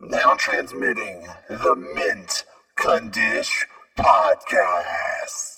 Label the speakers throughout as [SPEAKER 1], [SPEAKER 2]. [SPEAKER 1] Now transmitting the Mint Condish Podcast.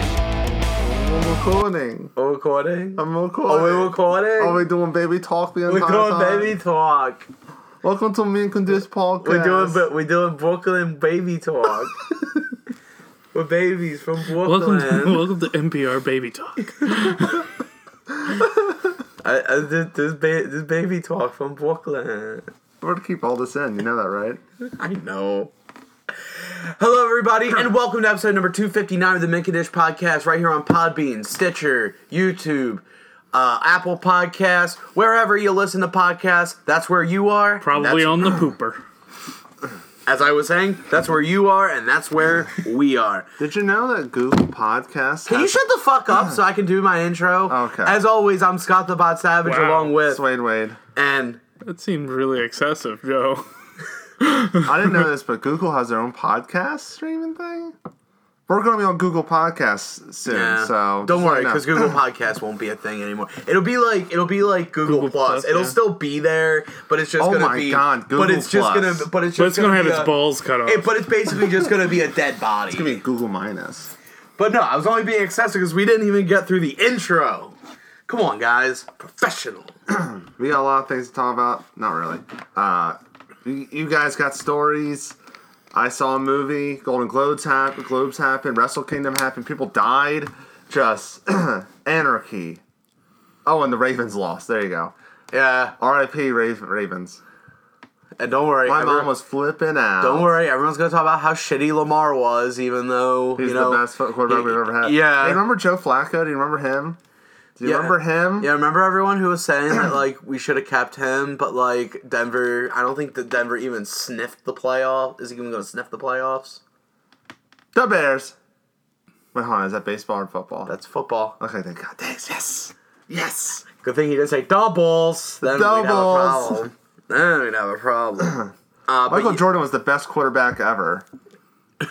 [SPEAKER 2] I'm recording.
[SPEAKER 3] We're recording.
[SPEAKER 2] I'm recording.
[SPEAKER 3] Are we recording?
[SPEAKER 2] Are we doing baby talk the
[SPEAKER 3] We're
[SPEAKER 2] entire
[SPEAKER 3] doing
[SPEAKER 2] time?
[SPEAKER 3] baby talk.
[SPEAKER 2] Welcome to Me and Condish podcast.
[SPEAKER 3] We're doing but we're doing Brooklyn baby talk. We're babies from
[SPEAKER 4] Welcome to,
[SPEAKER 3] Brooklyn.
[SPEAKER 4] welcome to NPR Baby Talk.
[SPEAKER 3] I, I, this, this, ba- this baby talk from Brooklyn.
[SPEAKER 2] We're gonna keep all this in. You know that, right?
[SPEAKER 3] I know. Hello, everybody, and welcome to episode number 259 of the Minka Dish Podcast, right here on Podbean, Stitcher, YouTube, uh, Apple Podcasts, wherever you listen to podcasts. That's where you are.
[SPEAKER 4] Probably
[SPEAKER 3] That's-
[SPEAKER 4] on the pooper.
[SPEAKER 3] As I was saying, that's where you are, and that's where we are.
[SPEAKER 2] Did you know that Google Podcasts?
[SPEAKER 3] Can you shut the fuck up so I can do my intro?
[SPEAKER 2] Okay.
[SPEAKER 3] As always, I'm Scott the Bot Savage
[SPEAKER 4] Wow.
[SPEAKER 3] along with
[SPEAKER 2] Wade Wade?
[SPEAKER 3] and
[SPEAKER 4] That seemed really excessive, Joe.
[SPEAKER 2] I didn't know this, but Google has their own podcast streaming thing. We're gonna be on Google Podcasts soon,
[SPEAKER 3] yeah.
[SPEAKER 2] so
[SPEAKER 3] uh, don't
[SPEAKER 2] just
[SPEAKER 3] worry
[SPEAKER 2] let
[SPEAKER 3] because
[SPEAKER 2] you know.
[SPEAKER 3] Google Podcasts won't be a thing anymore. It'll be like it'll be like Google,
[SPEAKER 4] Google
[SPEAKER 3] Plus.
[SPEAKER 4] Plus,
[SPEAKER 3] It'll
[SPEAKER 4] yeah.
[SPEAKER 3] still be there, but it's just
[SPEAKER 2] Oh
[SPEAKER 3] gonna
[SPEAKER 2] my
[SPEAKER 3] be.
[SPEAKER 2] God,
[SPEAKER 3] but
[SPEAKER 2] Google
[SPEAKER 3] it's just
[SPEAKER 2] Plus.
[SPEAKER 3] gonna. But it's just
[SPEAKER 4] But it's gonna have
[SPEAKER 3] be
[SPEAKER 4] its
[SPEAKER 3] a-
[SPEAKER 4] balls cut off.
[SPEAKER 3] It, but it's basically just gonna be a dead body.
[SPEAKER 2] Give me Google minus.
[SPEAKER 3] But no, I was only being excessive because we didn't even get through the intro. Come on, guys, professional.
[SPEAKER 2] We got a lot of things to talk about. Not really. Uh, you, you guys got stories. I saw a movie. Golden Globes happened. Globes happened. Wrestle Kingdom happened. People died. Just anarchy. Oh, and the Ravens lost. There you go.
[SPEAKER 3] Yeah,
[SPEAKER 2] R.I.P. Raven, Ravens.
[SPEAKER 3] and don't worry,
[SPEAKER 2] My
[SPEAKER 3] everyone-
[SPEAKER 2] mom was flipping out.
[SPEAKER 3] Don't worry, everyone's gonna talk about how shitty Lamar was, even though
[SPEAKER 2] He's
[SPEAKER 3] you know.
[SPEAKER 2] the best foot quarterback we've ever had.
[SPEAKER 3] Yeah.
[SPEAKER 2] Hey, remember Joe Flacco? Do you remember him? Do you
[SPEAKER 3] Yeah.
[SPEAKER 2] remember him?
[SPEAKER 3] Yeah, remember everyone who was saying that like we should have kept him, but like Denver, I don't think that Denver even sniffed the playoff. Is he even gonna sniff the playoffs?
[SPEAKER 2] The Bears. Wait, hold on. Is that baseball or football?
[SPEAKER 3] That's football.
[SPEAKER 2] okay, thank God. Thanks. Yes. Yes.
[SPEAKER 3] Good thing he didn't say doubles. Then we'd have a
[SPEAKER 2] Doubles.
[SPEAKER 3] problem. Then we'd have a problem. Uh, but
[SPEAKER 2] Michael
[SPEAKER 3] you-
[SPEAKER 2] Jordan was the best quarterback ever. you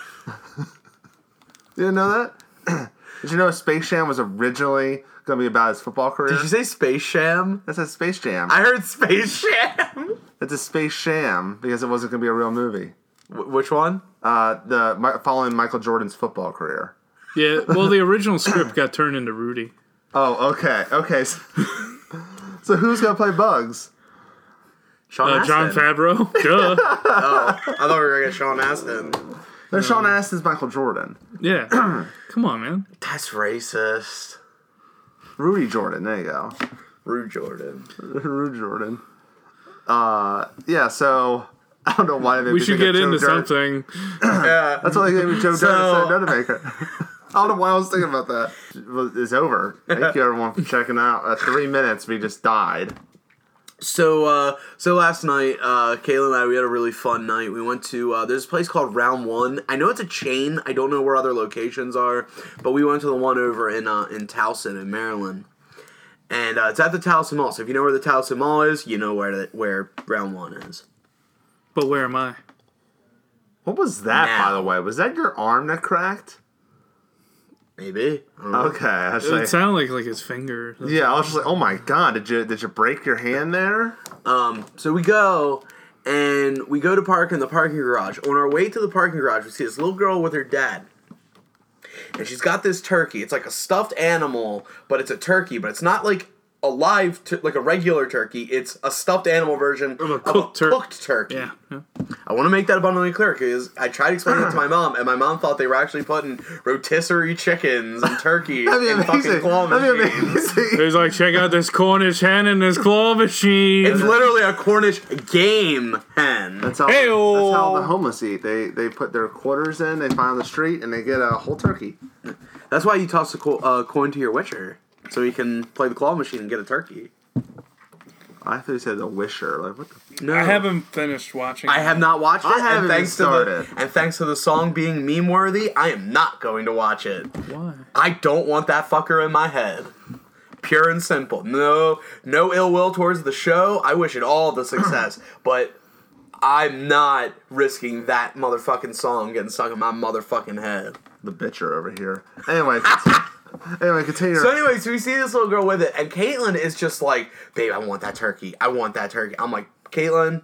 [SPEAKER 2] didn't know that? Did you know Space Jam was originally going to be about his football career?
[SPEAKER 3] did you say Space Sham?
[SPEAKER 2] That's a Space Jam.
[SPEAKER 3] I heard Space Sham.
[SPEAKER 2] It's a Space Sham because it wasn't going to be a real movie.
[SPEAKER 3] Wh- which one?
[SPEAKER 2] Uh, the Mi- following Michael Jordan's football career.
[SPEAKER 4] Yeah, well, the original script got turned into Rudy.
[SPEAKER 2] Oh, okay, okay. So, so who's going to play Bugs?
[SPEAKER 3] Sean
[SPEAKER 4] Uh,
[SPEAKER 3] Astin.
[SPEAKER 4] John Favreau? Duh.
[SPEAKER 3] I thought we were gonna get Sean Astin.
[SPEAKER 2] No, Sean Astin's Michael Jordan.
[SPEAKER 4] Yeah. Come on, man.
[SPEAKER 3] That's racist.
[SPEAKER 2] Rudy Jordan. There you go.
[SPEAKER 3] Rue Jordan.
[SPEAKER 2] Rudy Jordan. Uh, yeah. So I don't know why they.
[SPEAKER 4] We should get into something.
[SPEAKER 3] Yeah.
[SPEAKER 2] That's why they gave me Joe
[SPEAKER 3] So-
[SPEAKER 2] Donuts and Maker. I don't know why I was thinking about that. Well, It's over. Thank you everyone for checking out. At three minutes, we just died.
[SPEAKER 3] So, uh, so last night, uh, Kayla and I, we had a really fun night. We went to, uh, there's a place called Round One. I know it's a chain. I don't know where other locations are, but we went to the one over in, uh, in Towson in Maryland. And, uh, it's at the Towson Mall. So if you know where the Towson Mall is, you know where, the, where Round One is.
[SPEAKER 4] But where am I?
[SPEAKER 2] What was that, by
[SPEAKER 3] Now.
[SPEAKER 2] the way? Was that your arm that cracked?
[SPEAKER 3] Maybe. I don't know.
[SPEAKER 2] Okay, I was
[SPEAKER 4] It
[SPEAKER 2] like,
[SPEAKER 4] sounded like like his finger.
[SPEAKER 2] yeah, I was just like, oh my god, did you did you break your hand there?
[SPEAKER 3] Um, so we go and we go to park in the parking garage. On our way to the parking garage, we see this little girl with her dad. And she's got this turkey. It's like a stuffed animal, but it's a turkey, but it's not like a live tur- like a regular turkey. It's a stuffed animal version of
[SPEAKER 4] a
[SPEAKER 3] a
[SPEAKER 4] cooked
[SPEAKER 3] cooked,
[SPEAKER 4] tur-
[SPEAKER 3] turkey.
[SPEAKER 4] Yeah. yeah.
[SPEAKER 3] I want to make that abundantly clear because I tried explaining it to my mom, and my mom thought they were actually putting rotisserie chickens and turkeys
[SPEAKER 2] That'd be
[SPEAKER 3] in fucking
[SPEAKER 2] amazing.
[SPEAKER 3] claw
[SPEAKER 2] That'd be
[SPEAKER 3] machines.
[SPEAKER 2] amazing.
[SPEAKER 4] There's like, check out this Cornish hen and this claw machine.
[SPEAKER 3] It's literally a Cornish game hen.
[SPEAKER 2] That's how,
[SPEAKER 4] Hey-o.
[SPEAKER 2] that's how the homeless eat. They they put their quarters in, they find the street, and they get a whole turkey.
[SPEAKER 3] That's why you toss a co- uh, coin to your witcher. so he can play the claw machine and get a turkey.
[SPEAKER 2] I thought you said the Wisher. Like what? The,
[SPEAKER 3] No,
[SPEAKER 4] I haven't finished watching.
[SPEAKER 3] I have not watched it.
[SPEAKER 2] I
[SPEAKER 3] and
[SPEAKER 2] haven't even
[SPEAKER 3] thanks to the-
[SPEAKER 2] started.
[SPEAKER 3] and thanks to the song being meme worthy, I am not going to watch it.
[SPEAKER 4] Why?
[SPEAKER 3] I don't want that fucker in my head. Pure and simple. No, no ill will towards the show. I wish it all the success, but I'm not risking that motherfucking song getting stuck in my motherfucking head.
[SPEAKER 2] the bitcher over here. Anyway, continue, anyway, continue.
[SPEAKER 3] So, anyways, we see this little girl with it, and Caitlyn is just like, "Babe, I want that turkey. I want that turkey." I'm like, Caitlyn,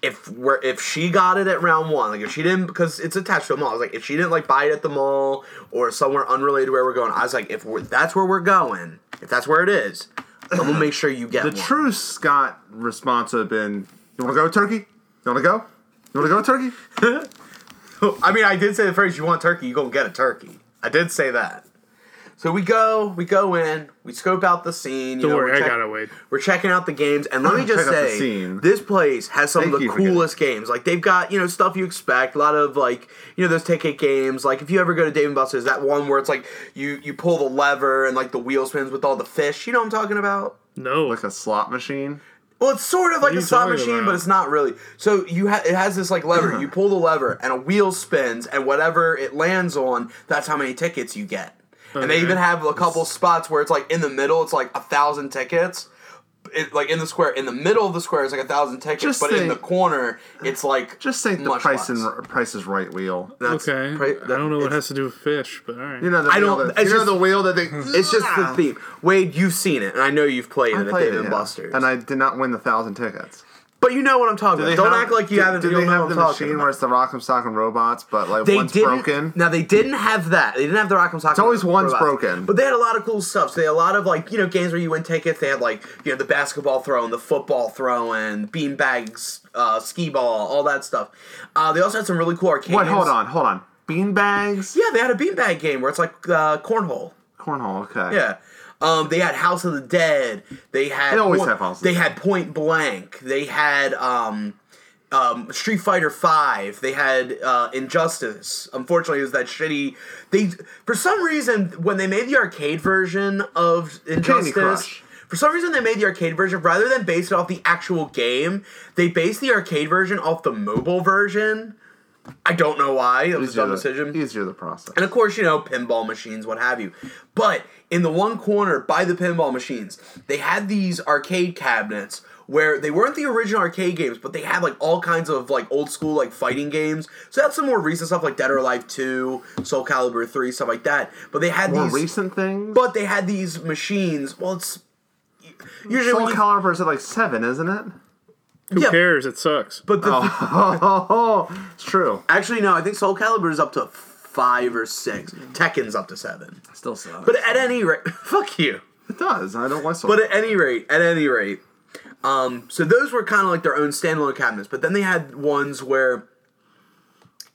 [SPEAKER 3] if we're if she got it at round one, like if she didn't, because it's attached to a mall. I was like, if she didn't like buy it at the mall or somewhere unrelated to where we're going, I was like, if we're, that's where we're going, if that's where it is, I'm gonna make sure you get
[SPEAKER 2] the
[SPEAKER 3] one.
[SPEAKER 2] true Scott response would have been, "You want to go turkey? You want to go? You want to go turkey?"
[SPEAKER 3] I mean, I did say the phrase, you want turkey, you go get a turkey. I did say that. So we go, we go in, we scope out the scene. You
[SPEAKER 4] Don't
[SPEAKER 3] know,
[SPEAKER 4] worry,
[SPEAKER 3] we're
[SPEAKER 4] I
[SPEAKER 3] check-
[SPEAKER 4] gotta wait.
[SPEAKER 3] We're checking out the games, and let me just
[SPEAKER 2] Check out the
[SPEAKER 3] say,
[SPEAKER 2] scene.
[SPEAKER 3] this place has some of
[SPEAKER 2] Thank
[SPEAKER 3] the
[SPEAKER 2] you for getting-
[SPEAKER 3] coolest games. Like they've got you know stuff you expect, a lot of like you know those take eight games. Like if you ever go to Dave and Buster's, that one where it's like you you pull the lever and like the wheel spins with all the fish. You know what I'm talking about?
[SPEAKER 4] No.
[SPEAKER 2] Like a slot machine.
[SPEAKER 3] Well, it's sort of like
[SPEAKER 4] you
[SPEAKER 3] a slot
[SPEAKER 4] talking
[SPEAKER 3] machine,
[SPEAKER 4] about?
[SPEAKER 3] but it's not really. So you ha- it has this like lever. you pull the lever, and a wheel spins, and whatever it lands on, that's how many tickets you get. And they
[SPEAKER 4] Okay.
[SPEAKER 3] even have a couple spots where it's like in the middle, it's like a thousand tickets. It, like in the square, in the middle of the square is like a thousand tickets,
[SPEAKER 2] Just
[SPEAKER 3] but in
[SPEAKER 2] think-
[SPEAKER 3] the corner, it's like
[SPEAKER 2] Just think the
[SPEAKER 3] much
[SPEAKER 2] price
[SPEAKER 3] less.
[SPEAKER 2] and price is right wheel.
[SPEAKER 3] That's
[SPEAKER 4] Okay.
[SPEAKER 3] pri-
[SPEAKER 4] I don't know what it
[SPEAKER 3] it's-
[SPEAKER 4] has to do with fish, but all right.
[SPEAKER 2] You know the
[SPEAKER 3] I
[SPEAKER 2] wheel
[SPEAKER 3] don't-
[SPEAKER 2] that, you
[SPEAKER 3] it's
[SPEAKER 2] know
[SPEAKER 3] just-
[SPEAKER 2] the wheel that they.
[SPEAKER 3] It's just the theme. Wade, you've seen it, and I know you've played
[SPEAKER 2] Ah. I
[SPEAKER 3] it at
[SPEAKER 2] played
[SPEAKER 3] Dave
[SPEAKER 2] it,
[SPEAKER 3] and
[SPEAKER 2] yeah.
[SPEAKER 3] Buster's.
[SPEAKER 2] and I did not win the thousand tickets.
[SPEAKER 3] but you know what I'm talking
[SPEAKER 2] Do
[SPEAKER 3] about.
[SPEAKER 2] they
[SPEAKER 3] Don't
[SPEAKER 2] have-
[SPEAKER 3] act like you
[SPEAKER 2] do-
[SPEAKER 3] haven't.
[SPEAKER 2] Do
[SPEAKER 3] you don't
[SPEAKER 2] they
[SPEAKER 3] know
[SPEAKER 2] have
[SPEAKER 3] what
[SPEAKER 2] the
[SPEAKER 3] I'm talking
[SPEAKER 2] machine
[SPEAKER 3] about.
[SPEAKER 2] where it's the Rock'em Sock'em robots, but like
[SPEAKER 3] They
[SPEAKER 2] one's
[SPEAKER 3] didn't,
[SPEAKER 2] broken?
[SPEAKER 3] Now they didn't have that. They didn't have the Rock'em Sock'em. It's
[SPEAKER 2] always one's broken.
[SPEAKER 3] But they had a lot of cool stuff. So they had a lot of like you know games where you win tickets. They had like you know the basketball throwing, the football throwing, beanbags, uh, skee ball, all that stuff. Uh, they also had some really cool arcade.
[SPEAKER 2] Wait,
[SPEAKER 3] games.
[SPEAKER 2] hold on, hold on. Beanbags,
[SPEAKER 3] Yeah, they had a beanbag game where it's like uh, cornhole.
[SPEAKER 2] cornhole. Okay.
[SPEAKER 3] Yeah. Um, they had House of the Dead. They had.
[SPEAKER 2] They always
[SPEAKER 3] Point-
[SPEAKER 2] have House of
[SPEAKER 3] They
[SPEAKER 2] the
[SPEAKER 3] had Point Blank. They had um, um, Street Fighter Five. They had uh, Injustice. Unfortunately, it was that shitty. They for some reason when they made the arcade version of Injustice.
[SPEAKER 2] Crush.
[SPEAKER 3] For some reason, they made the arcade version rather than base it off the actual game. They based the arcade version off the mobile version. I don't know why. It was a
[SPEAKER 2] Easier
[SPEAKER 3] dumb
[SPEAKER 2] the,
[SPEAKER 3] decision.
[SPEAKER 2] Easier the process.
[SPEAKER 3] And of course, you know, pinball machines, what have you. But in the one corner by the pinball machines, they had these arcade cabinets where they weren't the original arcade games, but they had like all kinds of like old school like fighting games. So that's some more recent stuff like Dead or Alive 2, Soul Calibur 3, stuff like that. But they had
[SPEAKER 2] More
[SPEAKER 3] these
[SPEAKER 2] recent things.
[SPEAKER 3] but they had these machines. Well, it's usually
[SPEAKER 2] Soul
[SPEAKER 3] when you-
[SPEAKER 2] Calibur is at like seven, isn't it?
[SPEAKER 4] Who
[SPEAKER 3] yeah,
[SPEAKER 4] cares? It sucks.
[SPEAKER 3] but the,
[SPEAKER 2] Oh, it's true.
[SPEAKER 3] actually no, I think Soul Calibur is up to 5 or 6. Tekken's up to 7.
[SPEAKER 2] Still so.
[SPEAKER 3] But at any rate, fuck you.
[SPEAKER 2] it does. I don't want Soul.
[SPEAKER 3] But at any rate, at any rate, um, so those were kind of like their own standalone cabinets. But then they had ones where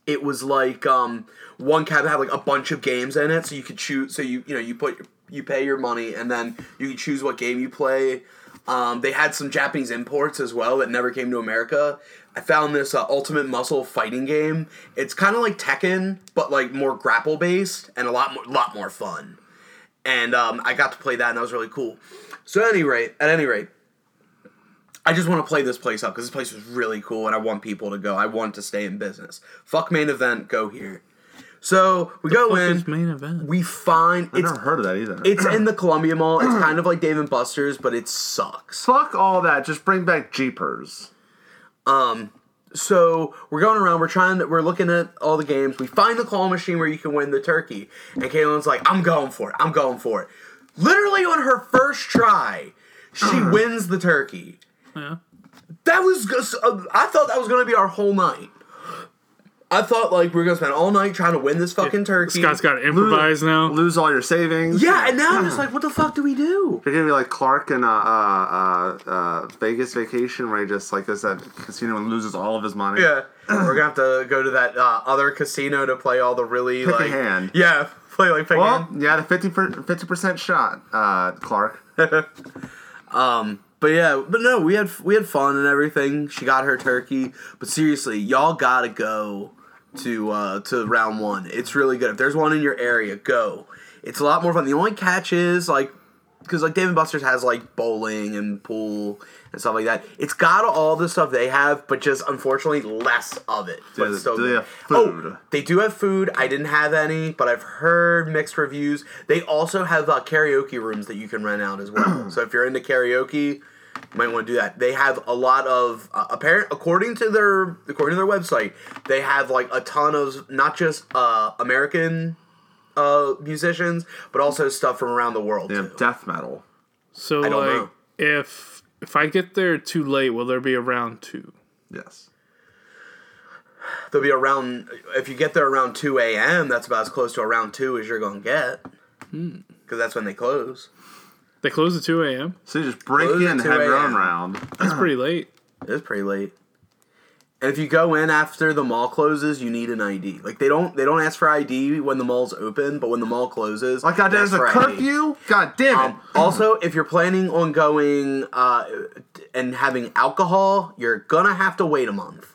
[SPEAKER 3] it was like um, one cabinet had like a bunch of games in it, so you could choose. So you you know you put your- you pay your money, and then you could choose what game you play. Um, they had some Japanese imports as well that never came to America. I found this uh, Ultimate Muscle fighting game. It's kind of like Tekken, but like more grapple based and a lot more, lot more fun and um, I got to play that, and that was really cool. So, at any rate, at any rate, I just want to play this place up because this place was really cool, and I want people to go. I want to stay in business. Fuck main event, go here. So we go
[SPEAKER 4] Fuck
[SPEAKER 3] in,
[SPEAKER 4] this main event.
[SPEAKER 3] we find
[SPEAKER 2] I've
[SPEAKER 3] it's
[SPEAKER 2] never heard of that either.
[SPEAKER 3] it's in the Columbia Mall. It's kind of like Dave and Buster's, but it sucks.
[SPEAKER 2] Fuck all that. Just bring back Jeepers.
[SPEAKER 3] Um, So we're going around. We're trying. To, we're looking at all the games. We find the claw machine where you can win the turkey. And Caitlin's like, "I'm going for it. I'm going for it." Literally on her first try, she wins the turkey.
[SPEAKER 4] Yeah.
[SPEAKER 3] That was. just- Uh, I thought that was going to be our whole night. I thought like we were going to spend all night trying to win this fucking turkey.
[SPEAKER 4] Scott's got to improvise now.
[SPEAKER 2] Lose all your savings.
[SPEAKER 3] yeah, and now I'm just like, what the fuck do we do?
[SPEAKER 2] You're gonna be like Clark in uh, uh, uh, uh, Vegas Vacation, where he just like goes to that casino and loses all of his money.
[SPEAKER 3] Yeah, we're gonna have to go to that uh, other casino to play all the really
[SPEAKER 2] Pick a
[SPEAKER 3] like
[SPEAKER 2] hand.
[SPEAKER 3] Yeah, play like pick a hand.
[SPEAKER 2] Well, you had a 50 percent shot, uh, Clark.
[SPEAKER 3] But yeah, but no, we had we had fun and everything. She got her turkey, but seriously, y'all gotta go to uh, to round one. It's really good. If there's one in your area, go. It's a lot more fun. The only catch is like because like Dave and Buster's has like bowling and pool and stuff like that. It's got all the stuff they have, but just unfortunately less of it. But
[SPEAKER 2] Do
[SPEAKER 3] it's
[SPEAKER 2] they- do
[SPEAKER 3] good.
[SPEAKER 2] they have food?
[SPEAKER 3] Oh, they do have food. I didn't have any, but I've heard mixed reviews. They also have uh, karaoke rooms that you can rent out as well. so if you're into karaoke, you might want to do that. They have a lot of uh, apparent according to their according to their website, they have like a ton of not just uh, American uh, musicians, but also stuff from around the world.
[SPEAKER 2] They
[SPEAKER 3] too.
[SPEAKER 2] have death metal.
[SPEAKER 4] So
[SPEAKER 3] I
[SPEAKER 4] like,
[SPEAKER 3] don't know.
[SPEAKER 4] if if I get there too late, will there be a round two?
[SPEAKER 2] Yes.
[SPEAKER 3] They'll be around. If you get there around two a.m., that's about as close to around two as you're gonna get, because
[SPEAKER 2] Hmm.
[SPEAKER 3] that's when they close.
[SPEAKER 4] They close at two a.m.
[SPEAKER 2] So you just break
[SPEAKER 3] Those
[SPEAKER 2] in
[SPEAKER 3] are
[SPEAKER 2] and
[SPEAKER 3] 2
[SPEAKER 2] have your own
[SPEAKER 3] a.m.
[SPEAKER 2] round.
[SPEAKER 4] That's pretty late.
[SPEAKER 3] It's pretty late. And if you go in after the mall closes, you need an ID. Like they don't they don't ask for ID when the mall's open, but when the mall closes,
[SPEAKER 2] Like, God,
[SPEAKER 3] they ask
[SPEAKER 2] there's a
[SPEAKER 3] for ID.
[SPEAKER 2] curfew? God damn it.
[SPEAKER 3] Um, also, if you're planning on going uh, and having alcohol, you're gonna have to wait a month.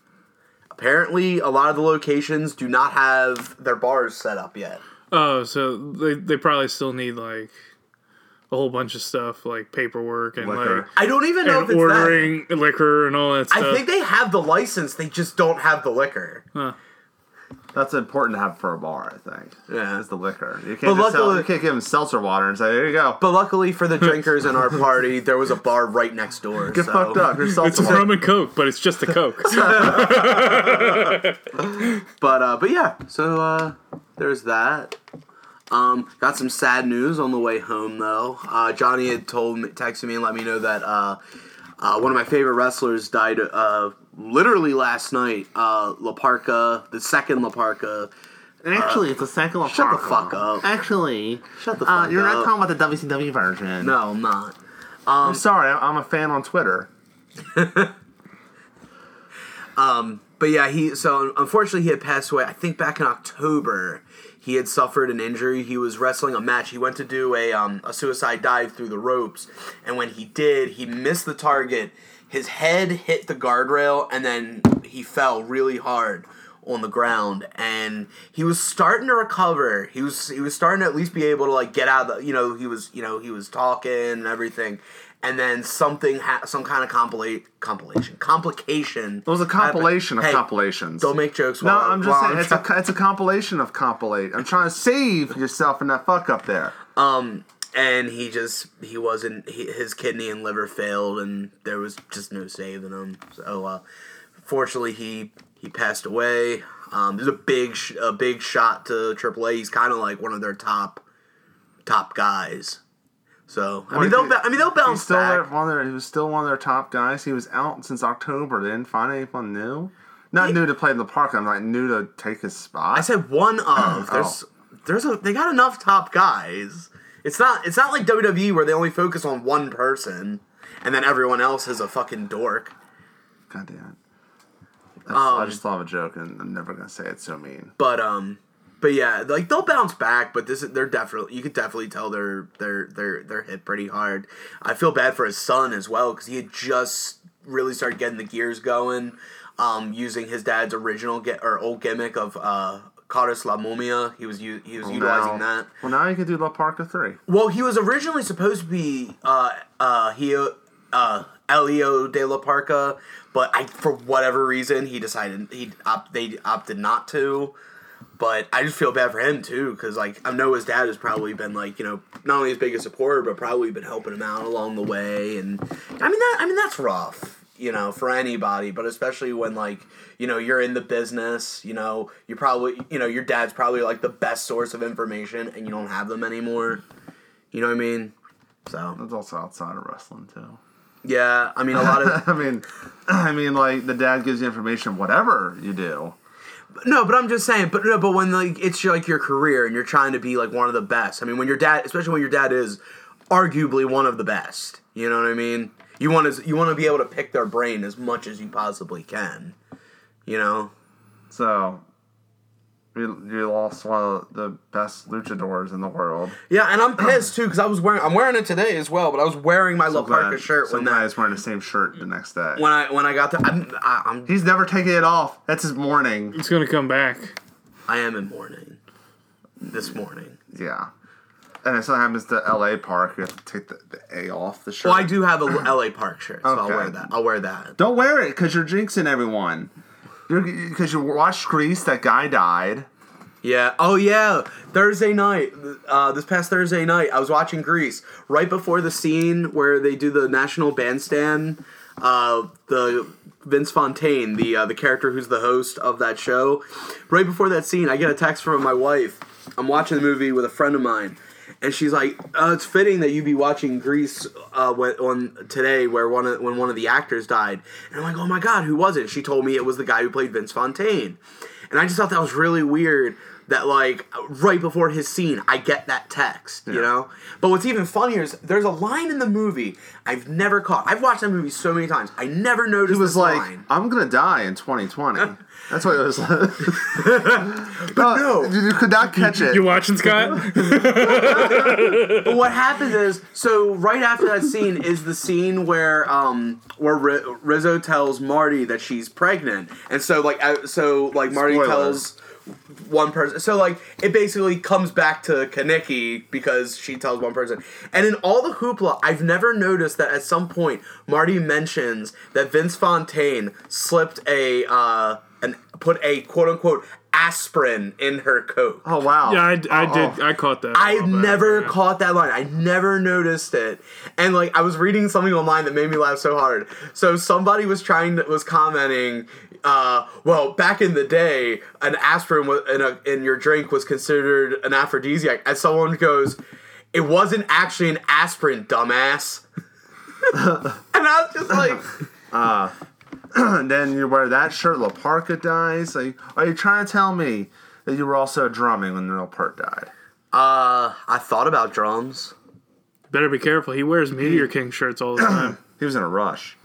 [SPEAKER 3] Apparently, a lot of the locations do not have their bars set up yet.
[SPEAKER 4] Oh, so they, they probably still need like a whole bunch of stuff like paperwork and
[SPEAKER 2] Liquor.
[SPEAKER 4] like
[SPEAKER 3] I don't even know if it's
[SPEAKER 4] and
[SPEAKER 3] that.
[SPEAKER 4] ordering liquor and all that stuff.
[SPEAKER 3] I think they have the license, they just don't have the liquor.
[SPEAKER 2] That's important to have for a bar, I think.
[SPEAKER 3] Yeah.
[SPEAKER 2] It's the liquor. You can't,
[SPEAKER 3] But
[SPEAKER 2] just sell,
[SPEAKER 3] luckily-
[SPEAKER 2] you can't give them seltzer water and say, here you go.
[SPEAKER 3] But luckily for the drinkers in our party, there was a bar right next door.
[SPEAKER 2] Get
[SPEAKER 3] so.
[SPEAKER 2] fucked up. Here's
[SPEAKER 4] it's
[SPEAKER 2] seltzer water.
[SPEAKER 4] rum and coke, but it's just a coke.
[SPEAKER 3] But uh, but yeah, so uh, there's that. Um, got some sad news on the way home though. Uh, Johnny had told me, texted me and let me know that uh, uh, one of my favorite wrestlers died uh, literally last night. Uh, Laparca, the second Laparca.
[SPEAKER 2] Actually, it's a second of
[SPEAKER 3] Shut the fuck up.
[SPEAKER 2] Actually, uh,
[SPEAKER 3] Shut the fuck up.
[SPEAKER 2] about the WCW version.
[SPEAKER 3] No, I'm not.
[SPEAKER 2] I'm sorry. I'm a fan on Twitter.
[SPEAKER 3] But yeah, he so unfortunately he had passed away. I think back in October, he had suffered an injury. He was wrestling a match. He went to do a um, a suicide dive through the ropes, and when he did, he missed the target. His head hit the guardrail, and then he fell really hard on the ground. And he was starting to recover. He was he was starting to at least be able to like get out. Of the, you know he was you know he was talking and everything. And then something, ha- some kind of compilate, compilation, complication.
[SPEAKER 2] It was a compilation of
[SPEAKER 3] Hey,
[SPEAKER 2] compilations.
[SPEAKER 3] don't make jokes.
[SPEAKER 2] No,
[SPEAKER 3] while-
[SPEAKER 2] I'm just
[SPEAKER 3] while
[SPEAKER 2] saying it's
[SPEAKER 3] try-
[SPEAKER 2] a, co- it's a compilation of compilate. I'm trying to save yourself from that fuck up there.
[SPEAKER 3] um, and he just he wasn't he, his kidney and liver failed, and there was just no saving him. So, uh, fortunately, he he passed away. Um, there's a big sh- a big shot to AAA. He's kind of like one of their top top guys. So I mean
[SPEAKER 2] Wait,
[SPEAKER 3] they'll
[SPEAKER 2] he-
[SPEAKER 3] ba- I mean they'll
[SPEAKER 2] He's
[SPEAKER 3] bounce
[SPEAKER 2] still their,
[SPEAKER 3] back.
[SPEAKER 2] one of their, he was still one of their top guys. He was out since October. They didn't find anyone new. Not new to play in the park. I'm like new to take his spot.
[SPEAKER 3] I said one of there's there's a they got enough top guys. It's not it's not like WWE where they only focus on one person and then everyone else is a fucking dork.
[SPEAKER 2] God damn it. That's- I
[SPEAKER 3] Um,
[SPEAKER 2] just thought of a joke and I'm never gonna say it. So mean.
[SPEAKER 3] But um, but yeah, like they'll bounce back. But this, they're definitely you could definitely tell they're they're they're they're hit pretty hard. I feel bad for his son as well because he had just really started getting the gears going, um, using his dad's original get or old gimmick of uh. Caris La Momia, he was u- he was utilizing
[SPEAKER 2] now,
[SPEAKER 3] that.
[SPEAKER 2] Well, now you can do La Parka three.
[SPEAKER 3] Well, he was originally supposed to be uh uh he uh Elio de la Parca, but I for whatever reason he decided he opt they opted not to. But I just feel bad for him too, because like I know his dad has probably been like you know not only his biggest supporter, but probably been helping him out along the way, and I mean that I mean that's rough, you know, for anybody, but especially when like you know you're in the business, you know you probably you know your dad's probably like the best source of information, and you don't have them anymore. You know what I mean? So
[SPEAKER 2] That's also outside of wrestling too.
[SPEAKER 3] yeah, I mean a lot of
[SPEAKER 2] I mean, I mean, like the dad gives you information, whatever you do.
[SPEAKER 3] no, but I'm just saying. But no, but when like it's your, like your career and you're trying to be like one of the best. I mean, when your dad, especially when your dad is arguably one of the best. You know what I mean? You want to you want to be able to pick their brain as much as you possibly can. You know?
[SPEAKER 2] So, you, you lost one of the best luchadors in the world.
[SPEAKER 3] Yeah, and I'm pissed too because I was wearing I'm wearing it today as well, but I was wearing my La Parka
[SPEAKER 2] Glad
[SPEAKER 3] shirt
[SPEAKER 2] some
[SPEAKER 3] when
[SPEAKER 2] guy
[SPEAKER 3] that
[SPEAKER 2] is wearing the same shirt the next day.
[SPEAKER 3] when I when I got there. I'm I, I'm
[SPEAKER 2] He's never taking it off. That's his morning.
[SPEAKER 4] it's gonna come back.
[SPEAKER 3] I am in mourning this morning.
[SPEAKER 2] Yeah. And if something happens to L.A. Park, you have to take the, the A off the shirt.
[SPEAKER 3] Well, I do have a LA Park shirt, so I'll
[SPEAKER 2] Okay.
[SPEAKER 3] wear that. I'll wear that.
[SPEAKER 2] Don't wear it because you're jinxing everyone. Because you watched Grease, that guy died.
[SPEAKER 3] Yeah. Oh yeah. Thursday night, uh, this past Thursday night, I was watching Grease. Right before the scene where they do the national bandstand, uh, the Vince Fontaine, the uh, the character who's the host of that show, right before that scene, I get a text from my wife. I'm watching the movie with a friend of mine, and she's like, uh, "It's fitting that you be watching Grease uh, when, on today, where one of, when one of the actors died." And I'm like, "Oh my god, who was it?" She told me it was the guy who played Vince Fontaine, and I just thought that was really weird. That like right before his scene, I get that text, you know. But what's even funnier is there's a line in the movie I've never caught. I've watched that movie so many times, I never noticed.
[SPEAKER 2] It was
[SPEAKER 3] this
[SPEAKER 2] like,
[SPEAKER 3] line.
[SPEAKER 2] I'm gonna die in 2020. That's what it was. like. no,
[SPEAKER 3] no.
[SPEAKER 2] you you could not catch it.
[SPEAKER 4] You watching Scott?
[SPEAKER 3] But what happens is, so right after that scene is the scene where um where Ri- Rizzo tells Marty that she's pregnant, and so like uh, so like Marty
[SPEAKER 2] Spoiler.
[SPEAKER 3] tells one person, so like it basically comes back to Kaneki because she tells one person, and in all the hoopla, I've never noticed that at some point Marty mentions that Vince Fontaine slipped a uh an put a quote unquote aspirin in her coat.
[SPEAKER 2] oh wow.
[SPEAKER 4] yeah, I, I
[SPEAKER 2] Oh,
[SPEAKER 4] did. I caught that.
[SPEAKER 3] I
[SPEAKER 4] Oh, man,
[SPEAKER 3] never
[SPEAKER 4] yeah.
[SPEAKER 3] caught that line. I never noticed it. And like I was reading something online that made me laugh so hard. So somebody was trying to, was commenting uh, well, back in the day, an aspirin wa- in, a, in your drink was considered an aphrodisiac. And someone goes, "It wasn't actually an aspirin, dumbass." and I was just like,
[SPEAKER 2] And then you wear that shirt, La Parka dies. Like, are you trying to tell me that you were also drumming when Neil Peart died?
[SPEAKER 3] "Uh, I thought about drums."
[SPEAKER 4] Better be careful. He wears Meteor King shirts all the time.
[SPEAKER 2] He was in a rush.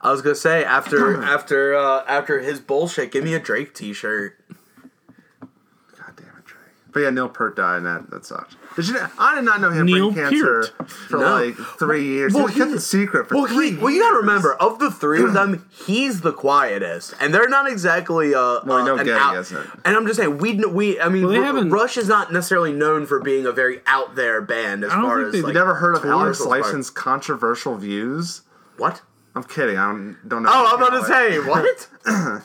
[SPEAKER 3] I was gonna say after after uh, after his bullshit, give me a Drake T-shirt.
[SPEAKER 2] God damn it, Drake. But yeah, Neil Peart died, and that, that sucked. Did you? know- I did not know him
[SPEAKER 4] Neil
[SPEAKER 2] bring cancer
[SPEAKER 4] Peart.
[SPEAKER 2] for
[SPEAKER 3] No.
[SPEAKER 2] like three years.
[SPEAKER 3] Well,
[SPEAKER 2] he kept
[SPEAKER 3] he-
[SPEAKER 2] it secret for
[SPEAKER 3] Well,
[SPEAKER 2] three.
[SPEAKER 3] he, well, you gotta
[SPEAKER 2] years.
[SPEAKER 3] remember, of the three of them, he's the quietest, and they're not exactly. Uh,
[SPEAKER 2] Well,
[SPEAKER 3] uh,
[SPEAKER 2] no
[SPEAKER 3] an
[SPEAKER 2] Getty
[SPEAKER 3] out-
[SPEAKER 2] isn't.
[SPEAKER 3] And I'm just saying, we kn- we I mean,
[SPEAKER 4] Well, they
[SPEAKER 3] Ru-
[SPEAKER 4] haven't-
[SPEAKER 3] Rush is not necessarily known for being a very out there band as
[SPEAKER 4] I don't
[SPEAKER 3] far
[SPEAKER 4] think
[SPEAKER 3] as
[SPEAKER 4] they-
[SPEAKER 3] like
[SPEAKER 2] You never heard of Alex
[SPEAKER 3] commercials part.
[SPEAKER 2] Lifeson's controversial views?
[SPEAKER 3] What?
[SPEAKER 2] I'm kidding. I don't, don't know.
[SPEAKER 3] Oh, I'm about to say what?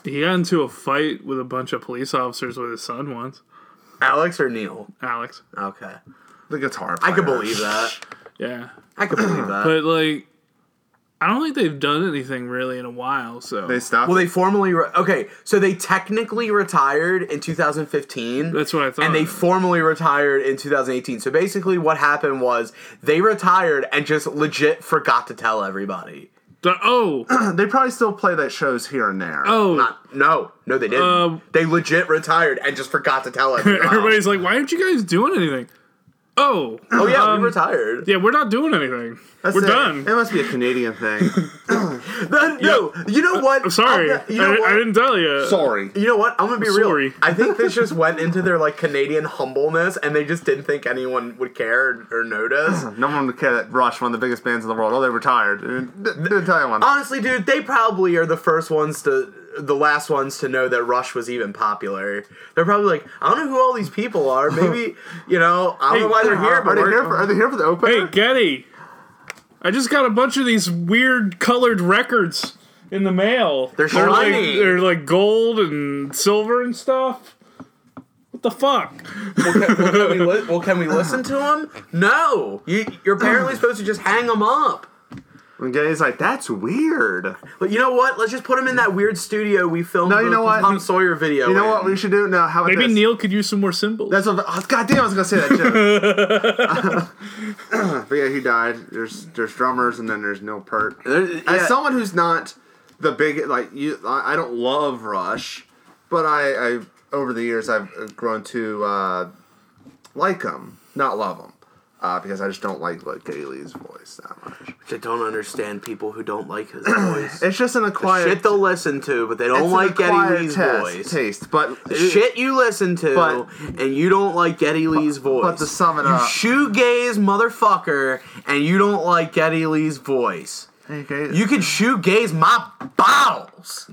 [SPEAKER 4] He got into a fight with a bunch of police officers with his son once.
[SPEAKER 3] Alex or Neil?
[SPEAKER 4] Alex.
[SPEAKER 3] Okay,
[SPEAKER 2] the guitar.
[SPEAKER 3] I
[SPEAKER 2] Player.
[SPEAKER 3] could believe that.
[SPEAKER 4] Yeah.
[SPEAKER 3] I could believe that.
[SPEAKER 4] But like, I don't think they've done anything really in a while. So
[SPEAKER 2] They stopped.
[SPEAKER 3] well, they formally re- okay, so they technically retired in 2015.
[SPEAKER 4] that's what I thought.
[SPEAKER 3] and they formally retired in 2018. So basically, what happened was they retired and just legit forgot to tell everybody.
[SPEAKER 4] The- oh
[SPEAKER 2] They probably still play that shows here and there.
[SPEAKER 4] oh.
[SPEAKER 3] Not no, no, they didn't.
[SPEAKER 4] Um,
[SPEAKER 3] they legit retired and just forgot to tell everybody.
[SPEAKER 4] Everybody's like, why aren't you guys doing anything? Oh.
[SPEAKER 3] oh yeah,
[SPEAKER 4] um,
[SPEAKER 3] we retired.
[SPEAKER 4] Yeah, we're not doing anything.
[SPEAKER 2] That's
[SPEAKER 4] we're
[SPEAKER 2] it.
[SPEAKER 4] done.
[SPEAKER 2] It must be a Canadian thing.
[SPEAKER 3] No, no, you know what?
[SPEAKER 4] I'm sorry.
[SPEAKER 3] I'm not- you know
[SPEAKER 4] I,
[SPEAKER 3] what?
[SPEAKER 4] I didn't tell you.
[SPEAKER 2] Sorry.
[SPEAKER 3] You know what? I'm gonna be real.
[SPEAKER 4] sorry.
[SPEAKER 3] I think this just went into their like Canadian humbleness, and they just didn't think anyone would care or, or notice.
[SPEAKER 2] No one would care that Rush, one of the biggest bands in the world. Oh, they retired. Oh, Didn't didn't tell anyone.
[SPEAKER 3] Honestly, dude, they probably are the first ones to, the last ones to know that Rush was even popular. They're probably like, I don't know who all these people are. Maybe, you know, I don't know why they're here,
[SPEAKER 2] uh, are
[SPEAKER 3] but
[SPEAKER 2] they
[SPEAKER 3] we're-
[SPEAKER 2] here for? Are they here for the
[SPEAKER 4] Hey,
[SPEAKER 2] opener?
[SPEAKER 4] Getty. I just got a bunch of these weird colored records in the mail.
[SPEAKER 3] They're
[SPEAKER 4] like,
[SPEAKER 3] shiny.
[SPEAKER 4] they're like gold and silver and stuff. What the fuck?
[SPEAKER 3] well, can we li- well, can we listen to them? No, you, you're apparently supposed to just hang them up.
[SPEAKER 2] And Gay's like, that's weird.
[SPEAKER 3] But you know what? Let's just put them in that weird studio we filmed.
[SPEAKER 2] No, you
[SPEAKER 3] the
[SPEAKER 2] know what?
[SPEAKER 3] Tom Sawyer video.
[SPEAKER 2] You know
[SPEAKER 3] in.
[SPEAKER 2] what we should do? No, how about
[SPEAKER 4] Maybe
[SPEAKER 2] this?
[SPEAKER 4] Neil could use some more symbols.
[SPEAKER 2] That's what. Oh, God damn, I was gonna say that joke. but yeah, he died. There's there's drummers, and then there's Neil Peart.
[SPEAKER 3] There- yeah.
[SPEAKER 2] As someone who's not the big like you, I, I don't love Rush, but I, I over the years I've grown to uh, like him, not love him, uh, because I just don't like like Gailey's voice that much.
[SPEAKER 3] I don't understand people who don't like his voice.
[SPEAKER 2] It's just an acquired
[SPEAKER 3] Shit they'll listen to, but they
[SPEAKER 2] it's
[SPEAKER 3] don't
[SPEAKER 2] an
[SPEAKER 3] like Getty
[SPEAKER 2] acquired
[SPEAKER 3] Lee's
[SPEAKER 2] test-
[SPEAKER 3] voice.
[SPEAKER 2] taste, but
[SPEAKER 3] shit you listen to,
[SPEAKER 2] But-
[SPEAKER 3] and you don't like Getty Lee's voice.
[SPEAKER 2] But to sum it up,
[SPEAKER 3] shoegaze motherfucker, and you don't like Getty Lee's voice.
[SPEAKER 2] okay,
[SPEAKER 3] You can shoegaze my bowels.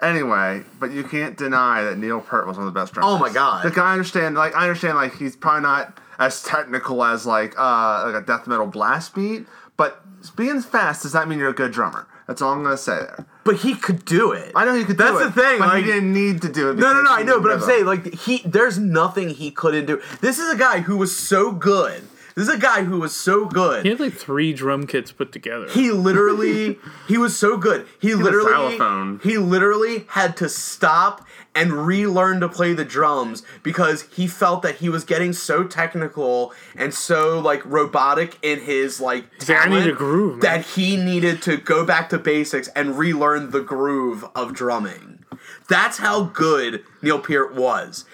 [SPEAKER 2] Anyway, but you can't deny that Neil Peart was one of the best drummers.
[SPEAKER 3] Oh my God.
[SPEAKER 2] Like I understand, like I understand, like he's probably not as technical as like uh like a death metal blast beat, but being fast does not mean you're a good drummer. That's all I'm gonna say there.
[SPEAKER 3] But he could do it.
[SPEAKER 2] I know he could. do
[SPEAKER 3] That's the
[SPEAKER 2] it,
[SPEAKER 3] thing,
[SPEAKER 2] But
[SPEAKER 3] like-
[SPEAKER 2] he didn't need to do it.
[SPEAKER 3] No, no,
[SPEAKER 2] because
[SPEAKER 3] no.
[SPEAKER 2] he
[SPEAKER 3] I know, but I'm
[SPEAKER 2] was
[SPEAKER 3] saying like he. There's nothing he couldn't do. This is a guy who was so good. This is a guy who was so good.
[SPEAKER 4] He had like three drum kits put together.
[SPEAKER 3] He literally, he was so good. He, literally,
[SPEAKER 2] xylophone.
[SPEAKER 3] he literally had to stop and relearn to play the drums because he felt that he was getting so technical and so like robotic in his like
[SPEAKER 4] like, "I
[SPEAKER 3] talent
[SPEAKER 4] need a groove, man."
[SPEAKER 3] that he needed to go back to basics and relearn the groove of drumming. That's how good Neil Peart was.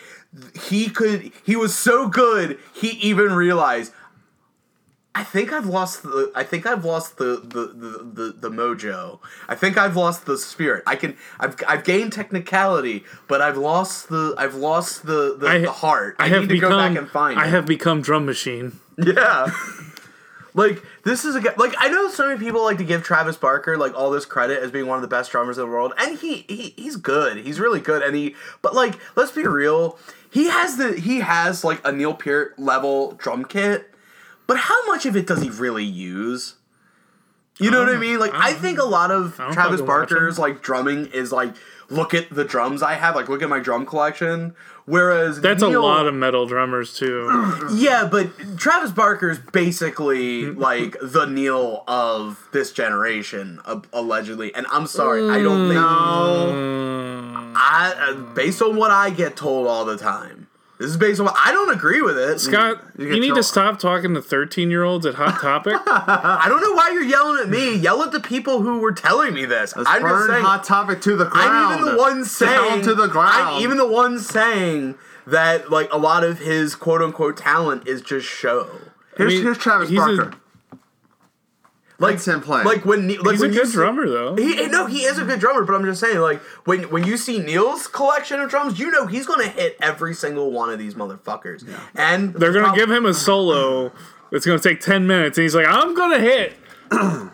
[SPEAKER 3] He could, he was so good. He even realized I think I've lost the. I think I've lost the the, the, the the mojo. I think I've lost the spirit. I can. I've I've gained technicality, but I've lost the. I've lost the the,
[SPEAKER 4] I-
[SPEAKER 3] the heart. I,
[SPEAKER 4] I have
[SPEAKER 3] need to
[SPEAKER 4] become.
[SPEAKER 3] go back and find.
[SPEAKER 4] I
[SPEAKER 3] it.
[SPEAKER 4] have become drum machine.
[SPEAKER 3] Yeah. Like this is a guy. Like I know so many people like to give Travis Barker like all this credit as being one of the best drummers in the world, and he, he he's good. He's really good, and he. But like, let's be real. He has the he has like a Neil Peart level drum kit, but how much of it does he really use? You know what I mean? Like I, think a lot of
[SPEAKER 4] Um, don't
[SPEAKER 3] Travis
[SPEAKER 4] fucking watch him.
[SPEAKER 3] Barker's like drumming is like look at the drums I have, like look at my drum collection. Whereas
[SPEAKER 4] That's
[SPEAKER 3] Neil-
[SPEAKER 4] a lot of metal drummers too.
[SPEAKER 3] yeah, but Travis Barker's basically
[SPEAKER 2] Mm-hmm.
[SPEAKER 3] like the Neil of this generation, a- allegedly. And I'm sorry, I
[SPEAKER 2] Mm,
[SPEAKER 3] don't think. I, uh, based on what I get told all the time, this is based on what I don't agree with it.
[SPEAKER 4] Scott,
[SPEAKER 2] You
[SPEAKER 4] you,
[SPEAKER 2] can
[SPEAKER 4] need
[SPEAKER 2] tell-
[SPEAKER 4] to stop talking to thirteen-year-olds at Hot Topic.
[SPEAKER 3] Uh, I don't know why you're yelling at me. Yell at the people who were telling me this.
[SPEAKER 2] Let's
[SPEAKER 3] I'm
[SPEAKER 2] burn
[SPEAKER 3] just saying.
[SPEAKER 2] hot topic to the ground.
[SPEAKER 3] I'm even the one saying
[SPEAKER 2] down to the ground.
[SPEAKER 3] I'm even the one saying that like a lot of his quote unquote talent is just show.
[SPEAKER 2] here's,
[SPEAKER 4] I mean,
[SPEAKER 2] here's Travis
[SPEAKER 4] he's a-
[SPEAKER 2] Barker.
[SPEAKER 3] Like
[SPEAKER 2] That's him playing.
[SPEAKER 3] Like when Ne- like
[SPEAKER 4] He's a
[SPEAKER 3] when you
[SPEAKER 4] good
[SPEAKER 3] see-
[SPEAKER 4] drummer though.
[SPEAKER 3] He, no, he is a good drummer, but I'm just saying, like when when you see Neil's collection of drums, you know he's gonna hit every single one of these motherfuckers, and
[SPEAKER 4] They're gonna give him a solo. It's gonna take ten minutes, and he's like, "I'm gonna hit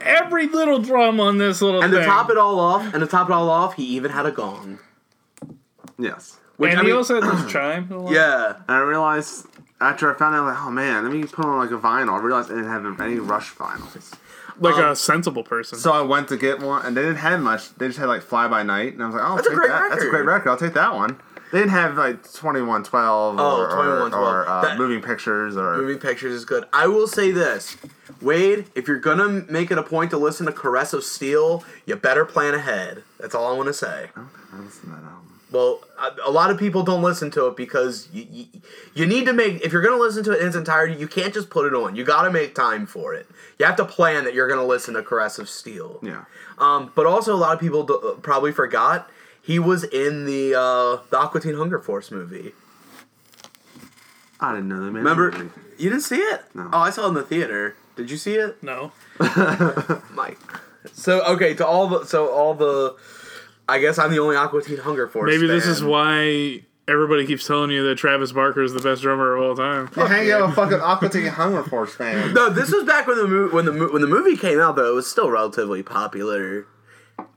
[SPEAKER 4] every little drum on this little
[SPEAKER 3] And
[SPEAKER 4] thing."
[SPEAKER 3] to top it all off, and to top it all off, he even had a gong.
[SPEAKER 2] Yes.
[SPEAKER 3] Which,
[SPEAKER 4] and
[SPEAKER 3] I
[SPEAKER 4] he
[SPEAKER 3] mean-
[SPEAKER 4] also had this chime. a lot.
[SPEAKER 3] Yeah,
[SPEAKER 2] And I realized after I found out, like, oh man, let me put on like a vinyl. I realized I didn't have any Rush vinyls.
[SPEAKER 4] like a sensible person.
[SPEAKER 2] So I went to get one, and they didn't have much. They just had like Fly By Night, and I was like, oh,
[SPEAKER 3] That's a
[SPEAKER 2] take
[SPEAKER 3] great
[SPEAKER 2] that. That's a great
[SPEAKER 3] record.
[SPEAKER 2] record. I'll take that one. They didn't have like 2112
[SPEAKER 3] Oh,
[SPEAKER 2] or,
[SPEAKER 3] 2112.
[SPEAKER 2] or, uh,
[SPEAKER 3] That-
[SPEAKER 2] Moving Pictures or.
[SPEAKER 3] moving pictures is good. I will say this, Wade, if you're gonna make it a point to listen to Caress of Steel, you better plan ahead. That's all I want to say.
[SPEAKER 2] I listened to that album.
[SPEAKER 3] Well, a- a lot of people don't listen to it because you, you, you need to make if you're going to listen to it in its entirety, you can't just put it on. You got to make time for it. You have to plan that you're going to listen to Caress of Steel.
[SPEAKER 2] Yeah.
[SPEAKER 3] Um, but also, a lot of people do, probably forgot he was in the uh, the Aqua Teen Hunger Force movie.
[SPEAKER 2] I didn't know they made
[SPEAKER 3] Remember?
[SPEAKER 2] that movie.
[SPEAKER 3] You didn't see it?
[SPEAKER 2] Mm-hmm. No.
[SPEAKER 3] Oh, I saw it in the theater. Did you see it?
[SPEAKER 4] no,
[SPEAKER 3] Mike. So okay, to all the so all the, I guess I'm the only Aqua Teen Hunger Force.
[SPEAKER 4] maybe this
[SPEAKER 3] fan.
[SPEAKER 4] is why everybody keeps telling you that Travis Barker is the best drummer of all time.
[SPEAKER 2] You hang out with fucking Aqua Teen Hunger Force fan.
[SPEAKER 3] No, this was back when the mo- when the mo- when the movie came out though. It was still relatively popular,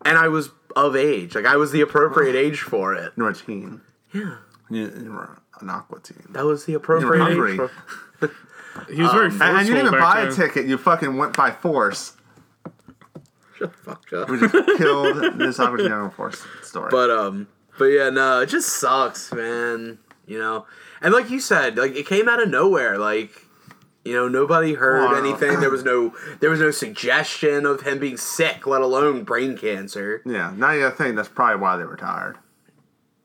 [SPEAKER 3] and I was of age. Like I was the appropriate age for it.
[SPEAKER 2] You're a teen.
[SPEAKER 3] Yeah,
[SPEAKER 2] You, you were an Aqua Teen.
[SPEAKER 3] that was the
[SPEAKER 2] You were
[SPEAKER 3] appropriate
[SPEAKER 2] hungry.
[SPEAKER 3] age. For-
[SPEAKER 4] He was very forceful
[SPEAKER 2] Uh, And, and you didn't even
[SPEAKER 4] back
[SPEAKER 2] buy a
[SPEAKER 4] then.
[SPEAKER 2] ticket. You fucking went by force.
[SPEAKER 3] Shut the fuck up.
[SPEAKER 2] We just killed this Aqua Teen Hunger Force story.
[SPEAKER 3] But um, but yeah, no, it just sucks, man. You know, and like you said, like it came out of nowhere. Like you know, nobody heard
[SPEAKER 2] Wow.
[SPEAKER 3] anything. There was no there was no suggestion of him being sick, let alone brain cancer.
[SPEAKER 2] Yeah, now you gotta think that's probably why they retired.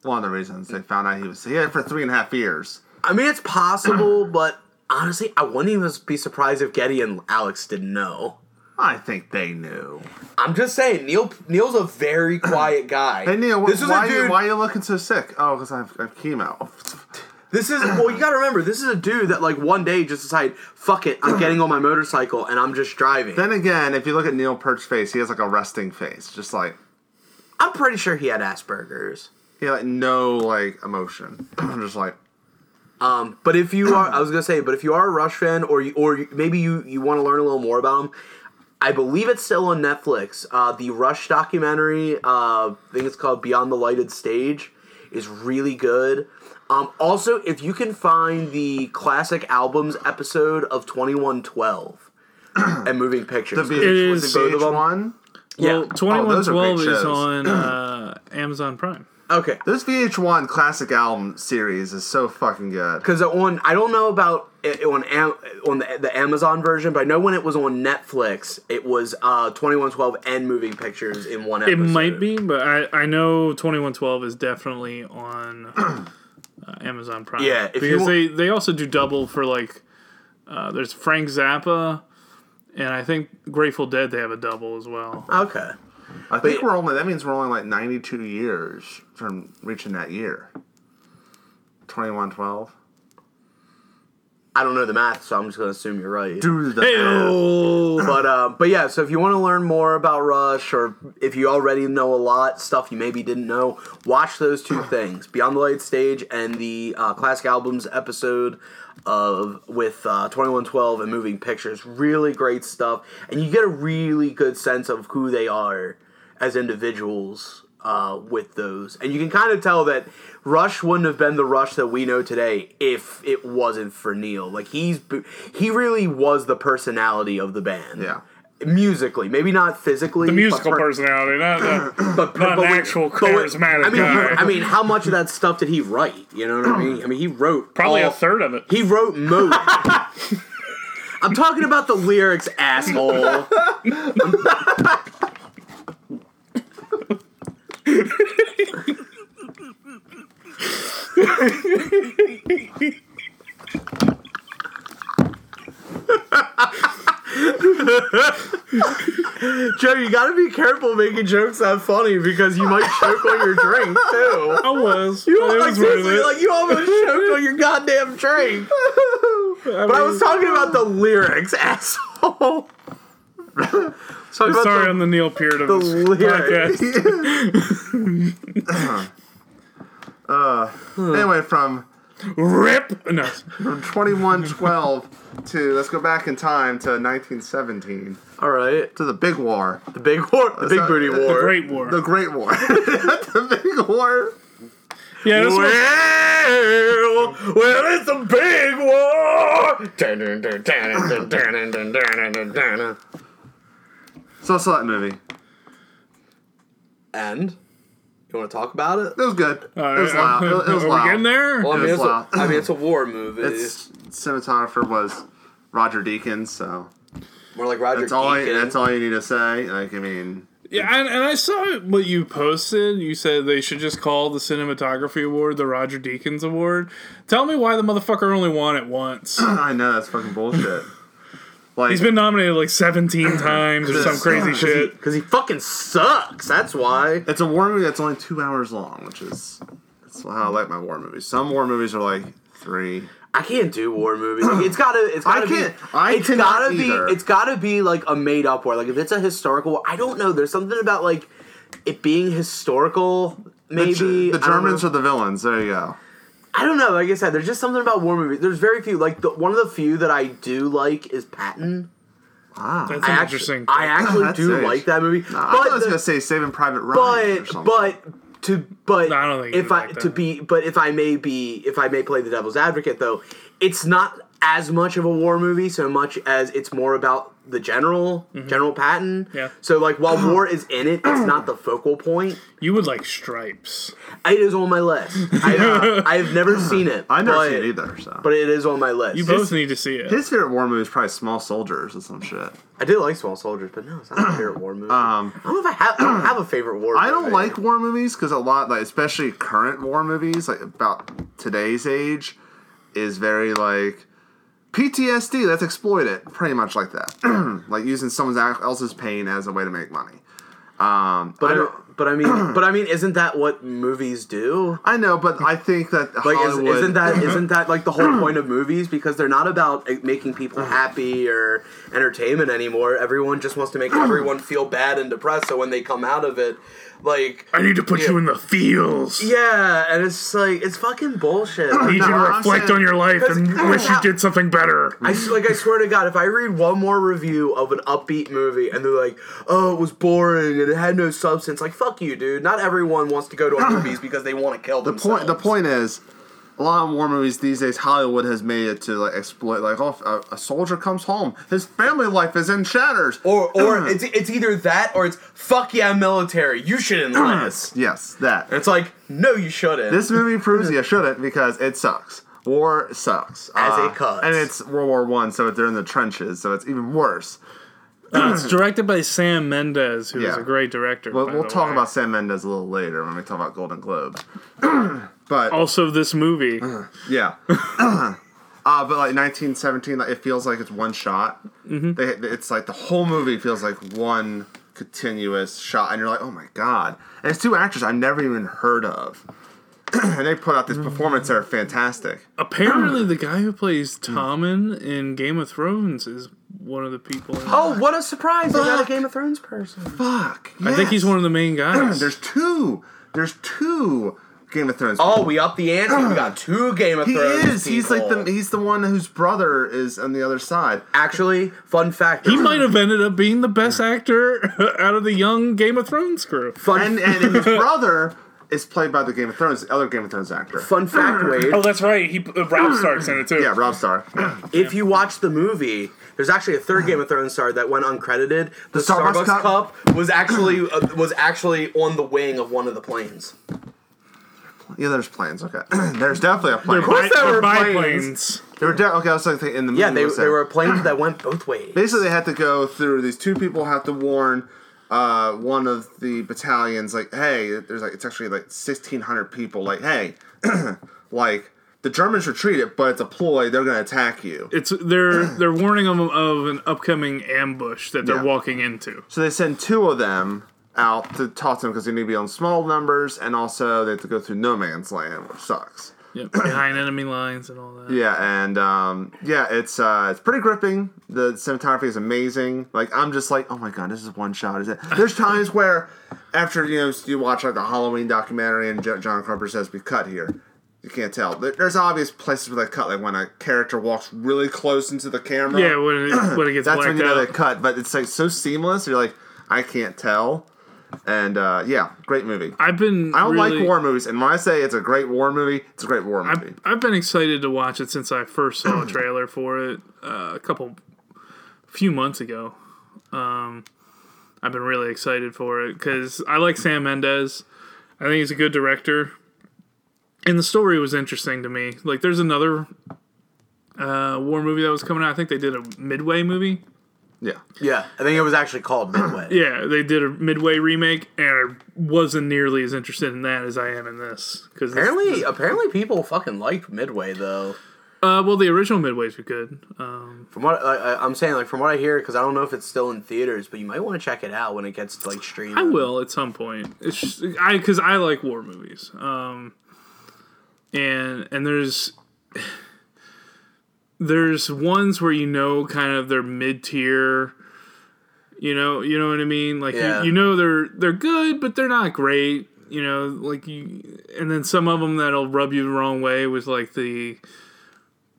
[SPEAKER 2] One of the reasons they found out he was he had it for three and a half years.
[SPEAKER 3] I mean, it's possible, but honestly, I wouldn't even be surprised if Getty and Alex didn't know.
[SPEAKER 2] I think they knew.
[SPEAKER 3] I'm just saying, Neil Neil's a very quiet guy.
[SPEAKER 2] Hey Neil,
[SPEAKER 3] this
[SPEAKER 2] wh-
[SPEAKER 3] is
[SPEAKER 2] why,
[SPEAKER 3] a
[SPEAKER 2] you,
[SPEAKER 3] dude.
[SPEAKER 2] why you looking so sick? Oh, because I've, I've chemo.
[SPEAKER 3] This is well, you gotta remember, this is a dude that like one day just decided, fuck it, I'm getting on my motorcycle and I'm just driving.
[SPEAKER 2] Then again, if you look at Neil Pert's face, he has like a resting face, just like
[SPEAKER 3] I'm pretty sure he had Asperger's.
[SPEAKER 2] he had like no like emotion. I'm just like
[SPEAKER 3] Um, but if you are, I was gonna say, but if you are a Rush fan, or you, or you, maybe you you want to learn a little more about him, I believe it's still on Netflix. Uh, the Rush documentary, uh, I think it's called Beyond the Lighted Stage, is really good. Um, also, if you can find the classic albums episode of 2112 and Moving
[SPEAKER 2] The
[SPEAKER 3] Pictures,
[SPEAKER 2] VH,
[SPEAKER 4] is
[SPEAKER 2] was it
[SPEAKER 3] both of them.
[SPEAKER 2] VH1.
[SPEAKER 4] Well,
[SPEAKER 3] yeah.
[SPEAKER 4] twenty one
[SPEAKER 2] those are
[SPEAKER 4] twelve
[SPEAKER 2] great
[SPEAKER 4] is
[SPEAKER 2] shows.
[SPEAKER 4] on uh, Amazon Prime.
[SPEAKER 3] Okay.
[SPEAKER 2] This VH1 classic album series is so fucking good.
[SPEAKER 3] because on I don't know about it on Am- on the, the Amazon version, but I know when it was on Netflix, it was uh, twenty one twelve and moving pictures in one.
[SPEAKER 4] It
[SPEAKER 3] Episode.
[SPEAKER 4] might be, but I, I know twenty one twelve is definitely on uh, Amazon Prime.
[SPEAKER 3] Yeah, if you
[SPEAKER 4] because
[SPEAKER 3] want-
[SPEAKER 4] they they also do double for like uh, there's Frank Zappa, and I think Grateful Dead they have a double as well.
[SPEAKER 3] okay.
[SPEAKER 2] I think we're only that means we're only like 92 years from reaching that year. 2112.
[SPEAKER 3] I don't know the math, so I'm just gonna assume you're right.
[SPEAKER 2] Do the math.
[SPEAKER 4] Hey-o!
[SPEAKER 3] But uh, but yeah, so if you want to learn more about Rush, or if you already know a lot stuff you maybe didn't know, watch those two things: Beyond the Light Stage and the uh, Classic Albums episode of with uh, Twenty One Twelve and Moving Pictures. Really great stuff, and you get a really good sense of who they are as individuals uh, with those, and you can kind of tell that Rush wouldn't have been the Rush that we know today if it wasn't for Neil. Like he's he really was the personality of the band.
[SPEAKER 2] Yeah.
[SPEAKER 3] musically, maybe not physically.
[SPEAKER 4] the musical
[SPEAKER 3] but per-
[SPEAKER 4] personality, not the,
[SPEAKER 3] but,
[SPEAKER 4] not
[SPEAKER 3] but
[SPEAKER 4] an
[SPEAKER 3] when-
[SPEAKER 4] actual
[SPEAKER 3] but when-
[SPEAKER 4] charismatic
[SPEAKER 3] I mean,
[SPEAKER 4] guy.
[SPEAKER 3] I mean, how much of that stuff did he write? You know what I mean? I mean, he wrote
[SPEAKER 4] probably
[SPEAKER 3] all-
[SPEAKER 4] a third of it.
[SPEAKER 3] He wrote most. I'm talking about the lyrics, asshole. Joe, you gotta be careful making jokes that funny because you might choke on your drink too.
[SPEAKER 4] I was.
[SPEAKER 3] You
[SPEAKER 4] but it
[SPEAKER 3] like,
[SPEAKER 4] was worth
[SPEAKER 3] seriously,
[SPEAKER 4] it.
[SPEAKER 3] like you almost choked on your goddamn drink. But I was talking about the lyrics, asshole. Sorry,
[SPEAKER 4] Sorry, I'm the Neil Peart of this
[SPEAKER 3] lyrics.
[SPEAKER 4] podcast.
[SPEAKER 2] Anyway, from
[SPEAKER 4] Rip. No,
[SPEAKER 2] 2112 to let's go back in time to 1917
[SPEAKER 3] All right,
[SPEAKER 2] to the Big War,
[SPEAKER 3] the big war, the big
[SPEAKER 2] not-
[SPEAKER 3] booty
[SPEAKER 2] the
[SPEAKER 3] war.
[SPEAKER 4] Great War.
[SPEAKER 2] the Great War, the Big War.
[SPEAKER 4] yeah, this was,
[SPEAKER 3] Well, well, it's a big war.
[SPEAKER 2] So I saw that movie.
[SPEAKER 3] And you want to talk about it?
[SPEAKER 2] It was good.
[SPEAKER 4] All
[SPEAKER 2] it was
[SPEAKER 4] right,
[SPEAKER 2] loud. It, was- it was
[SPEAKER 4] are
[SPEAKER 2] loud.
[SPEAKER 4] we getting there?
[SPEAKER 3] Well, I mean,
[SPEAKER 2] It
[SPEAKER 3] it's
[SPEAKER 2] was
[SPEAKER 3] a,
[SPEAKER 2] loud.
[SPEAKER 3] I mean, it's a war movie.
[SPEAKER 2] It's cinematographer was Roger Deakins, so
[SPEAKER 3] more like Roger
[SPEAKER 2] that's all. I,
[SPEAKER 3] Deakins.
[SPEAKER 2] that's all you need to say. Like I mean,
[SPEAKER 4] Yeah, and, and I saw what you posted. You said they should just call the cinematography award the Roger Deakins Award. Tell me why the motherfucker only won it once.
[SPEAKER 2] I know that's fucking bullshit. Like
[SPEAKER 4] He's been nominated like 17 times or some crazy shit.
[SPEAKER 3] Because he fucking sucks. That's why.
[SPEAKER 2] It's a war movie that's only two hours long, which is that's how I like my war movies. Some war movies are like three.
[SPEAKER 3] I can't do war movies. Like, it's gotta. It's gotta
[SPEAKER 2] I can't.
[SPEAKER 3] Be,
[SPEAKER 2] I
[SPEAKER 3] it's
[SPEAKER 2] cannot
[SPEAKER 3] gotta
[SPEAKER 2] either.
[SPEAKER 3] be. It's gotta be like a made up war. Like if it's a historical, war, I don't know. There's something about like it being historical. Maybe
[SPEAKER 2] Ge- the
[SPEAKER 3] I don't
[SPEAKER 2] Germans
[SPEAKER 3] know.
[SPEAKER 2] are the villains. There you go.
[SPEAKER 3] I don't know. Like I said, there's just something about war movies. There's very few. Like the, one of the few that I do like is Patton.
[SPEAKER 2] Ah,
[SPEAKER 4] That's
[SPEAKER 3] I
[SPEAKER 4] an
[SPEAKER 3] actually,
[SPEAKER 4] interesting.
[SPEAKER 3] I actually
[SPEAKER 2] That's
[SPEAKER 3] do
[SPEAKER 2] serious.
[SPEAKER 3] like that movie.
[SPEAKER 2] I thought I was
[SPEAKER 3] the-
[SPEAKER 2] gonna say Saving Private Ryan. or
[SPEAKER 3] but
[SPEAKER 2] something.
[SPEAKER 3] but to but
[SPEAKER 4] No, I don't think
[SPEAKER 3] if
[SPEAKER 4] you
[SPEAKER 3] I
[SPEAKER 4] like that.
[SPEAKER 3] to be but if I may be if I may play the devil's advocate though, it's not as much of a war movie so much as it's more about the general General Patton.
[SPEAKER 4] Mm-hmm. Yeah.
[SPEAKER 3] So like while war is in it, it's not the focal point.
[SPEAKER 4] you would like Stripes.
[SPEAKER 3] It is on my list. I, uh, I have never seen it.
[SPEAKER 2] I never
[SPEAKER 3] but,
[SPEAKER 2] seen it either. So,
[SPEAKER 3] But it is on my list.
[SPEAKER 4] You both need to see it.
[SPEAKER 2] his favorite war movie is probably Small Soldiers or some shit.
[SPEAKER 3] I did like Small Soldiers, but no, it's not my favorite war movie. I don't know if I have. I don't have a favorite war.
[SPEAKER 2] Um, I don't
[SPEAKER 3] movie.
[SPEAKER 2] like war movies because a lot, like especially current war movies, like about today's age, is very like PTSD. Let's exploit it, pretty much like that, like using someone else's pain as a way to make money. Um, I
[SPEAKER 3] But I,
[SPEAKER 2] don't-
[SPEAKER 3] But I mean, but I mean, isn't that what movies do?
[SPEAKER 2] I know, but I think that
[SPEAKER 3] Like, is,
[SPEAKER 2] Hollywood
[SPEAKER 3] isn't that isn't that like the whole point of movies? Because they're not about like, making people
[SPEAKER 2] Uh-huh.
[SPEAKER 3] happy or entertainment anymore. Everyone just wants to make everyone feel bad and depressed. So when they come out of it, like,
[SPEAKER 4] I need to put you in the feels.
[SPEAKER 3] yeah, and it's just like it's fucking bullshit.
[SPEAKER 4] I need
[SPEAKER 2] No,
[SPEAKER 4] you to
[SPEAKER 2] I'm
[SPEAKER 4] reflect
[SPEAKER 2] saying-
[SPEAKER 4] on your life and wish you did something better.
[SPEAKER 3] I s- like I swear to God, if I read one more review of an upbeat movie and they're like, "Oh, it was boring and it had no substance," like fuck you, dude. Not everyone wants to go to our movies because they want to kill
[SPEAKER 2] the
[SPEAKER 3] themselves.
[SPEAKER 2] point the point is a lot of war movies these days hollywood has made it to like exploit like oh a, a soldier comes home his family life is in shatters
[SPEAKER 3] or or it's it's either that or it's fuck yeah, military. You should enlist.
[SPEAKER 2] yes that
[SPEAKER 3] it's like no, you shouldn't.
[SPEAKER 2] this movie proves you shouldn't because it sucks war sucks Uh,
[SPEAKER 3] As it cuts.
[SPEAKER 2] and it's world war one so they're in the trenches so it's even worse
[SPEAKER 4] Uh, it's directed by Sam Mendes, who is
[SPEAKER 2] Yeah.
[SPEAKER 4] a great director.
[SPEAKER 2] we'll,
[SPEAKER 4] by
[SPEAKER 2] we'll
[SPEAKER 4] the
[SPEAKER 2] talk
[SPEAKER 4] way.
[SPEAKER 2] about sam mendes a little later when we talk about golden globe but
[SPEAKER 4] also this movie.
[SPEAKER 2] Mm-hmm. Yeah. Uh, but like 1917, like, it feels like it's one shot. They, it's like the whole movie feels like one continuous shot, and you're like, oh my god! And it's two actors I've never even heard of, and they put out this performance that are fantastic.
[SPEAKER 4] Apparently, the guy who plays Tommen in Game of Thrones is one of the people. In
[SPEAKER 3] oh, what a surprise! They got
[SPEAKER 2] Fuck.
[SPEAKER 3] a Game of Thrones person.
[SPEAKER 2] Fuck!
[SPEAKER 4] I think he's
[SPEAKER 2] yes.
[SPEAKER 4] one of the main guys.
[SPEAKER 2] There's two. There's two Game of Thrones.
[SPEAKER 3] Oh, we up the ante. We got two Game of
[SPEAKER 2] he
[SPEAKER 3] Thrones.
[SPEAKER 2] is. He's like the
[SPEAKER 3] people.
[SPEAKER 2] he's the one whose brother is on the other side.
[SPEAKER 3] actually fun fact.
[SPEAKER 4] he might have ended up being the best actor out of the young Game of Thrones crew.
[SPEAKER 3] fun.
[SPEAKER 2] And and his brother is played by the Game of Thrones, the other Game of Thrones actor.
[SPEAKER 3] fun fact, Wade.
[SPEAKER 4] Oh, that's right. He uh, Rob Stark's in it too.
[SPEAKER 2] Yeah, Rob Starr.
[SPEAKER 3] If you watch the movie, there's actually a third Game of Thrones star that went uncredited. The,
[SPEAKER 2] Starbucks
[SPEAKER 3] Starbucks,
[SPEAKER 2] cup?
[SPEAKER 3] cup? was actually uh, was actually on the wing of one of the planes.
[SPEAKER 2] Yeah, there's planes. Okay, there's definitely a plane.
[SPEAKER 4] They're, bi-
[SPEAKER 3] there
[SPEAKER 4] they're
[SPEAKER 3] were
[SPEAKER 4] biplanes.
[SPEAKER 2] They were de- okay. I was like thinking in the movie.
[SPEAKER 3] Yeah, they,
[SPEAKER 2] was
[SPEAKER 3] they
[SPEAKER 2] there-
[SPEAKER 3] were planes that went both ways.
[SPEAKER 2] Basically, they had to go through. These two people have to warn uh, one of the battalions, like, hey, there's like it's actually like 1,600 people. Like, hey, like the Germans retreated, but it's a ploy. They're gonna attack you.
[SPEAKER 4] It's they're they're warning them of an upcoming ambush that they're
[SPEAKER 2] Yeah.
[SPEAKER 4] walking into.
[SPEAKER 2] So they send two of them out to talk to them because they need to be on small numbers, and also they have to go through no man's land, which sucks.
[SPEAKER 4] Yep, behind enemy lines and all that.
[SPEAKER 2] Yeah, and um, yeah, it's uh, it's pretty gripping. The cinematography is amazing. Like I'm just like, oh my god, this is one shot. Is it? There's times where after you know you watch like the Halloween documentary and Jo- John Carpenter says we cut here, you can't tell. There- There's obvious places where they cut, like when a character walks really close into the camera.
[SPEAKER 4] Yeah, when it, when it gets
[SPEAKER 2] that's
[SPEAKER 4] blacked
[SPEAKER 2] when you know
[SPEAKER 4] out.
[SPEAKER 2] they cut. But it's like so seamless. You're like, I can't tell. And uh, yeah, great movie.
[SPEAKER 4] I've been.
[SPEAKER 2] I don't
[SPEAKER 4] really-
[SPEAKER 2] like war movies, and when I say it's a great war movie, it's a great war movie.
[SPEAKER 4] I've, I've been excited to watch it since I first saw a trailer for it uh, a couple, few months ago. Um, I've been really excited for it because I like Sam Mendes. I think he's a good director, and the story was interesting to me. Like, there's another uh, war movie that was coming out. I think they did a Midway movie.
[SPEAKER 2] yeah.
[SPEAKER 3] yeah, I think it was actually called Midway.
[SPEAKER 4] Yeah, they did a Midway remake, and I wasn't nearly as interested in that as I am in this. Because
[SPEAKER 3] Apparently, apparently, people fucking liked Midway though.
[SPEAKER 4] uh, well, the original Midways were good. Um,
[SPEAKER 3] From what I, I, I'm saying, like from what I hear, because I don't know if it's still in theaters, but you might want to check it out when it gets like streamed.
[SPEAKER 4] I will at some point. It's just, I because I like war movies. Um, and and there's there's ones where you know kind of they're mid tier. You know, you know what I mean. Like
[SPEAKER 3] Yeah.
[SPEAKER 4] you, you know they're they're good, but they're not great. You know, like you, and then some of them that'll rub you the wrong way was like the,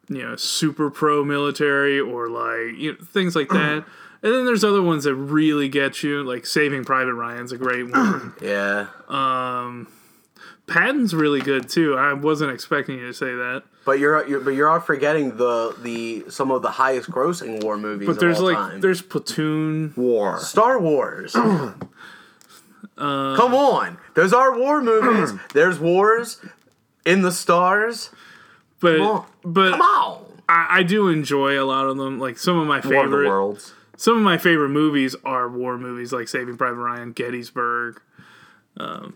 [SPEAKER 4] you know, super pro military or like you know, things like that. And then there's other ones that really get you, like Saving Private Ryan's a great one.
[SPEAKER 3] Yeah,
[SPEAKER 4] Patton's really good too. I wasn't expecting you to say that.
[SPEAKER 3] but you're, you're but you're all forgetting the the some of the highest grossing war movies.
[SPEAKER 4] But there's
[SPEAKER 3] of all
[SPEAKER 4] like
[SPEAKER 3] time.
[SPEAKER 4] there's Uh, Platoon.
[SPEAKER 2] War.
[SPEAKER 3] Star Wars. Come on, those are war movies. There's wars in the stars.
[SPEAKER 4] But
[SPEAKER 3] on.
[SPEAKER 4] but
[SPEAKER 3] Come on.
[SPEAKER 4] I, I do enjoy a lot of them. Like some of my
[SPEAKER 2] War of the
[SPEAKER 4] favorite
[SPEAKER 2] Worlds.
[SPEAKER 4] some of my favorite movies are war movies like Saving Private Ryan, Gettysburg. um,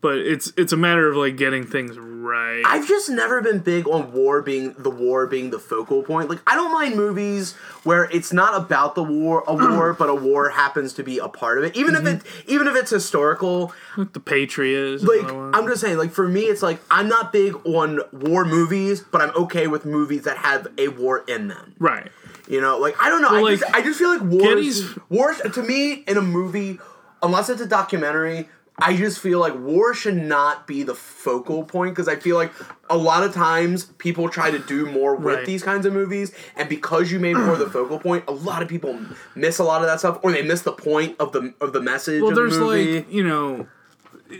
[SPEAKER 4] but it's it's a matter of like getting things right.
[SPEAKER 3] I've just never been big on war being the war being the focal point. Like I don't mind movies where it's not about the war, a war, but a war happens to be a part of it. Even if it, even if it's historical,
[SPEAKER 4] the Patriots,
[SPEAKER 3] like I'm just saying, like for me, it's like I'm not big on war movies, but I'm okay with movies that have a war in them.
[SPEAKER 4] right.
[SPEAKER 3] You know, like I don't know. I,
[SPEAKER 4] like,
[SPEAKER 3] just, I just feel like wars.
[SPEAKER 4] Getty's-
[SPEAKER 3] Wars to me in a movie, unless it's a documentary, I just feel like war should not be the focal point because I feel like a lot of times people try to do more with
[SPEAKER 4] Right.
[SPEAKER 3] these kinds of movies, and because you made war the focal point, a lot of people miss a lot of that stuff, or they miss the point of the of the message.
[SPEAKER 4] Well,
[SPEAKER 3] of the
[SPEAKER 4] there's
[SPEAKER 3] movie.
[SPEAKER 4] like you know,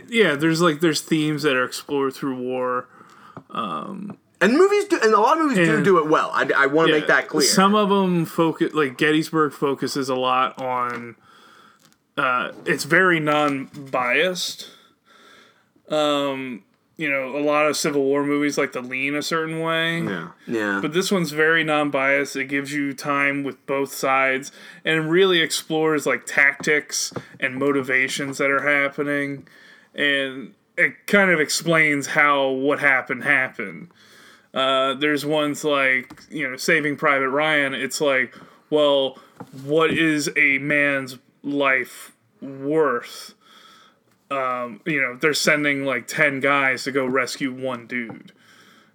[SPEAKER 4] yeah, there's like there's themes that are explored through war.
[SPEAKER 3] and movies do, and a lot of movies do
[SPEAKER 4] And-
[SPEAKER 3] do it well. I, I want to make that clear.
[SPEAKER 4] Some of them focus, like Gettysburg, focuses a lot on. Uh, it's very non-biased. Um, you know, a lot of Civil War movies like to lean a certain way.
[SPEAKER 2] Yeah.
[SPEAKER 3] yeah,
[SPEAKER 4] But this one's very non-biased. It gives you time with both sides and really explores like tactics and motivations that are happening and it kind of explains how what happened happened. Uh, there's ones like, you know, Saving Private Ryan, it's like, well, what is a man's life worth? Um, you know, they're sending like 10 guys to go rescue one dude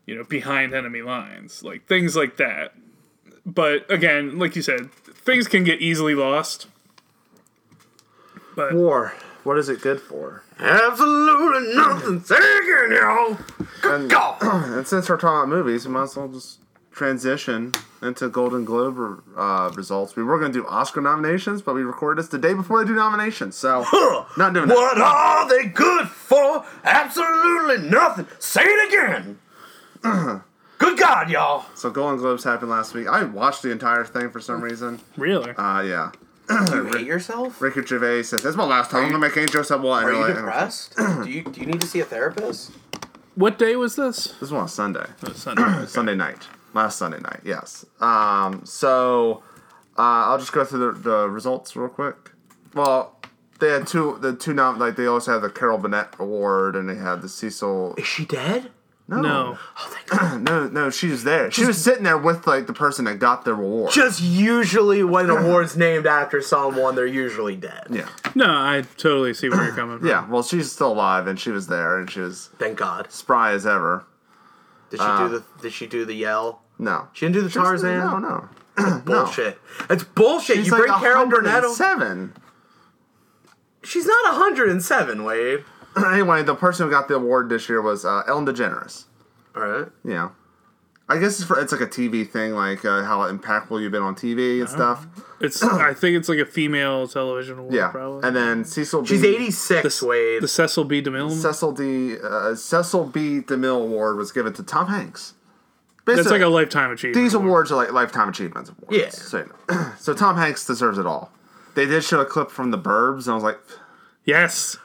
[SPEAKER 4] you know, behind enemy lines, like things like that. But again, like you said, things can get easily lost. But
[SPEAKER 2] War. What is it good for?
[SPEAKER 3] absolutely nothing taken, y'all.
[SPEAKER 2] And,
[SPEAKER 3] God.
[SPEAKER 2] and since we're talking about movies, we might as well just transition into Golden Globe uh, results. We were going to do Oscar nominations, but we recorded this the day before they do nominations, so not doing that.
[SPEAKER 3] What are they good for? Absolutely nothing. Say it again. good God, y'all.
[SPEAKER 2] So Golden Globes happened last week. I watched the entire thing for some reason.
[SPEAKER 4] really,
[SPEAKER 2] Uh, yeah.
[SPEAKER 3] Do you hate yourself?
[SPEAKER 2] Ricky Gervais says, "That's my last time. I'm gonna make Angel said what?"
[SPEAKER 3] Are you depressed? do you do you need to see a therapist?
[SPEAKER 4] what day was this?
[SPEAKER 2] This one on Sunday.
[SPEAKER 4] Sunday.
[SPEAKER 2] Sunday night. Last Sunday night, yes. Um, so uh, I'll just go through the, the results real quick. Well, they had two the two nom like they always had the Carol Burnett Award and they had the Cecil
[SPEAKER 3] Is she dead?
[SPEAKER 2] No
[SPEAKER 4] No,
[SPEAKER 2] no, no, she was there. She was sitting there with like the person that got the award.
[SPEAKER 3] Just usually when an award's named after someone, they're usually dead.
[SPEAKER 2] yeah.
[SPEAKER 4] no, I totally see where you're coming from.
[SPEAKER 2] Yeah. Well she's still alive and she was there and she was
[SPEAKER 3] Thank God. Uh,
[SPEAKER 2] spry as ever.
[SPEAKER 3] Did she do the Did she do the yell?
[SPEAKER 2] No.
[SPEAKER 3] She didn't do the Tarzan.
[SPEAKER 2] No, no.
[SPEAKER 3] Bullshit. It's bullshit.
[SPEAKER 2] She's
[SPEAKER 3] you
[SPEAKER 2] like
[SPEAKER 3] bring Carol Burnett. on-
[SPEAKER 2] seven.
[SPEAKER 3] She's not 107, Wade.
[SPEAKER 2] anyway, the person who got the award this year was uh, Ellen DeGeneres.
[SPEAKER 3] All right.
[SPEAKER 2] You know, I guess it's, for, it's like a TV thing, like uh, how impactful you've been on TV
[SPEAKER 4] Uh-huh.
[SPEAKER 2] and stuff.
[SPEAKER 4] it's I think it's like a female television award.
[SPEAKER 2] Yeah,
[SPEAKER 4] probably.
[SPEAKER 2] and then Cecil.
[SPEAKER 3] She's
[SPEAKER 2] B.
[SPEAKER 3] 86, Wade.
[SPEAKER 4] the Cecil B. DeMille.
[SPEAKER 2] Cecil D. Uh, Cecil B. DeMille Award was given to Tom Hanks.
[SPEAKER 4] That's
[SPEAKER 2] Basically,
[SPEAKER 4] like a lifetime achievement.
[SPEAKER 2] these awards are like lifetime achievements awards.
[SPEAKER 3] Yeah.
[SPEAKER 2] So, you know. so Tom Hanks deserves it all. They did show a clip from The Burbs, and I was like,
[SPEAKER 4] Yes,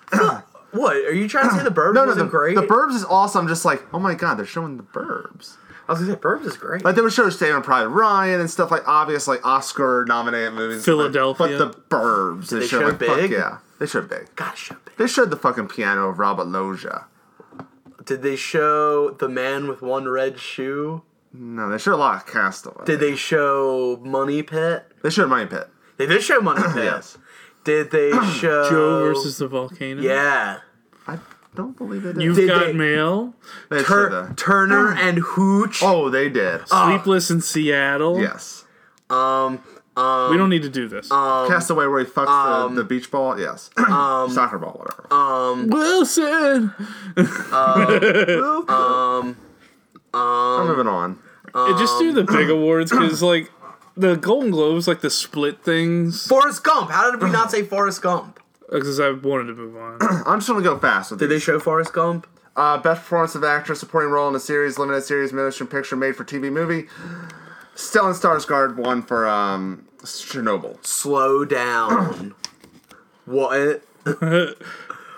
[SPEAKER 3] What? Are you trying to say the Burbs
[SPEAKER 2] "No, no,
[SPEAKER 3] wasn't
[SPEAKER 2] the,
[SPEAKER 3] great?
[SPEAKER 2] the Burbs is awesome." Just like, oh my god, they're showing The Burbs.
[SPEAKER 3] I was gonna say Burbs is great.
[SPEAKER 2] Like they would show Saving Private Ryan and stuff like obvious like Oscar nominated movies. but
[SPEAKER 4] Philadelphia.
[SPEAKER 2] the Burbs. They,
[SPEAKER 3] they
[SPEAKER 2] showed
[SPEAKER 3] show
[SPEAKER 2] like, fuck
[SPEAKER 3] Big?
[SPEAKER 2] yeah, they showed big.
[SPEAKER 3] Gotta show big.
[SPEAKER 2] They showed the fucking piano of Robert Loggia.
[SPEAKER 3] Did they show the man with one red shoe?
[SPEAKER 2] No, they showed a lot of Castaway.
[SPEAKER 3] Did they show Money Pit?
[SPEAKER 2] they showed Money Pit.
[SPEAKER 3] They did show Money Pit.
[SPEAKER 2] Yes,
[SPEAKER 3] Did they show
[SPEAKER 2] Oh.
[SPEAKER 4] Joe versus the volcano.
[SPEAKER 3] Yeah.
[SPEAKER 2] I don't believe they did.
[SPEAKER 4] you've
[SPEAKER 3] Did
[SPEAKER 4] got
[SPEAKER 3] they-
[SPEAKER 4] mail.
[SPEAKER 2] they
[SPEAKER 3] Tur- Um,
[SPEAKER 2] showed the-
[SPEAKER 3] Turner and Hooch.
[SPEAKER 2] oh, they did.
[SPEAKER 4] Sleepless in Seattle.
[SPEAKER 2] yes,
[SPEAKER 3] Um. Um.
[SPEAKER 4] we don't need to do this.
[SPEAKER 2] Castaway where he fucks the, the beach ball. Yes,
[SPEAKER 3] um,
[SPEAKER 2] soccer ball, whatever.
[SPEAKER 4] Wilson.
[SPEAKER 2] I'm moving on.
[SPEAKER 4] Yeah, just do the big
[SPEAKER 2] Um,
[SPEAKER 4] awards because like the Golden Globes, like the split things.
[SPEAKER 3] Forrest Gump. How did we not say Forrest Gump?
[SPEAKER 4] Because I wanted to move on.
[SPEAKER 2] I'm just gonna go fast with
[SPEAKER 3] Did they
[SPEAKER 2] these.
[SPEAKER 3] show Forrest Gump?
[SPEAKER 2] Uh, best performance of actor, supporting role in a series, limited series, motion picture, made for TV movie. Stellan Skarsgård won for um, Chernobyl.
[SPEAKER 3] Slow down. what?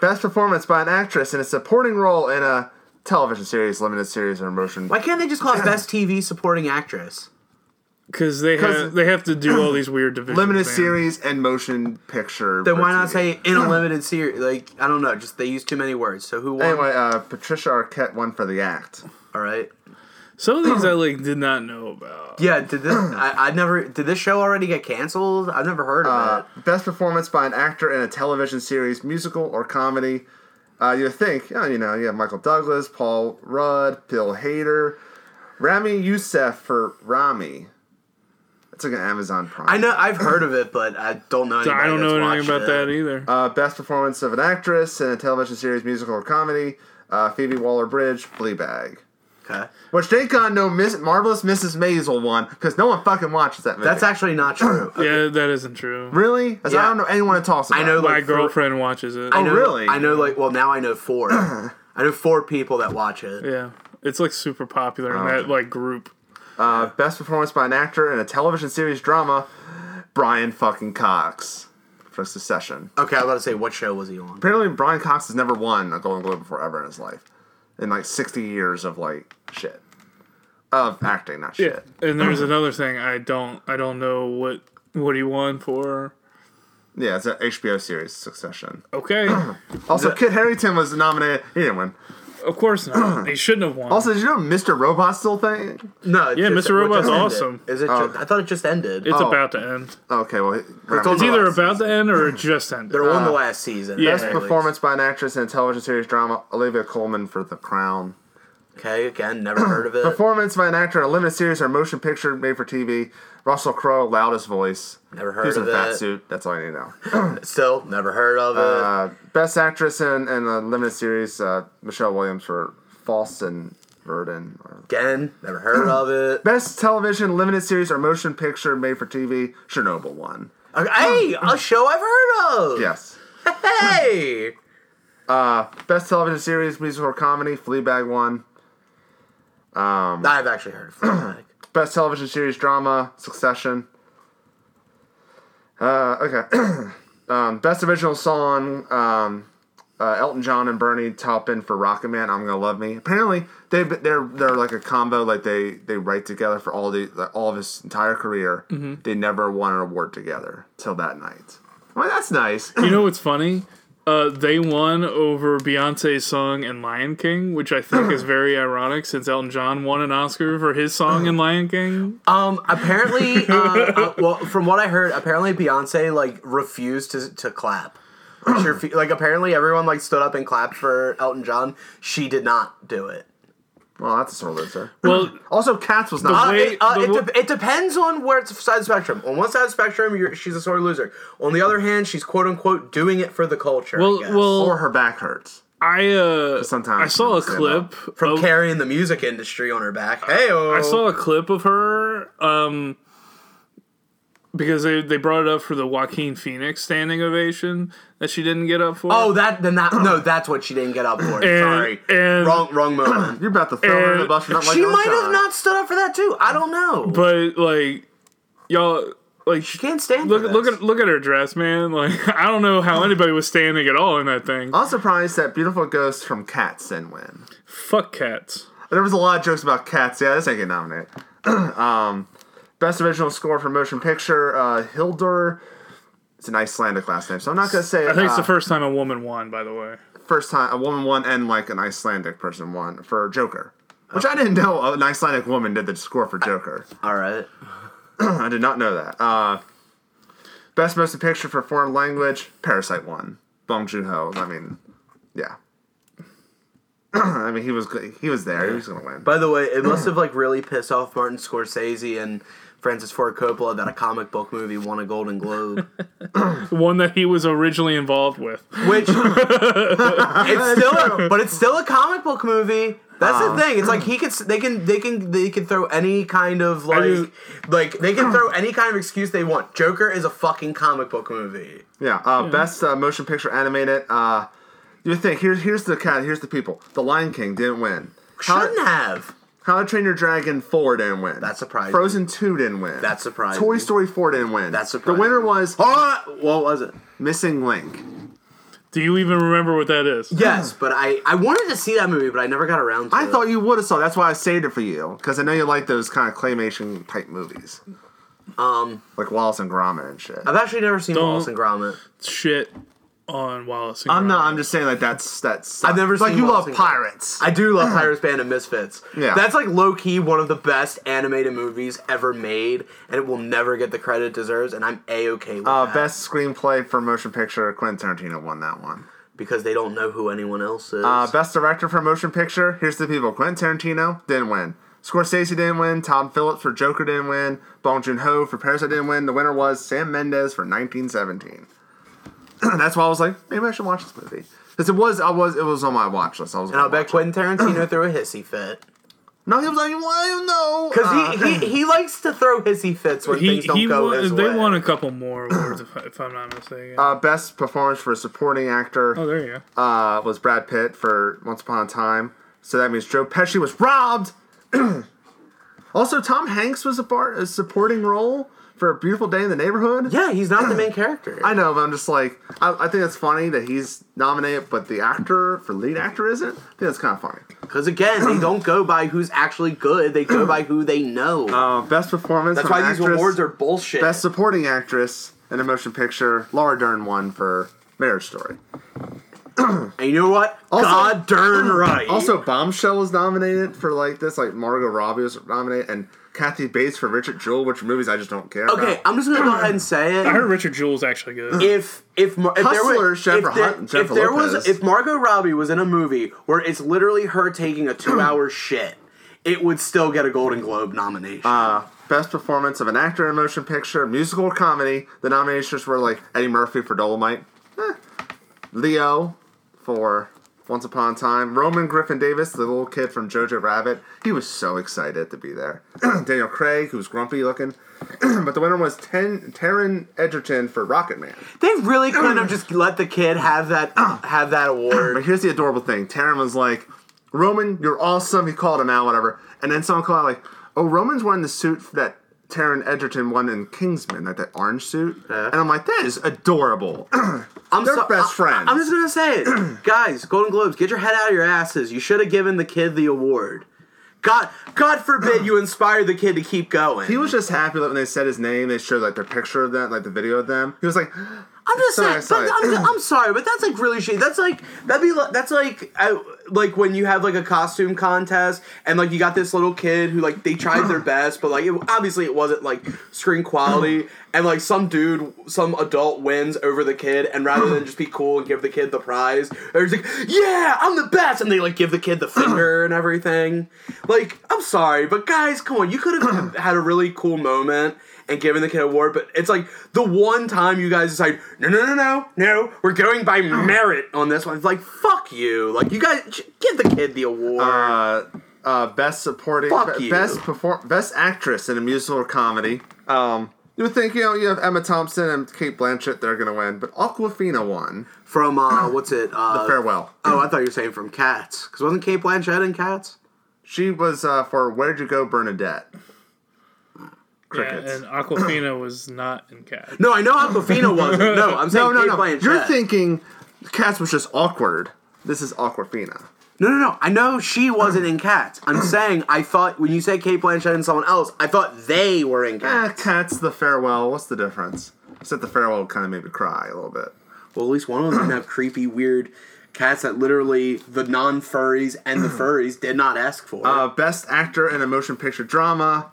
[SPEAKER 2] Best performance by an actress in a supporting role in a television series, limited series, or motion.
[SPEAKER 3] Why can't they just call it Best TV Supporting Actress?
[SPEAKER 4] because they
[SPEAKER 2] 'Cause-
[SPEAKER 4] have they have to do all these weird divisions.
[SPEAKER 2] Limited
[SPEAKER 4] man.
[SPEAKER 2] series and motion picture.
[SPEAKER 3] Then why not
[SPEAKER 2] TV.
[SPEAKER 3] say in a limited series? Like I don't know, just they use too many words. So who won?
[SPEAKER 2] Anyway, uh, Patricia Arquette won for the act.
[SPEAKER 3] All right.
[SPEAKER 4] Some of these I like did not know about.
[SPEAKER 3] Yeah. Did this? I, I never. Did this show already get canceled? I've never heard of
[SPEAKER 2] Uh,
[SPEAKER 3] it.
[SPEAKER 2] best performance by an actor in a television series, musical, or comedy. Uh, you would think, oh, you know, you have Michael Douglas, Paul Rudd, Bill Hader, Rami Youssef for Rami. It's like an Amazon Prime.
[SPEAKER 3] I know I've heard of it, but I don't know. Anybody
[SPEAKER 4] I don't
[SPEAKER 3] that's
[SPEAKER 4] know anything
[SPEAKER 3] watched
[SPEAKER 4] about
[SPEAKER 3] it.
[SPEAKER 4] that e- either.
[SPEAKER 2] Uh, best performance of an actress in a television series, musical, or comedy. Uh, Phoebe Waller-Bridge, Fleabag.
[SPEAKER 3] Okay.
[SPEAKER 2] Which thank God no Miss Marvelous Mrs. Maisel won because no one fucking watches that movie.
[SPEAKER 3] That's actually not true.
[SPEAKER 4] Yeah, that isn't true.
[SPEAKER 2] really. 'Cause I
[SPEAKER 3] Yeah.
[SPEAKER 2] don't know anyone that talks about.
[SPEAKER 3] I know,
[SPEAKER 2] it.
[SPEAKER 3] like,
[SPEAKER 4] My
[SPEAKER 3] for-
[SPEAKER 4] girlfriend watches it.
[SPEAKER 3] I know,
[SPEAKER 2] Oh, really?
[SPEAKER 3] I know. Like, well, now I know four. I know four people that watch it.
[SPEAKER 4] Yeah, it's like super popular
[SPEAKER 2] Oh,
[SPEAKER 4] in that like group.
[SPEAKER 2] Uh, best performance by an actor in a television series drama, Brian fucking Cox for Succession.
[SPEAKER 3] Okay, I was about to say what show was he on?
[SPEAKER 2] Apparently, Brian Cox has never won a Golden Globe before ever in his life, in like sixty years of like shit of acting, not shit.
[SPEAKER 4] And there's another thing I don't I don't know what what he won for.
[SPEAKER 2] Yeah, it's an HBO series, Succession.
[SPEAKER 4] Okay,
[SPEAKER 2] Also, Kit Harrington was nominated. He didn't win.
[SPEAKER 4] of course not. He shouldn't have won.
[SPEAKER 2] Also, did you know Mr. Robot still thing?
[SPEAKER 3] No.
[SPEAKER 4] Yeah, Mr. Robot's awesome.
[SPEAKER 3] Is it? ju- I thought it just ended.
[SPEAKER 4] it's
[SPEAKER 2] oh.
[SPEAKER 4] about to end.
[SPEAKER 2] Okay, well,
[SPEAKER 3] on
[SPEAKER 4] It's
[SPEAKER 3] the
[SPEAKER 4] either
[SPEAKER 3] last
[SPEAKER 4] about to end or it just ended.
[SPEAKER 3] They're on
[SPEAKER 2] Ah.
[SPEAKER 3] the last season.
[SPEAKER 4] yeah.
[SPEAKER 2] best
[SPEAKER 4] Best
[SPEAKER 3] At least.
[SPEAKER 2] performance by an actress in a television series drama, Olivia Colman for The Crown.
[SPEAKER 3] Okay, again, never heard of it.
[SPEAKER 2] Performance by an actor in a limited series or motion picture made for TV. Russell Crowe, loudest voice.
[SPEAKER 3] Never
[SPEAKER 2] He was
[SPEAKER 3] heard
[SPEAKER 2] in a
[SPEAKER 3] of
[SPEAKER 2] fat
[SPEAKER 3] it.
[SPEAKER 2] suit. That's all I need to know.
[SPEAKER 3] Still, never heard of it.
[SPEAKER 2] Uh, best actress in, in a limited series, uh, Michelle Williams for False and Verdon. Or-
[SPEAKER 3] again, never heard of it.
[SPEAKER 2] Best television limited series or motion picture made for TV, Chernobyl won.
[SPEAKER 3] Okay, hey, a show I've heard of.
[SPEAKER 2] Yes.
[SPEAKER 3] Hey.
[SPEAKER 2] Best television series, musical or comedy, Fleabag won.
[SPEAKER 3] Um, I've actually heard of Fleabag.
[SPEAKER 2] Best television series drama, Succession. Uh, okay. um, best original song, um, uh, Elton John and Bernie Taupin for Rocket Man. I'm gonna love me. Apparently, they they're they're like a combo. Like they they write together for all the like, all of his entire career.
[SPEAKER 3] Mm-hmm.
[SPEAKER 2] They never won an award together till that night. Well, that's nice.
[SPEAKER 4] You know what's funny? Uh, they won over Beyonce's song and Lion King, which I think is very ironic since Elton John won an Oscar for his song in Lion King.
[SPEAKER 3] Um, apparently, uh, uh, well, from what I heard, apparently Beyonce like refused to to clap. She refu- like apparently everyone like stood up and clapped for Elton John. She did not do it.
[SPEAKER 2] well, that's a sore loser.
[SPEAKER 4] Well,
[SPEAKER 2] Also, Cats was not.
[SPEAKER 3] Uh,
[SPEAKER 4] way-
[SPEAKER 3] it, uh,
[SPEAKER 4] the
[SPEAKER 3] it,
[SPEAKER 4] wo-
[SPEAKER 3] de- it depends on where it's side of the spectrum. On one side of the spectrum, you're, she's a sore loser. On the other hand, she's quote unquote doing it for the culture. I
[SPEAKER 4] well,
[SPEAKER 3] guess.
[SPEAKER 4] well.
[SPEAKER 2] or her back hurts.
[SPEAKER 4] I uh,
[SPEAKER 2] sometimes
[SPEAKER 4] I saw a
[SPEAKER 2] it's, you
[SPEAKER 4] clip
[SPEAKER 3] from
[SPEAKER 4] of,
[SPEAKER 3] carrying the music industry on her back. Hey,
[SPEAKER 4] oh. I saw a clip of her um, because they, they brought it up for the Joaquin Phoenix standing ovation that she didn't get up for.
[SPEAKER 3] Oh, that then that no, that's what she didn't get up for.
[SPEAKER 4] And-
[SPEAKER 3] Sorry,
[SPEAKER 4] and-
[SPEAKER 3] wrong wrong moment.
[SPEAKER 2] You're about to throw her in the
[SPEAKER 4] And
[SPEAKER 2] bus for not
[SPEAKER 3] she
[SPEAKER 2] liking Elton
[SPEAKER 3] might have
[SPEAKER 2] John.
[SPEAKER 3] not stood up for that too. I don't know.
[SPEAKER 4] but like y'all, like she
[SPEAKER 3] can't stand
[SPEAKER 4] Look,
[SPEAKER 3] for
[SPEAKER 4] look
[SPEAKER 3] this.
[SPEAKER 4] at look at her dress, man. Like I don't know how anybody was standing at all in that thing.
[SPEAKER 2] I'm surprised that beautiful ghost from Cats didn't win.
[SPEAKER 4] Fuck cats.
[SPEAKER 2] There was a lot of jokes about cats. Yeah, this ain't getting nominated. um, best original score for motion picture, uh, Hildur. It's an Icelandic last name, so I'm not gonna say.
[SPEAKER 4] I think it's
[SPEAKER 2] uh,
[SPEAKER 4] the first time a woman won, by the way.
[SPEAKER 2] first time a woman won and like an Icelandic person won for Joker, which
[SPEAKER 4] Oh.
[SPEAKER 2] I didn't know an Icelandic woman did the score for Joker.
[SPEAKER 3] All right.
[SPEAKER 2] I did not know that. Uh, best motion picture for foreign language, Parasite won. Bong Joon Ho. I mean, yeah. I mean, he was good- he was there. He was gonna win.
[SPEAKER 3] By the way, it must have like really pissed off Martin Scorsese and Francis Ford Coppola that a comic book movie won a Golden Globe,
[SPEAKER 4] The one that he was originally involved with.
[SPEAKER 3] which it's still, a, but it's still a comic book movie. That's the thing. It's like he could, s- they can, they can, they can throw any kind of like,
[SPEAKER 4] just-
[SPEAKER 3] like they can throw any kind of excuse they want. Joker is a fucking comic book movie.
[SPEAKER 2] Yeah, uh, best uh, motion picture animated. Uh, you think here's here's the cat here's the people. The Lion King didn't win.
[SPEAKER 3] Shouldn't
[SPEAKER 2] How,
[SPEAKER 4] Hmm.
[SPEAKER 3] have.
[SPEAKER 2] How to Train Your Dragon Four didn't win.
[SPEAKER 3] That's surprising.
[SPEAKER 2] Frozen Two didn't win.
[SPEAKER 3] That's surprising.
[SPEAKER 2] Toy Story Four didn't win.
[SPEAKER 3] That's
[SPEAKER 2] The winner was
[SPEAKER 3] Ah, what was it?
[SPEAKER 2] Missing Link.
[SPEAKER 4] Do you even remember what that is?
[SPEAKER 3] Yes, but I, I wanted to see that movie, but I never got around to
[SPEAKER 2] I
[SPEAKER 3] it.
[SPEAKER 2] thought you would have saw. That's why I saved it for you because I know you like those kind of claymation type movies,
[SPEAKER 3] um,
[SPEAKER 2] like Wallace and Gromit and shit.
[SPEAKER 3] I've actually never seen
[SPEAKER 4] Don't-
[SPEAKER 3] Wallace and Gromit.
[SPEAKER 4] Shit on Wallace. And
[SPEAKER 2] I'm
[SPEAKER 4] Gromit.
[SPEAKER 2] not. I'm just saying like that's that's.
[SPEAKER 3] I've never
[SPEAKER 2] it's like
[SPEAKER 3] seen
[SPEAKER 2] you
[SPEAKER 3] Wallace
[SPEAKER 2] love
[SPEAKER 3] and Gromit.
[SPEAKER 2] pirates.
[SPEAKER 3] I do love Pirates Band of Misfits.
[SPEAKER 2] Yeah.
[SPEAKER 3] That's like low key one of the best animated movies ever made, and it will never get the credit it deserves, and I'm a okay with
[SPEAKER 2] Uh,
[SPEAKER 3] that
[SPEAKER 2] best screenplay for motion picture. Quentin Tarantino won that one.
[SPEAKER 3] because they don't know who anyone else is.
[SPEAKER 2] Uh, best director for motion picture. Here's the people: Quentin Tarantino didn't win. Scorsese didn't win. Tom Phillips for Joker didn't win. Bong Joon Ho for Parasite didn't win. The winner was Sam Mendes for 1917. That's why I was like, maybe I should watch this movie because it was I was it was on my watch list. I was
[SPEAKER 3] and I'll
[SPEAKER 2] gonna
[SPEAKER 3] bet Quentin Tarantino threw a hissy
[SPEAKER 2] Uh,
[SPEAKER 3] fit.
[SPEAKER 2] No, he was like, well, no.
[SPEAKER 3] Because he, he, he likes to throw hissy fits when
[SPEAKER 4] He,
[SPEAKER 3] things don't
[SPEAKER 4] he
[SPEAKER 3] go
[SPEAKER 4] won,
[SPEAKER 3] his
[SPEAKER 4] they
[SPEAKER 3] way.
[SPEAKER 4] won a couple more awards if, I- if I'm not mistaken.
[SPEAKER 2] uh, best performance for a supporting actor
[SPEAKER 4] oh, there you go.
[SPEAKER 2] uh, was Brad Pitt for Once Upon a Time. So that means Joe Pesci was robbed. also, Tom Hanks was a part a supporting role for A Beautiful Day in the Neighborhood.
[SPEAKER 3] yeah, he's not the main character.
[SPEAKER 2] I know, but I'm just like, I, I think it's funny that he's nominated, but the actor for lead actor isn't. I think that's kind of funny.
[SPEAKER 3] Because again, they don't go by who's actually good; they go by who they know.
[SPEAKER 2] Uh, best performance.
[SPEAKER 3] That's
[SPEAKER 2] from
[SPEAKER 3] why
[SPEAKER 2] actress,
[SPEAKER 3] these awards are bullshit.
[SPEAKER 2] best supporting actress in a motion picture. Laura Dern won for Marriage Story.
[SPEAKER 3] and you know what?
[SPEAKER 2] Also-
[SPEAKER 3] God darn right.
[SPEAKER 2] Also, Bombshell was nominated for like this. Like Margot Robbie was nominated, and Kathy Bates for Richard Jewell, which are movies I just don't care.
[SPEAKER 3] okay,
[SPEAKER 2] about.
[SPEAKER 3] I'm just gonna go ahead and say
[SPEAKER 4] I
[SPEAKER 3] it.
[SPEAKER 4] heard Richard Jewell's actually good.
[SPEAKER 3] If if, Mar- if
[SPEAKER 2] Hustler, Jennifer
[SPEAKER 3] there was if there,
[SPEAKER 2] Hudson, Jennifer
[SPEAKER 3] if there
[SPEAKER 2] Lopez.
[SPEAKER 3] was if Margot Robbie was in a movie where it's literally her taking a two-hour shit, it would still get a Golden Globe nomination.
[SPEAKER 2] Uh, Best performance of an actor in a motion picture, musical or comedy. The nominations were like Eddie Murphy for Dolomite, eh, Leo for Once Upon a Time, Roman Griffin Davis, the little kid from Jojo Rabbit. He was so excited to be there. Daniel Craig, who was grumpy looking, but the winner was Ten Taron Egerton for Rocket Man.
[SPEAKER 3] they really could have just let the kid have that have that award.
[SPEAKER 2] But here's the adorable thing. Taryn was like, Roman, you're awesome. He called him out, whatever. And then someone called out like, oh, Roman's wearing the suit that Taryn Edgerton won in Kingsman, like that orange suit. And I'm like, that is adorable.
[SPEAKER 3] I'm
[SPEAKER 2] They're best
[SPEAKER 3] I-
[SPEAKER 2] friends.
[SPEAKER 3] I'm just gonna say it, guys. Golden Globes, get your head out of your asses. You should have given the kid the award. God, God forbid you inspire the kid to keep going.
[SPEAKER 2] he was just happy that when they said his name, they showed like their picture of them, like the video of them. He was like,
[SPEAKER 3] I'm just
[SPEAKER 2] Sorry,
[SPEAKER 3] saying.
[SPEAKER 2] sorry.
[SPEAKER 3] But I'm, just- I'm sorry, but that's like really shitty. That's like that'd be li- that's like I, like when you have like a costume contest and like you got this little kid who like they tried their best, but like it, obviously it wasn't like screen quality, and like some dude, some adult wins over the kid, and rather than just be cool and give the kid the prize, they're just like, yeah, I'm the best, and they like give the kid the finger and everything. Like I'm sorry, but guys, come on, you could have had a really cool moment and giving the kid a award, but it's like the one time you guys decide, no, no, no, no, no, we're going by
[SPEAKER 2] Oh.
[SPEAKER 3] merit on this one. It's like, fuck you. Like, you guys, j- give the kid the award.
[SPEAKER 2] uh, uh, best supporting,
[SPEAKER 3] Fuck
[SPEAKER 2] be-
[SPEAKER 3] you.
[SPEAKER 2] best perform, best actress in a musical or comedy. Um, you would think you know you have Emma Thompson and Kate Blanchett, they're gonna win, but Aquafina won.
[SPEAKER 3] from, uh, what's it? Uh,
[SPEAKER 2] Farewell.
[SPEAKER 3] Oh, I thought you were saying from Cats. Because wasn't Kate Blanchett in Cats?
[SPEAKER 2] She was uh, for Where'd You Go, Bernadette? Crickets.
[SPEAKER 4] Yeah, and Aquafina was not in cat.
[SPEAKER 3] No, I know Aquafina wasn't. No, I'm
[SPEAKER 2] no,
[SPEAKER 3] saying
[SPEAKER 2] no,
[SPEAKER 3] Kate
[SPEAKER 2] no.
[SPEAKER 3] Blanchett.
[SPEAKER 2] You're thinking Cats was just awkward. This is Aquafina.
[SPEAKER 3] No, no, no. I know she wasn't in Cats. I'm saying I thought when you say Kate Blanchett and someone else, I thought they were in
[SPEAKER 2] Eh,
[SPEAKER 3] Cats.
[SPEAKER 2] Cats, the farewell. What's the difference? Except the farewell kind of made me cry a little bit.
[SPEAKER 3] Well, at least one of them didn't have creepy, weird cats that literally the non-furries and the furries did not ask for.
[SPEAKER 2] Uh, best actor in a motion picture drama.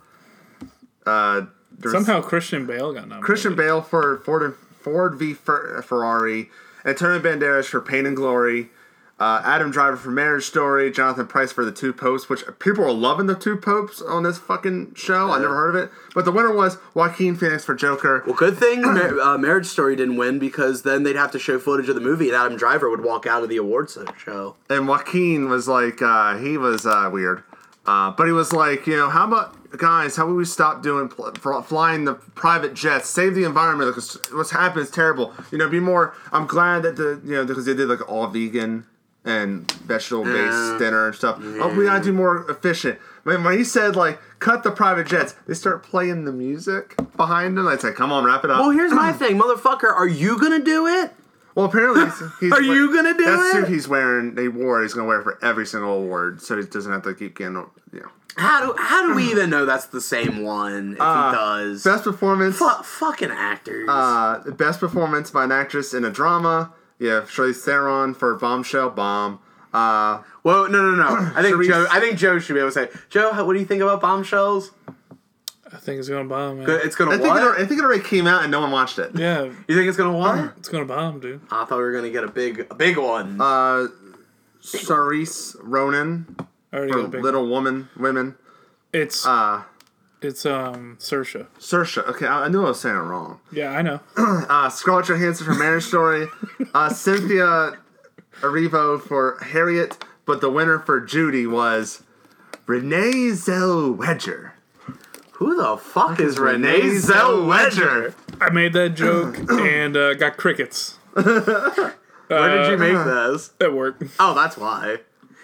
[SPEAKER 2] Uh, there's
[SPEAKER 4] Somehow Christian Bale got nominated.
[SPEAKER 2] Christian Bale for Ford, Ford v Fer- Ferrari. Antonio Banderas for Pain and Glory. Uh, Adam Driver for Marriage Story, Jonathan Price for The Two Popes, which people are loving The Two Popes on this fucking show. I never heard of it. But the winner was Joaquin Phoenix for Joker.
[SPEAKER 3] Well, good thing Mar- uh, Marriage Story didn't win because then they'd have to show footage of the movie and Adam Driver would walk out of the awards show.
[SPEAKER 2] And Joaquin was like, uh, he was uh, weird. Uh, but he was like, you know, how about, guys, how about we stop doing pl- fl- flying the private jets? Save the environment because what's happened is terrible. You know, be more. I'm glad that the, you know, because they did like all vegan and vegetable based
[SPEAKER 3] Yeah.
[SPEAKER 2] dinner and stuff. Oh, we gotta do more efficient. When, when he said, like, cut the private jets, they start playing the music behind them. I said, come on, wrap it up.
[SPEAKER 3] Well, here's my thing, motherfucker. Are you gonna do it?
[SPEAKER 2] Well, apparently he's. he's
[SPEAKER 3] Are you gonna do
[SPEAKER 2] that
[SPEAKER 3] it?
[SPEAKER 2] suit he's wearing? They wore. He's gonna wear for every single award, so he doesn't have to keep getting. You know,
[SPEAKER 3] How do how do we even know that's the same one? If
[SPEAKER 2] Uh,
[SPEAKER 3] he does,
[SPEAKER 2] best performance.
[SPEAKER 3] Fu- fucking actors.
[SPEAKER 2] Uh, best performance by an actress in a drama. Yeah, Charlize Theron for Bombshell Bomb. Uh,
[SPEAKER 3] Whoa, no, no, no. I think
[SPEAKER 2] Charisse-
[SPEAKER 3] Joe. I think Joe should be able to say, Joe, how- what do you think about bombshells?
[SPEAKER 4] I think it's gonna bomb, man.
[SPEAKER 3] Good- It's gonna
[SPEAKER 2] I think, it,
[SPEAKER 3] what?
[SPEAKER 2] al- I think it already came out and no one watched it.
[SPEAKER 4] Yeah,
[SPEAKER 3] You think it's gonna what?
[SPEAKER 4] it's gonna bomb, dude.
[SPEAKER 3] I thought we were gonna get a big, a big one.
[SPEAKER 2] Uh, Charlize Ronan
[SPEAKER 4] I already
[SPEAKER 2] for
[SPEAKER 4] got a big.
[SPEAKER 2] Little Woman Women.
[SPEAKER 4] It's
[SPEAKER 2] Uh,
[SPEAKER 4] it's um Sersha.
[SPEAKER 2] Saoirse. Okay, I, I knew I was saying it wrong.
[SPEAKER 4] Yeah, I know.
[SPEAKER 2] Uh, Scarlett Johansson for Marriage Story. Uh, Cynthia Erivo for Harriet. But the winner for Judy was Renee Zellweger.
[SPEAKER 3] Who the fuck is Renee Zellweger?
[SPEAKER 2] Zellweger.
[SPEAKER 4] I made that joke and uh, got crickets Uh,
[SPEAKER 3] Where did you make this?
[SPEAKER 4] at work.
[SPEAKER 3] Oh, that's why.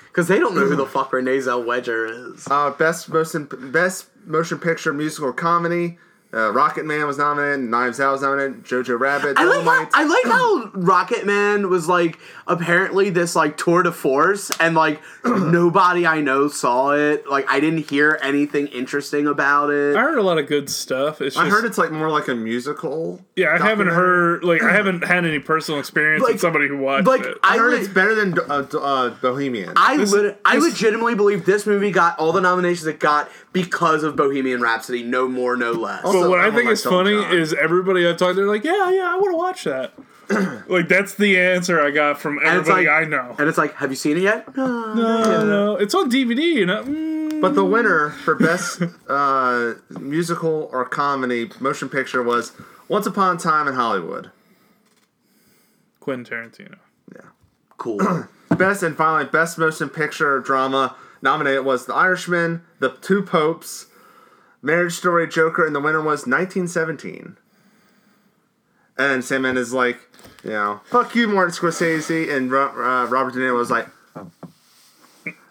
[SPEAKER 3] Because they don't know who the fuck Renee Zellweger is.
[SPEAKER 2] Uh, best motion best motion picture musical or comedy. Uh, Rocket Man was nominated. Knives Out was nominated. Jojo Rabbit.
[SPEAKER 3] I like, how,
[SPEAKER 2] Dolemite.
[SPEAKER 3] I like how Rocket Man was like apparently this like tour de force and like nobody I know saw it. Like I didn't hear anything interesting about it.
[SPEAKER 4] I heard a lot of good stuff. It's just,
[SPEAKER 2] I heard it's like more like a musical.
[SPEAKER 4] Yeah, I haven't
[SPEAKER 2] documentary.
[SPEAKER 4] heard like I haven't had any personal experience
[SPEAKER 3] Like-
[SPEAKER 4] with somebody who watched
[SPEAKER 3] Like
[SPEAKER 4] it.
[SPEAKER 2] I
[SPEAKER 3] I,
[SPEAKER 2] heard
[SPEAKER 3] lit-
[SPEAKER 2] it's better than uh, uh, Bohemian.
[SPEAKER 3] I, lit- I
[SPEAKER 4] this-
[SPEAKER 3] legitimately believe this movie got all the nominations it got because of Bohemian Rhapsody, no more, no less.
[SPEAKER 2] Also-
[SPEAKER 4] But what
[SPEAKER 2] I
[SPEAKER 4] I
[SPEAKER 2] don't
[SPEAKER 4] think
[SPEAKER 2] like
[SPEAKER 4] is
[SPEAKER 2] Elton
[SPEAKER 4] funny
[SPEAKER 2] John.
[SPEAKER 4] is everybody I've talked to, they're like, yeah, yeah, I want to watch that. like, that's the answer I got from
[SPEAKER 3] it's
[SPEAKER 4] everybody
[SPEAKER 3] like-
[SPEAKER 4] I know.
[SPEAKER 3] And it's like, have you seen it yet? No.
[SPEAKER 4] No, no, it's on DVD, you know. Mm,
[SPEAKER 2] but the winner for best uh, musical or comedy motion picture was Once Upon a Time in Hollywood.
[SPEAKER 4] Quentin Tarantino.
[SPEAKER 3] Cool.
[SPEAKER 2] Best and finally best motion picture drama nominated was The Irishman, The Two Popes, Marriage Story, Joker, and the winner was 1917. And Sam Mendes is like, you know, fuck you, Martin Scorsese, and Ro- uh, Robert De Niro was like.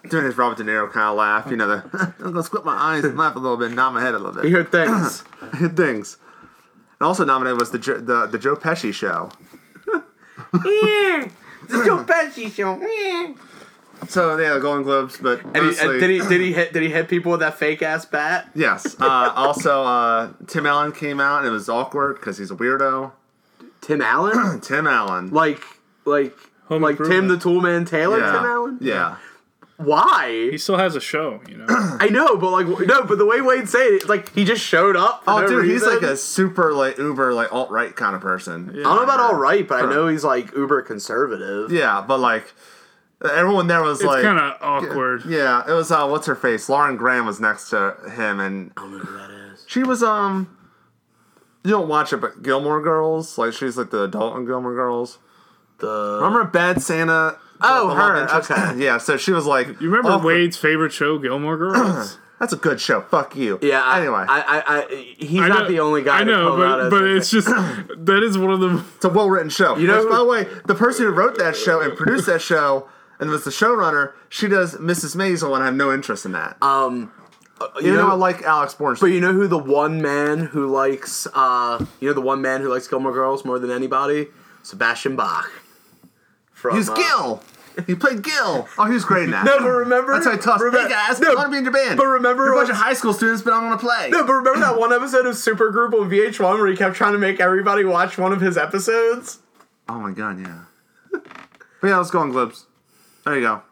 [SPEAKER 2] Doing his Robert De Niro kind of laugh, you know, the I'm gonna squint my eyes and laugh a little bit, and nod my head a little bit.
[SPEAKER 3] Here things.
[SPEAKER 2] Good things. And also nominated was the jo- the, the Joe Pesci show.
[SPEAKER 3] Yeah. It's Joe Pesci show. Yeah.
[SPEAKER 2] So yeah, the Golden Globes, but
[SPEAKER 3] And he,
[SPEAKER 2] mostly-
[SPEAKER 3] and uh, did he did he hit did he hit people with that fake ass bat?
[SPEAKER 2] Yes. Uh, also, uh, Tim Allen came out and it was awkward because he's a weirdo.
[SPEAKER 3] Tim Allen?
[SPEAKER 2] Tim Allen.
[SPEAKER 3] like like
[SPEAKER 4] Home
[SPEAKER 3] like Tim the
[SPEAKER 4] Improvement.
[SPEAKER 3] Toolman Taylor
[SPEAKER 2] yeah.
[SPEAKER 3] Tim Allen?
[SPEAKER 2] Yeah.
[SPEAKER 3] Why?
[SPEAKER 4] He still has a show, you know.
[SPEAKER 3] I know, but like w- no, but the way Wade said it, it's like he just showed up. For
[SPEAKER 2] Oh,
[SPEAKER 3] no
[SPEAKER 2] dude, he's
[SPEAKER 3] reason.
[SPEAKER 2] like a super like uber like alt right kind of person.
[SPEAKER 3] I don't know about all right, but I know he's like uber conservative.
[SPEAKER 2] Yeah, but like everyone there was
[SPEAKER 4] it's
[SPEAKER 2] like
[SPEAKER 4] kind of awkward.
[SPEAKER 2] yeah. It was uh, what's her face? Lauren Graham was next to him, and
[SPEAKER 3] I don't know who that is.
[SPEAKER 2] she was um. You don't watch it, but Gilmore Girls, like she's like the adult in Gilmore Girls.
[SPEAKER 3] The
[SPEAKER 2] Remember Bad Santa?
[SPEAKER 3] Oh,
[SPEAKER 2] The love
[SPEAKER 3] her,
[SPEAKER 2] interest?
[SPEAKER 3] okay.
[SPEAKER 2] yeah. So she was like,
[SPEAKER 4] You remember
[SPEAKER 3] Oh,
[SPEAKER 2] awkward.
[SPEAKER 4] Wade's favorite show, Gilmore Girls?
[SPEAKER 2] That's a good show. Fuck you.
[SPEAKER 3] yeah. I,
[SPEAKER 2] Anyway,
[SPEAKER 3] I, I, I he's
[SPEAKER 4] I
[SPEAKER 3] not
[SPEAKER 4] know-
[SPEAKER 3] the only guy.
[SPEAKER 4] I know, but, but it's just that is one of the
[SPEAKER 2] it's a well-written show. You
[SPEAKER 3] know
[SPEAKER 2] know,
[SPEAKER 3] who-
[SPEAKER 2] by the way, the person who wrote that show and produced that show and was the showrunner, she does Mrs. Maisel, and I have no interest in that.
[SPEAKER 3] um.
[SPEAKER 2] you know, I like Alex Bornstein.
[SPEAKER 3] But you know who the one man who likes, uh, you know the one man who likes Gilmore Girls more than anybody? Sebastian Bach. From,
[SPEAKER 2] He's
[SPEAKER 3] uh,
[SPEAKER 2] Gil. He played Gil. Oh, he was great in that.
[SPEAKER 3] No, but remember,
[SPEAKER 2] That's how I tossed.
[SPEAKER 3] remember,
[SPEAKER 2] hey guys,
[SPEAKER 3] no,
[SPEAKER 2] I want to be in your band.
[SPEAKER 3] but remember
[SPEAKER 2] you're a bunch
[SPEAKER 3] when-
[SPEAKER 2] of high school students, but I want to play.
[SPEAKER 3] no, but remember that one episode of Supergroup on VH1 where he kept trying to make everybody watch one of his episodes?
[SPEAKER 2] Oh my god, yeah. but yeah, let's go on Globes. There you go.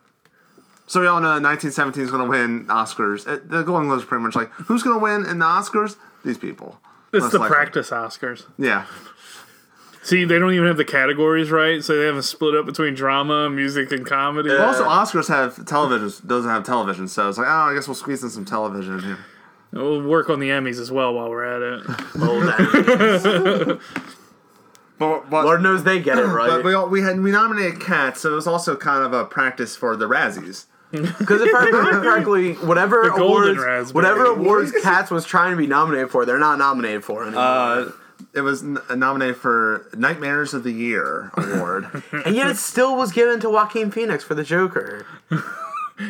[SPEAKER 2] So we all know 1917 is going to win Oscars. Uh, The Golden Globes are pretty much like who's going to win in the Oscars? These people.
[SPEAKER 4] it's
[SPEAKER 2] Most
[SPEAKER 4] the
[SPEAKER 2] likely.
[SPEAKER 4] practice Oscars.
[SPEAKER 2] Yeah.
[SPEAKER 4] See, they don't even have the categories right, so they haven't split up between drama, music, and comedy.
[SPEAKER 2] Also, Oscars have television doesn't have television, so it's like oh, I guess we'll squeeze in some television in here.
[SPEAKER 4] We'll work on the Emmys as well while we're at it.
[SPEAKER 3] Old ass.
[SPEAKER 2] But, but,
[SPEAKER 3] Lord knows they get it
[SPEAKER 2] but we
[SPEAKER 3] right.
[SPEAKER 2] all, we had we nominated Cats, so it was also kind of a practice for the Razzies.
[SPEAKER 3] Because if I remember correctly, whatever
[SPEAKER 4] golden
[SPEAKER 3] awards,
[SPEAKER 4] raspberry.
[SPEAKER 3] whatever awards Cats was trying to be nominated for, they're not nominated for anymore.
[SPEAKER 2] Uh, it was n- nominated for Nightmares of the Year award.
[SPEAKER 3] and yet, it still was given to Joaquin Phoenix for the Joker.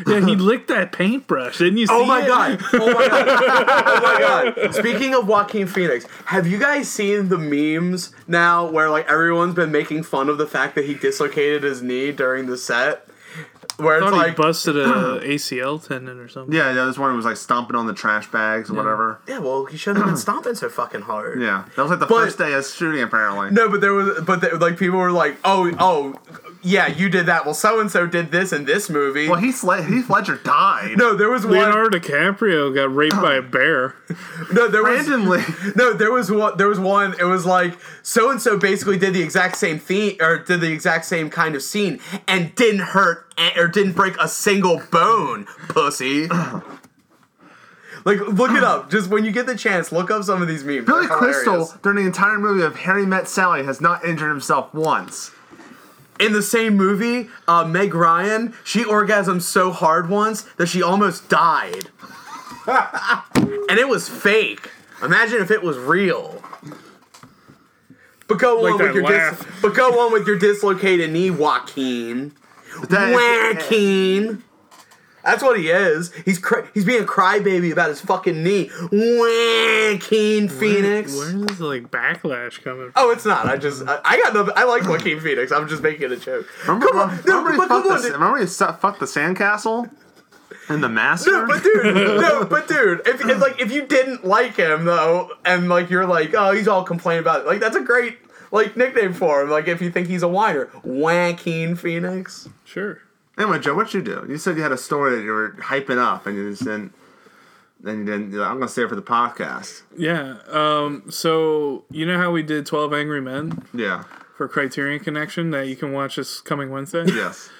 [SPEAKER 4] Yeah, he licked that paintbrush. Didn't you see
[SPEAKER 3] Oh my
[SPEAKER 4] it?
[SPEAKER 3] god! Oh my god! Oh my god! Speaking of Joaquin Phoenix, have you guys seen the memes now where like everyone's been making fun of the fact that he dislocated his knee during the set? Where
[SPEAKER 4] I
[SPEAKER 3] it's
[SPEAKER 4] thought he
[SPEAKER 3] like,
[SPEAKER 4] busted a ACL tendon or something.
[SPEAKER 2] Yeah, yeah, this one was like stomping on the trash bags or whatever.
[SPEAKER 3] yeah, well, he shouldn't have been stomping so fucking hard.
[SPEAKER 2] Yeah, that was like the
[SPEAKER 3] But-
[SPEAKER 2] first day of shooting apparently.
[SPEAKER 3] No, but there was, but there, like people were like, oh, oh, yeah, you did that. Well, so and so did this in this movie.
[SPEAKER 2] Well, Heath, Led- Heath Ledger died
[SPEAKER 3] no, there was one.
[SPEAKER 4] Leonardo DiCaprio got raped by a bear.
[SPEAKER 3] No, there was.
[SPEAKER 2] randomly.
[SPEAKER 3] No, there was one. There was one. It was like so and so basically did the exact same thing or did the exact same kind of scene and didn't hurt a- or didn't break a single bone, pussy. like, look it up. Just when you get the chance, look up some of these memes.
[SPEAKER 2] Billy
[SPEAKER 3] They're
[SPEAKER 2] Crystal
[SPEAKER 3] hilarious.
[SPEAKER 2] during the entire movie of Harry Met Sally has not injured himself once.
[SPEAKER 3] in the same movie, uh, Meg Ryan she orgasmed so hard once that she almost died, and it was fake. Imagine if it was real. But go
[SPEAKER 4] Like
[SPEAKER 3] on with
[SPEAKER 4] that
[SPEAKER 3] your dis-
[SPEAKER 4] laugh.
[SPEAKER 3] but go on with your dislocated knee, Joaquin.
[SPEAKER 2] That-
[SPEAKER 3] Joaquin. That's what he is. He's cra- he's being a crybaby about his fucking knee. Joaquin Phoenix.
[SPEAKER 4] Where's this like backlash coming? from?
[SPEAKER 3] Oh, it's not. I just I, I got nothing. I like Joaquin Phoenix. I'm just making a joke.
[SPEAKER 2] Remember,
[SPEAKER 3] Come on,
[SPEAKER 2] remember,
[SPEAKER 3] no,
[SPEAKER 2] he
[SPEAKER 3] but
[SPEAKER 2] fucked
[SPEAKER 3] come on,
[SPEAKER 2] the,
[SPEAKER 3] dude.
[SPEAKER 2] remember he su- fucked the sandcastle and the master.
[SPEAKER 3] No, but dude, no, but dude, if, if like if you didn't like him though, and like you're like, oh, he's all complaining about it, like that's a great like nickname for him. Like if you think he's a whiner, Joaquin Phoenix.
[SPEAKER 4] Sure.
[SPEAKER 2] Anyway, Joe, what'd you do? You said you had a story that you were hyping up, and you just didn't. Then you didn't. you're like, I'm gonna save it for the podcast.
[SPEAKER 4] Yeah. Um. So you know how we did Twelve Angry Men
[SPEAKER 2] Yeah.
[SPEAKER 4] for Criterion Connection that you can watch this coming Wednesday.
[SPEAKER 2] Yes.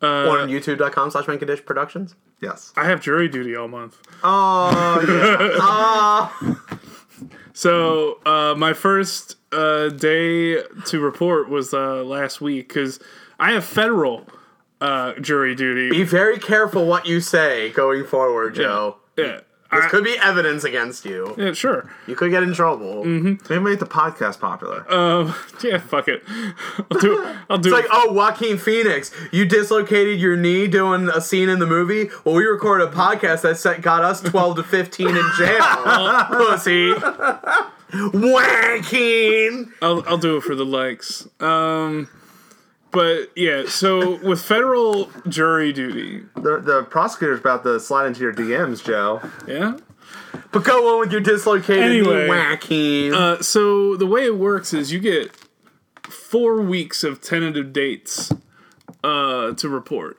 [SPEAKER 3] or on youtube.com slash Dish productions.
[SPEAKER 2] Yes.
[SPEAKER 4] I have jury duty all month.
[SPEAKER 2] Oh, yeah.
[SPEAKER 3] Oh.
[SPEAKER 4] So uh, my first uh, day to report was uh, last week because I have federal uh, jury duty.
[SPEAKER 3] Be very careful what you say going forward, Joe.
[SPEAKER 4] Yeah.
[SPEAKER 3] This
[SPEAKER 4] I-
[SPEAKER 3] could be evidence against you.
[SPEAKER 4] yeah, sure.
[SPEAKER 3] You could get in trouble.
[SPEAKER 2] They made the podcast popular.
[SPEAKER 4] Um, yeah, fuck it. I'll do. It. I'll do.
[SPEAKER 3] It's
[SPEAKER 4] it.
[SPEAKER 3] like, oh, Joaquin Phoenix, you dislocated your knee doing a scene in the movie. Well, we recorded a podcast that set, got us 12 to 15 in jail. Pussy. Joaquin.
[SPEAKER 4] I'll, I'll do it for the likes. Um, but yeah, so with federal jury duty,
[SPEAKER 2] the, the prosecutor's about to slide into your DMs, Joe.
[SPEAKER 4] yeah.
[SPEAKER 3] But go on with your dislocated
[SPEAKER 4] Anyway,
[SPEAKER 3] knee, Joaquin.
[SPEAKER 4] Uh, so the way it works is you get four weeks of tentative dates uh, to report,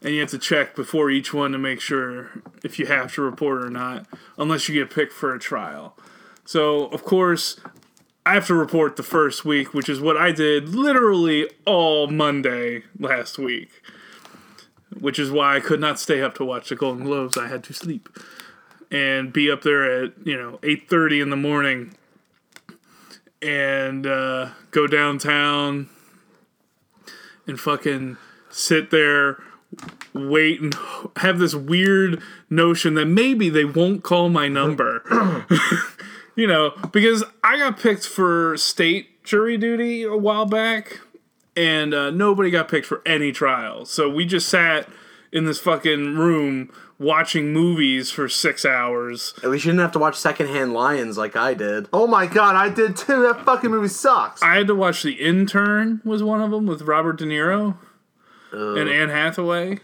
[SPEAKER 4] and you have to check before each one to make sure if you have to report or not, unless you get picked for a trial. So of course. I have to report the first week, which is what I did literally all Monday last week. which is why I could not stay up to watch the Golden Globes. I had to sleep and be up there at you know eight thirty in the morning and uh, go downtown and fucking sit there wait and have this weird notion that maybe they won't call my number you know because i got picked for state jury duty a while back and uh, nobody got picked for any trial. So we just sat in this fucking room watching movies for six hours.
[SPEAKER 3] At least you didn't have to watch Secondhand Lions like I did.
[SPEAKER 2] Oh my god, I did too. That fucking movie sucks.
[SPEAKER 4] I had to watch The Intern was one of them with Robert De Niro
[SPEAKER 3] Uh,
[SPEAKER 4] and Anne Hathaway.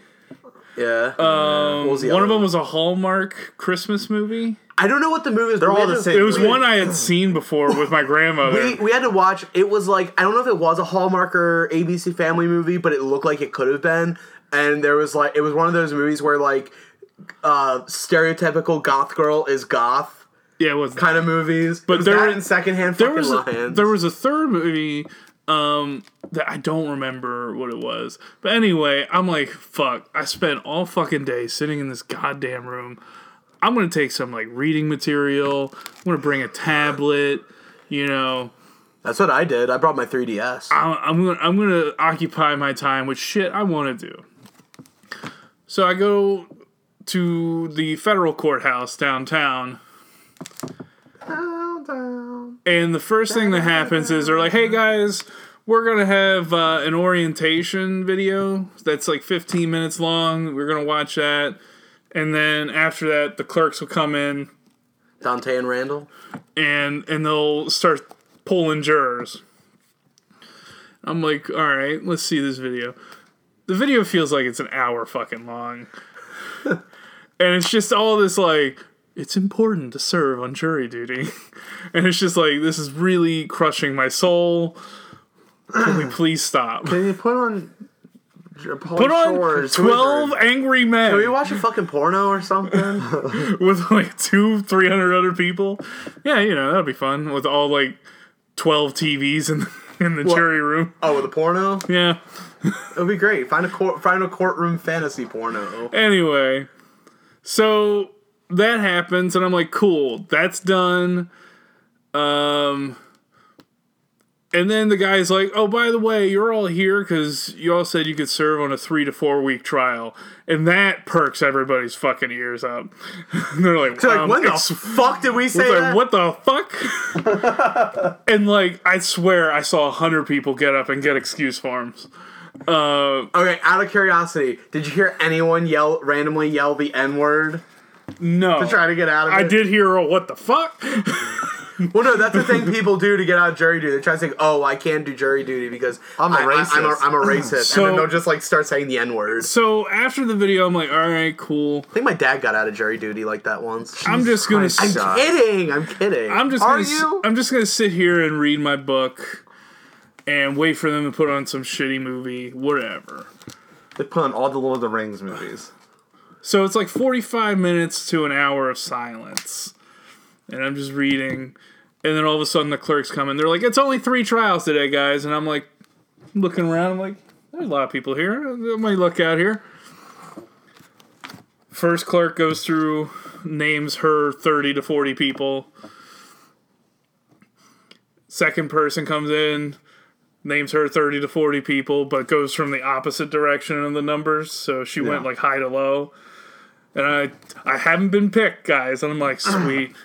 [SPEAKER 3] Yeah.
[SPEAKER 4] uh,
[SPEAKER 3] Um,
[SPEAKER 4] One of them was a Hallmark Christmas movie.
[SPEAKER 3] I don't know what the movie is. They're
[SPEAKER 2] all the same.
[SPEAKER 4] It was
[SPEAKER 2] Really?
[SPEAKER 4] one I had seen before with my
[SPEAKER 3] We,
[SPEAKER 4] grandmother.
[SPEAKER 3] we had to watch. It was like I don't know if it was a Hallmark or ABC Family movie, but it looked like it could have been. And there was like it was one of those movies where like uh stereotypical goth girl is goth
[SPEAKER 4] Yeah, it was
[SPEAKER 3] kind of movies. But
[SPEAKER 4] there-
[SPEAKER 3] that in secondhand
[SPEAKER 4] there
[SPEAKER 3] fucking
[SPEAKER 4] was a,
[SPEAKER 3] lions.
[SPEAKER 4] there was a third movie um that I don't remember what it was. But anyway, I'm like, fuck, I spent all fucking day sitting in this goddamn room. I'm going to take some like reading material. I'm going to bring a tablet, you know.
[SPEAKER 3] That's what I did. I brought my 3ds.
[SPEAKER 4] I'm, I'm gonna I'm gonna occupy my time with shit I want to do. So I go to the federal courthouse downtown, and the first thing that happens is they're like, "Hey guys, we're gonna have uh, an orientation video that's like 15 minutes long. We're gonna watch that, and then after that, the clerks will come in
[SPEAKER 3] Dante and Randall.
[SPEAKER 4] and and they'll start pulling jurors. I'm like, all right, let's see this video. The video feels like it's an hour fucking long, and it's just all this like. It's important to serve on jury duty. And it's just like, this is really crushing my soul. Can we please stop?
[SPEAKER 2] Can you put on Paul
[SPEAKER 4] Put on
[SPEAKER 2] Shore's
[SPEAKER 4] 12
[SPEAKER 2] Hoovers?
[SPEAKER 4] angry men
[SPEAKER 3] Can we watch a fucking porno or something?
[SPEAKER 4] with like two, 300 other people. Yeah, you know, that'll be fun with all like 12 TVs in the, in the jury room.
[SPEAKER 3] oh, with a porno?
[SPEAKER 4] Yeah.
[SPEAKER 3] It would be great. Find a court, find a courtroom fantasy porno.
[SPEAKER 4] Anyway, so that happens, and I'm like, cool, that's done. Um, and then the guy's like, oh, by the way, you're all here because you all said you could serve on a three to four week trial, and that perks everybody's fucking ears up. And they're like,
[SPEAKER 3] Like,
[SPEAKER 4] um,
[SPEAKER 3] when the
[SPEAKER 4] ex-
[SPEAKER 3] fuck did we say
[SPEAKER 4] It's
[SPEAKER 3] that?
[SPEAKER 4] like, what the fuck? and like, I swear I saw a hundred people get up and get excuse forms. Uh,
[SPEAKER 3] Okay, out of curiosity, did you hear anyone yell randomly yell the N word
[SPEAKER 4] no.
[SPEAKER 3] to try to get out of it?
[SPEAKER 4] I did hear a what the fuck?
[SPEAKER 3] Well, no, that's the thing people do to get out of jury duty. They try to say, "Oh, I can't do jury duty because
[SPEAKER 2] I'm a
[SPEAKER 3] I- I- I'm a,
[SPEAKER 2] racist."
[SPEAKER 3] I'm a racist,"
[SPEAKER 4] So-
[SPEAKER 3] and then they'll just like start saying the N word.
[SPEAKER 4] So after the video, I'm like, all right, cool.
[SPEAKER 3] I think my dad got out of jury duty like that once.
[SPEAKER 4] I'm just gonna.
[SPEAKER 2] Christ,
[SPEAKER 4] s-
[SPEAKER 2] God.
[SPEAKER 3] I'm kidding. I'm kidding.
[SPEAKER 4] I'm just.
[SPEAKER 3] Are
[SPEAKER 4] gonna, s-
[SPEAKER 3] you?
[SPEAKER 4] I'm just gonna sit here and read my book, and wait for them to put on some shitty movie, whatever.
[SPEAKER 2] They put on all the Lord of the Rings movies.
[SPEAKER 4] So it's like 45 minutes to an hour of silence, and I'm just reading, and then all of a sudden the clerks come in. They're like, "It's only three trials today, guys," and I'm like, looking around. I'm like, "There's a lot of people here. Let me look out here." First clerk goes through, names her 30 to 40 people. Second person comes in, names her 30 to 40 people, but goes from the opposite direction of the numbers. So she went
[SPEAKER 2] Yeah.
[SPEAKER 4] like high to low. And I I haven't been picked, guys. And I'm like, sweet.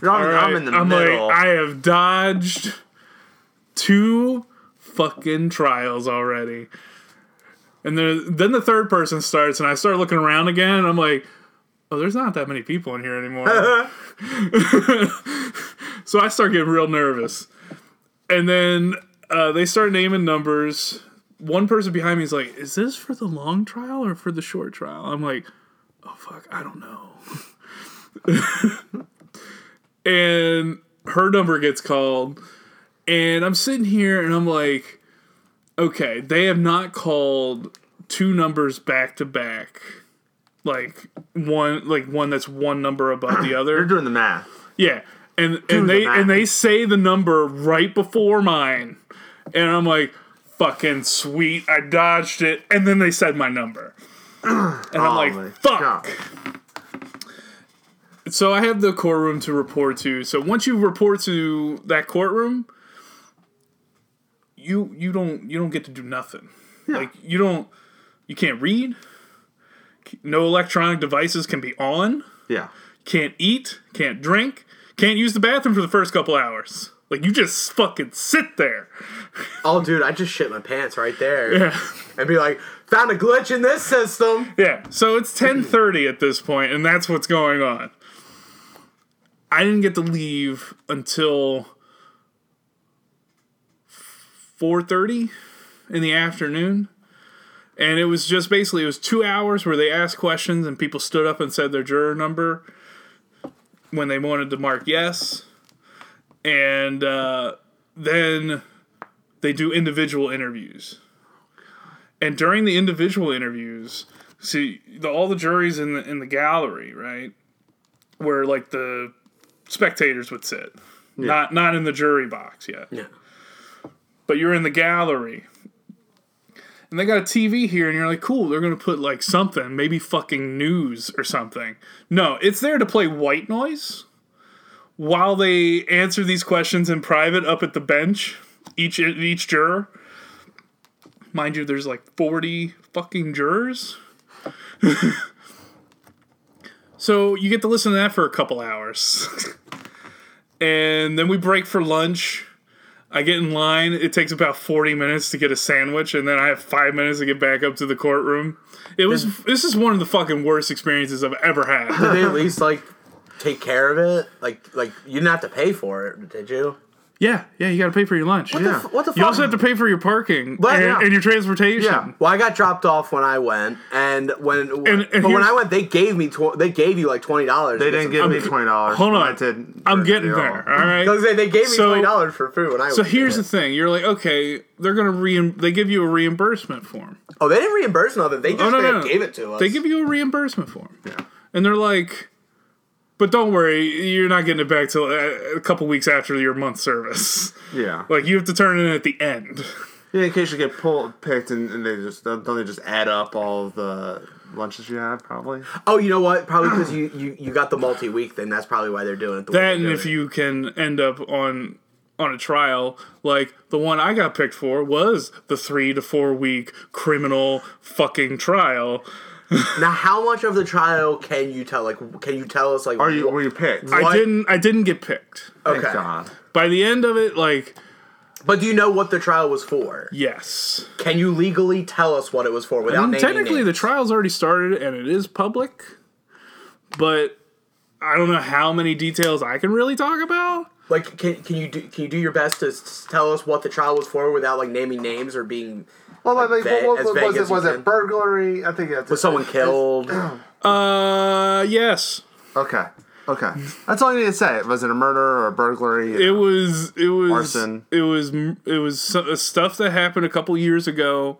[SPEAKER 2] You're on-
[SPEAKER 4] All
[SPEAKER 2] I'm
[SPEAKER 4] right.
[SPEAKER 2] in the middle.
[SPEAKER 4] Like, I have dodged two fucking trials already. And then then the third person starts, and I start looking around again, and I'm like, oh, there's not that many people in here anymore. so I start getting real nervous. And then uh, they start naming numbers. One person behind me is like, is this for the long trial or for the short trial? I'm like, oh, fuck, I don't know and her number gets called and i'm sitting here and i'm like okay they have not called two numbers back to back like one like one that's one number above the
[SPEAKER 2] You're
[SPEAKER 4] other
[SPEAKER 2] doing the math.
[SPEAKER 4] yeah and and they
[SPEAKER 2] math.
[SPEAKER 4] and they say the number right before mine and i'm like fucking sweet i dodged it and then they said my number and i'm
[SPEAKER 2] my
[SPEAKER 4] like fuck
[SPEAKER 2] God.
[SPEAKER 4] so I have the courtroom to report to. So once you report to that courtroom, you you don't you don't get to do nothing. Like you don't you can't read. No electronic devices can be on.
[SPEAKER 2] Yeah.
[SPEAKER 4] Can't eat. Can't drink. Can't use the bathroom for the first couple hours. Like you just fucking sit there.
[SPEAKER 3] oh, dude, I just shit my pants right there, and be like, found a glitch in this system.
[SPEAKER 4] Yeah. So it's ten thirty at this point, and that's what's going on. I didn't get to leave until four thirty in the afternoon. And it was just basically it was two hours where they asked questions and people stood up and said their juror number when they wanted to mark yes. And uh, then they do individual interviews. And during the individual interviews, see the, all the juries in the in the gallery, right, where like the spectators would sit, not not in the jury box yet.
[SPEAKER 3] Yeah.
[SPEAKER 4] But you're in the gallery, and they got a TV here, and you're like, cool, they're gonna put like something, maybe fucking news or something. No, it's there to play white noise while they answer these questions in private up at the bench, each each juror. Mind you, there's like 40 fucking jurors. so you get to listen to that for a couple hours. and then we break for lunch. I get in line. It takes about forty minutes to get a sandwich, and then I have five minutes to get back up to the courtroom. It was. This is one of the fucking worst experiences I've ever had.
[SPEAKER 3] Did they at least like take care of it? Like like you didn't have to pay for it, did you?
[SPEAKER 4] yeah, yeah. You got to pay for your lunch.
[SPEAKER 3] What the
[SPEAKER 2] Yeah.
[SPEAKER 3] f- what the fuck?
[SPEAKER 4] You also have to pay for your parking
[SPEAKER 3] But,
[SPEAKER 4] and,
[SPEAKER 3] yeah.
[SPEAKER 4] and your transportation.
[SPEAKER 2] Yeah.
[SPEAKER 3] Well, I got dropped off when I went, and when
[SPEAKER 4] And- and
[SPEAKER 3] but when
[SPEAKER 4] here's-
[SPEAKER 3] I went, they gave me tw- they gave you like twenty dollars.
[SPEAKER 2] They didn't give me twenty dollars.
[SPEAKER 4] Hold on.
[SPEAKER 2] I did.
[SPEAKER 4] I'm getting
[SPEAKER 2] Yeah.
[SPEAKER 4] there. All right.
[SPEAKER 3] they, they gave me
[SPEAKER 4] So-
[SPEAKER 3] twenty dollars for food when I
[SPEAKER 4] So
[SPEAKER 3] went.
[SPEAKER 4] here's the thing: you're like, okay, they're gonna re- they give you a reimbursement form.
[SPEAKER 3] oh, they didn't reimburse nothing. They just
[SPEAKER 4] Oh no,
[SPEAKER 3] straight
[SPEAKER 4] no,
[SPEAKER 3] up
[SPEAKER 4] no.
[SPEAKER 3] gave it to us.
[SPEAKER 4] They give you a reimbursement form. Yeah. And they're like, but don't worry, you're not getting it back till uh, a couple weeks after your month service.
[SPEAKER 2] Yeah.
[SPEAKER 4] Like you have to turn it in at the end.
[SPEAKER 2] Yeah, in case you get pulled, picked, and, and they just don't don't they just add up all the lunches you have? Probably.
[SPEAKER 3] oh, you know what? Probably because you, you you got the multi week thing. That's probably why they're doing it. The way
[SPEAKER 4] That
[SPEAKER 3] they're
[SPEAKER 4] and
[SPEAKER 3] doing
[SPEAKER 4] if
[SPEAKER 3] it.
[SPEAKER 4] you can end up on on a trial, like the one I got picked for was the three to four week criminal fucking trial.
[SPEAKER 3] now, how much of the trial can you tell? Like, can you tell us like?
[SPEAKER 2] Are you were you picked?
[SPEAKER 4] I
[SPEAKER 3] What?
[SPEAKER 4] didn't I didn't get picked.
[SPEAKER 2] Thank
[SPEAKER 3] okay?
[SPEAKER 2] God.
[SPEAKER 4] By the end of it, like
[SPEAKER 3] But do you know what the trial was for?
[SPEAKER 4] yes.
[SPEAKER 3] Can you legally tell us what it was for without
[SPEAKER 4] Mm,
[SPEAKER 3] naming
[SPEAKER 4] technically the
[SPEAKER 3] names?
[SPEAKER 4] trial's already started and it is public but i don't know how many details i can really talk about
[SPEAKER 3] like can, can you do can you do your best to s- tell us what the trial was for without like naming names or being
[SPEAKER 2] Well, like,
[SPEAKER 3] Like,
[SPEAKER 2] what,
[SPEAKER 3] va-
[SPEAKER 2] what,
[SPEAKER 3] as
[SPEAKER 2] what
[SPEAKER 3] vague
[SPEAKER 2] was
[SPEAKER 3] as
[SPEAKER 2] it?
[SPEAKER 3] you
[SPEAKER 2] Was
[SPEAKER 3] can.
[SPEAKER 2] it burglary? I think that's
[SPEAKER 3] was someone killed? Oh,
[SPEAKER 4] uh yes
[SPEAKER 2] Okay. Okay. That's all you need to say. Was it a murder or a burglary?
[SPEAKER 4] it was it was
[SPEAKER 2] Arson.
[SPEAKER 4] it was it was so- stuff that happened a couple years ago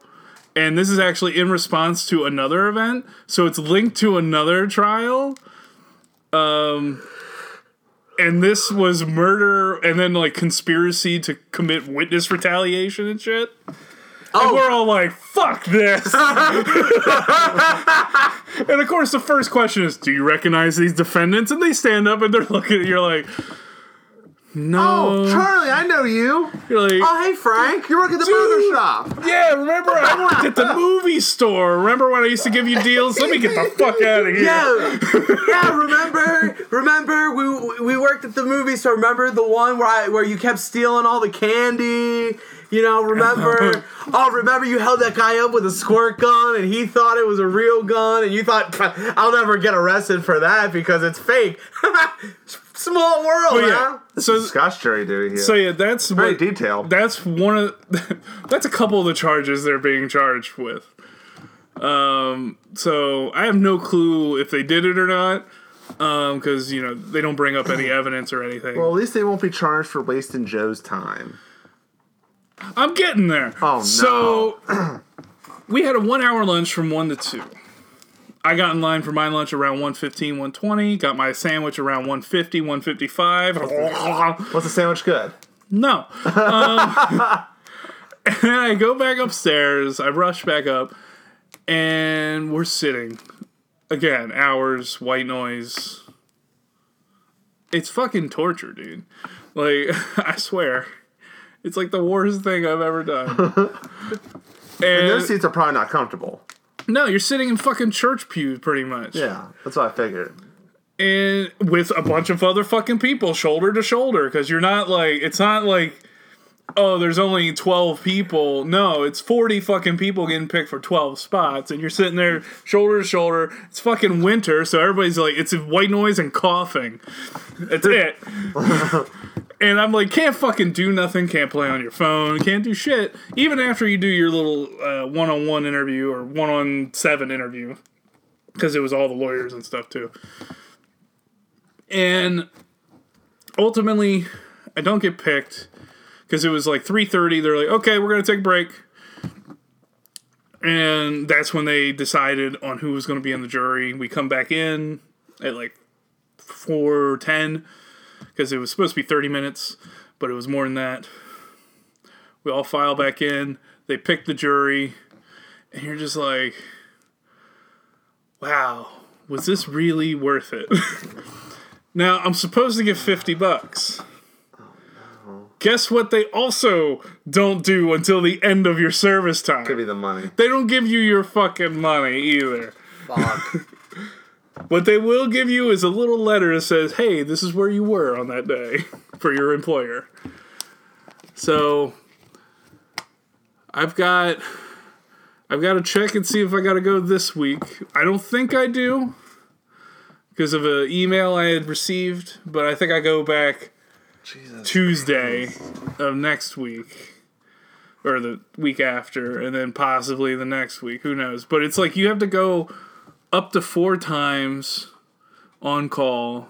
[SPEAKER 4] and this is actually in response to another event so it's linked to another trial um and this was murder and then like conspiracy to commit witness retaliation and shit And we're
[SPEAKER 3] Oh,
[SPEAKER 4] all like, fuck this. and of course, the first question is, do you recognize these defendants? And they stand up and they're looking at you like, no.
[SPEAKER 2] Oh, Charlie, I know you.
[SPEAKER 4] You're like,
[SPEAKER 3] oh hey Frank,
[SPEAKER 2] You work at the burger shop.
[SPEAKER 4] yeah, remember I worked at the movie store. Remember when I used to give you deals? Let me get the fuck out of here.
[SPEAKER 3] Yeah, yeah. Remember, remember, we we worked at the movie store. Remember the one where I where you kept stealing all the candy. You know, remember? oh, remember you held that guy up with a squirt gun, and he thought it was a real gun, and you thought "Pah, I'll never get arrested for that because it's fake. Small world,
[SPEAKER 4] But
[SPEAKER 3] huh?
[SPEAKER 4] yeah. So,
[SPEAKER 2] Scotch jury duty here.
[SPEAKER 4] so yeah, that's
[SPEAKER 2] Very
[SPEAKER 4] what,
[SPEAKER 2] detailed.
[SPEAKER 4] that's one of that's a couple of the charges they're being charged with. Um, so I have no clue if they did it or not, because you know they don't bring up any evidence or anything.
[SPEAKER 2] well, at least they won't be charged for wasting Joe's time.
[SPEAKER 4] I'm getting there.
[SPEAKER 2] Oh, no.
[SPEAKER 4] So we had a one hour lunch from one to two. I got in line for my lunch around 115, 120, got my sandwich around 150, 155.
[SPEAKER 2] What's the sandwich good?
[SPEAKER 4] No. Um, and then I go back upstairs. I rush back up, and we're sitting again. Hours, white noise. It's fucking torture, dude. Like I swear, it's like the worst thing I've ever done.
[SPEAKER 2] Those
[SPEAKER 4] and
[SPEAKER 2] seats are probably not comfortable.
[SPEAKER 4] no, you're sitting in fucking church pews, pretty much
[SPEAKER 2] Yeah, that's what I figured.
[SPEAKER 4] and with a bunch of other fucking people shoulder to shoulder because you're not like it's not like oh there's only 12 people no it's 40 fucking people getting picked for 12 spots and you're sitting there shoulder to shoulder it's fucking winter so everybody's like it's white noise and coughing that's it and i'm like can't fucking do nothing can't play on your phone can't do shit even after you do your little uh, one-on-one interview or one-on-seven interview because it was all the lawyers and stuff too and ultimately i don't get picked because it was like 3.30 they're like okay we're gonna take a break and that's when they decided on who was gonna be on the jury we come back in at like 4.10 because it was supposed to be 30 minutes but it was more than that we all file back in they pick the jury and you're just like wow was this really worth it Now I'm supposed to get fifty bucks. Guess what? They also don't do until the end of your service
[SPEAKER 2] Give me
[SPEAKER 4] time.
[SPEAKER 2] the money.
[SPEAKER 4] They don't give you your fucking money either.
[SPEAKER 3] Fuck.
[SPEAKER 4] What they will give you is a little letter that says, "Hey, this is where you were on that day for your employer." So I've got I've got to check and see if I got to go this week. I don't think I do because of an email I had received, but I think I go back Tuesday of next week or the week after and then possibly the next week, who knows. But it's like you have to go up to 4 times on call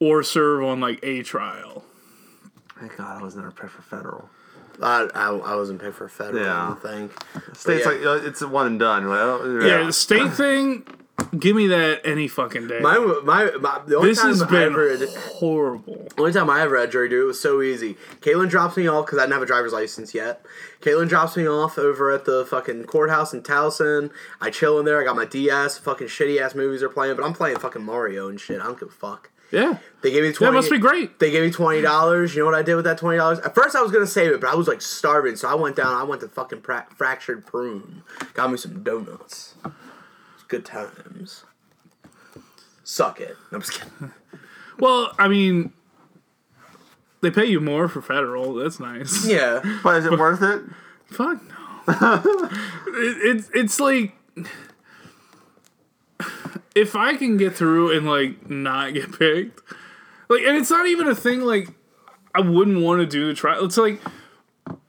[SPEAKER 4] or serve on like a trial.
[SPEAKER 2] Thank God I was never picked for federal.
[SPEAKER 3] I, I, I wasn't picked for federal. I don't think.
[SPEAKER 2] States
[SPEAKER 3] yeah.
[SPEAKER 2] like uh, it's a one and done. You're like, oh,
[SPEAKER 4] Yeah, the state thing, give me that any fucking day.
[SPEAKER 3] My, my, my the only
[SPEAKER 4] this
[SPEAKER 3] time
[SPEAKER 4] has
[SPEAKER 3] I've
[SPEAKER 4] been
[SPEAKER 3] heard,
[SPEAKER 4] horrible.
[SPEAKER 3] only time I ever had jury duty it was so easy. Caitlin drops me off because I didn't have a driver's license yet. Caitlin drops me off over at the fucking courthouse in Towson. I chill in there. I got my DS. Fucking shitty ass movies are playing, but I'm playing fucking Mario and shit. I don't give a fuck.
[SPEAKER 4] Yeah.
[SPEAKER 3] They gave me
[SPEAKER 4] That
[SPEAKER 3] twenty.
[SPEAKER 4] must be great.
[SPEAKER 3] They gave me twenty dollars. You know what I did with that twenty dollars? At first, I was gonna save it, but I was like starving, so I went down. I went to fucking pra- fractured prune. Got me some donuts. Good times. Suck it. I'm just kidding.
[SPEAKER 4] Well, I mean, they pay you more for federal. That's nice.
[SPEAKER 3] Yeah.
[SPEAKER 2] but is it worth it?
[SPEAKER 4] Fuck no. it, it's it's like if I can get through and like not get picked, like, and it's not even a thing. Like, I wouldn't want to do the trial. It's like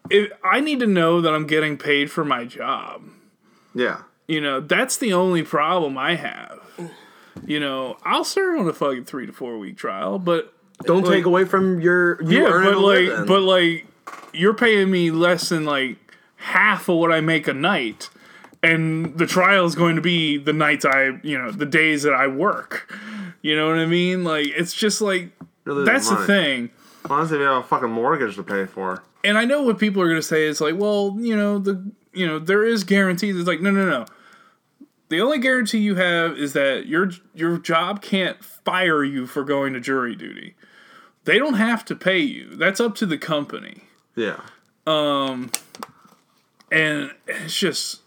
[SPEAKER 4] if I need to know that I'm getting paid for my job.
[SPEAKER 2] Yeah.
[SPEAKER 4] You know, that's the only problem I have. You know, I'll serve on a fucking three to four week trial, but
[SPEAKER 3] Don't
[SPEAKER 4] Like-
[SPEAKER 3] take away from your. You
[SPEAKER 4] yeah,
[SPEAKER 3] earn
[SPEAKER 4] but
[SPEAKER 3] a
[SPEAKER 4] like,
[SPEAKER 3] living.
[SPEAKER 4] but like, you're paying me less than like half of what I make a night, and the trial is going to be the nights I, you know, the days that I work. You know what I mean? Like, it's just like
[SPEAKER 2] You're losing
[SPEAKER 4] that's the
[SPEAKER 2] money.
[SPEAKER 4] thing.
[SPEAKER 2] Honestly, we have a fucking mortgage to pay for.
[SPEAKER 4] And I know what people are going to say is like, well, you know, the you know there is guarantees. It's like, no, no, no. The only guarantee you have is that your your job can't fire you for going to jury duty. They don't have to pay you. That's up to the company.
[SPEAKER 2] Yeah.
[SPEAKER 4] and it's just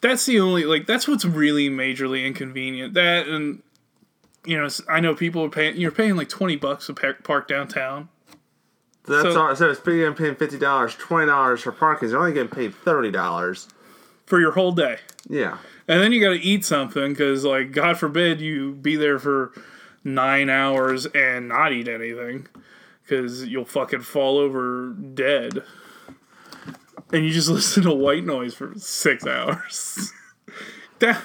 [SPEAKER 4] that's the only like that's what's really majorly inconvenient that and you know i know people are paying you're paying like 20 bucks to par- park downtown
[SPEAKER 2] So that's
[SPEAKER 4] So-
[SPEAKER 2] all. So it's speaking of paying fifty dollars, twenty dollars for parking. You're only getting paid thirty dollars.
[SPEAKER 4] for your whole day
[SPEAKER 2] Yeah.
[SPEAKER 4] and then you got to eat something because like god forbid you be there for nine hours and not eat anything because you'll fucking fall over dead and you just listen to white noise for six hours that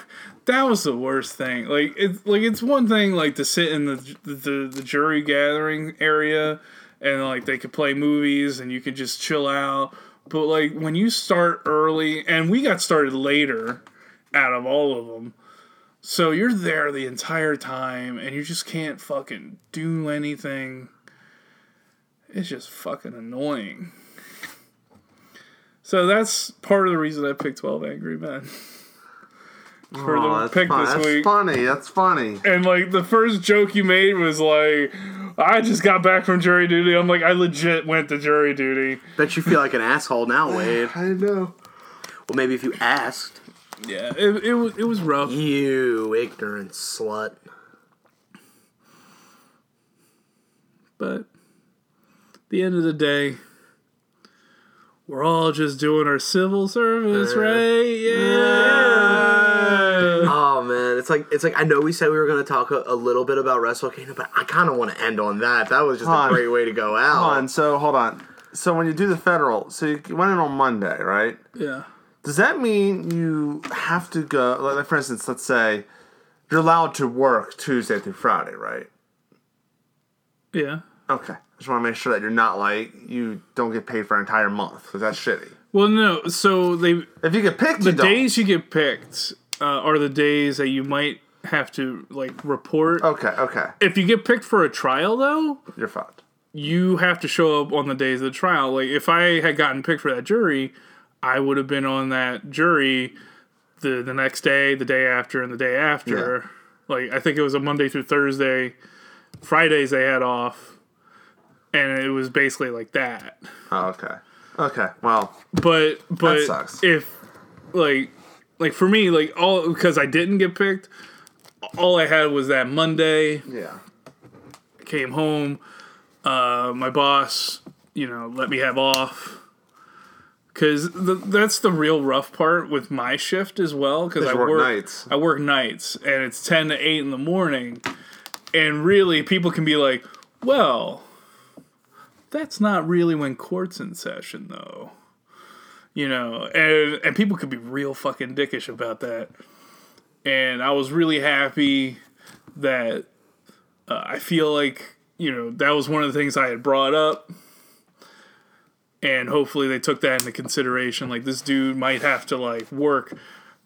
[SPEAKER 4] that was the worst thing like it's like it's one thing like to sit in the the, the jury gathering area and like they could play movies and you could just chill out but like when you start early and we got started later out of all of them. So you're there the entire time and you just can't fucking do anything. It's just fucking annoying. So that's part of the reason I picked 12 Angry Men. For
[SPEAKER 2] Oh,
[SPEAKER 4] the
[SPEAKER 2] that's,
[SPEAKER 4] pick
[SPEAKER 2] fun-
[SPEAKER 4] this
[SPEAKER 2] that's
[SPEAKER 4] week.
[SPEAKER 2] funny. That's funny.
[SPEAKER 4] And like the first joke you made was like, I just got back from jury duty. I'm like, I legit went to jury duty.
[SPEAKER 3] bet you feel like an asshole now, Wade.
[SPEAKER 2] I know.
[SPEAKER 3] Well, maybe if you asked.
[SPEAKER 4] Yeah, it, it, was, it was rough.
[SPEAKER 3] You ignorant slut.
[SPEAKER 4] But at the end of the day, we're all just doing our civil service, right? Yeah.
[SPEAKER 3] Oh man, it's like it's like I know we said we were gonna talk a, a little bit about Wrestle Kingdom, but I kind of want to end on that. That was just
[SPEAKER 2] Hon.
[SPEAKER 3] a great way to go out.
[SPEAKER 2] Hold on. So hold on. So when you do the federal, so you went in on Monday, right?
[SPEAKER 4] Yeah.
[SPEAKER 2] Does that mean you have to go? Like, for instance, let's say you're allowed to work Tuesday through Friday, right?
[SPEAKER 4] Yeah.
[SPEAKER 2] Okay. Just want to make sure that you're not like you don't get paid for an entire month because that's shitty.
[SPEAKER 4] Well, no. So they
[SPEAKER 2] If you get picked,
[SPEAKER 4] the
[SPEAKER 2] you don't.
[SPEAKER 4] days you get picked uh, are the days that you might have to like report.
[SPEAKER 2] Okay. Okay.
[SPEAKER 4] If you get picked for a trial, though,
[SPEAKER 2] You're fucked.
[SPEAKER 4] you have to show up on the days of the trial. Like if I had gotten picked for that jury, I would have been on that jury the the next day, the day after, and the day after. Like I think it was a Monday through Thursday. Fridays they had off, and it was basically like that.
[SPEAKER 2] Oh, okay. Okay. Well,
[SPEAKER 4] But but
[SPEAKER 2] sucks.
[SPEAKER 4] if like like for me like all because I didn't get picked, all I had was that Monday
[SPEAKER 2] yeah.
[SPEAKER 4] came home. Uh, my boss, you know, let me have off. Because that's the real rough part with my shift as well. Because
[SPEAKER 2] you
[SPEAKER 4] I
[SPEAKER 2] work
[SPEAKER 4] work,
[SPEAKER 2] nights.
[SPEAKER 4] I work nights, and it's ten to eight in the morning, and really people can be like, "Well, that's not really when court's in session, though." You know, and and people could be real fucking dickish about that. And I was really happy that uh, I feel like you know that was one of the things I had brought up, and hopefully they took that into consideration. Like this dude might have to like work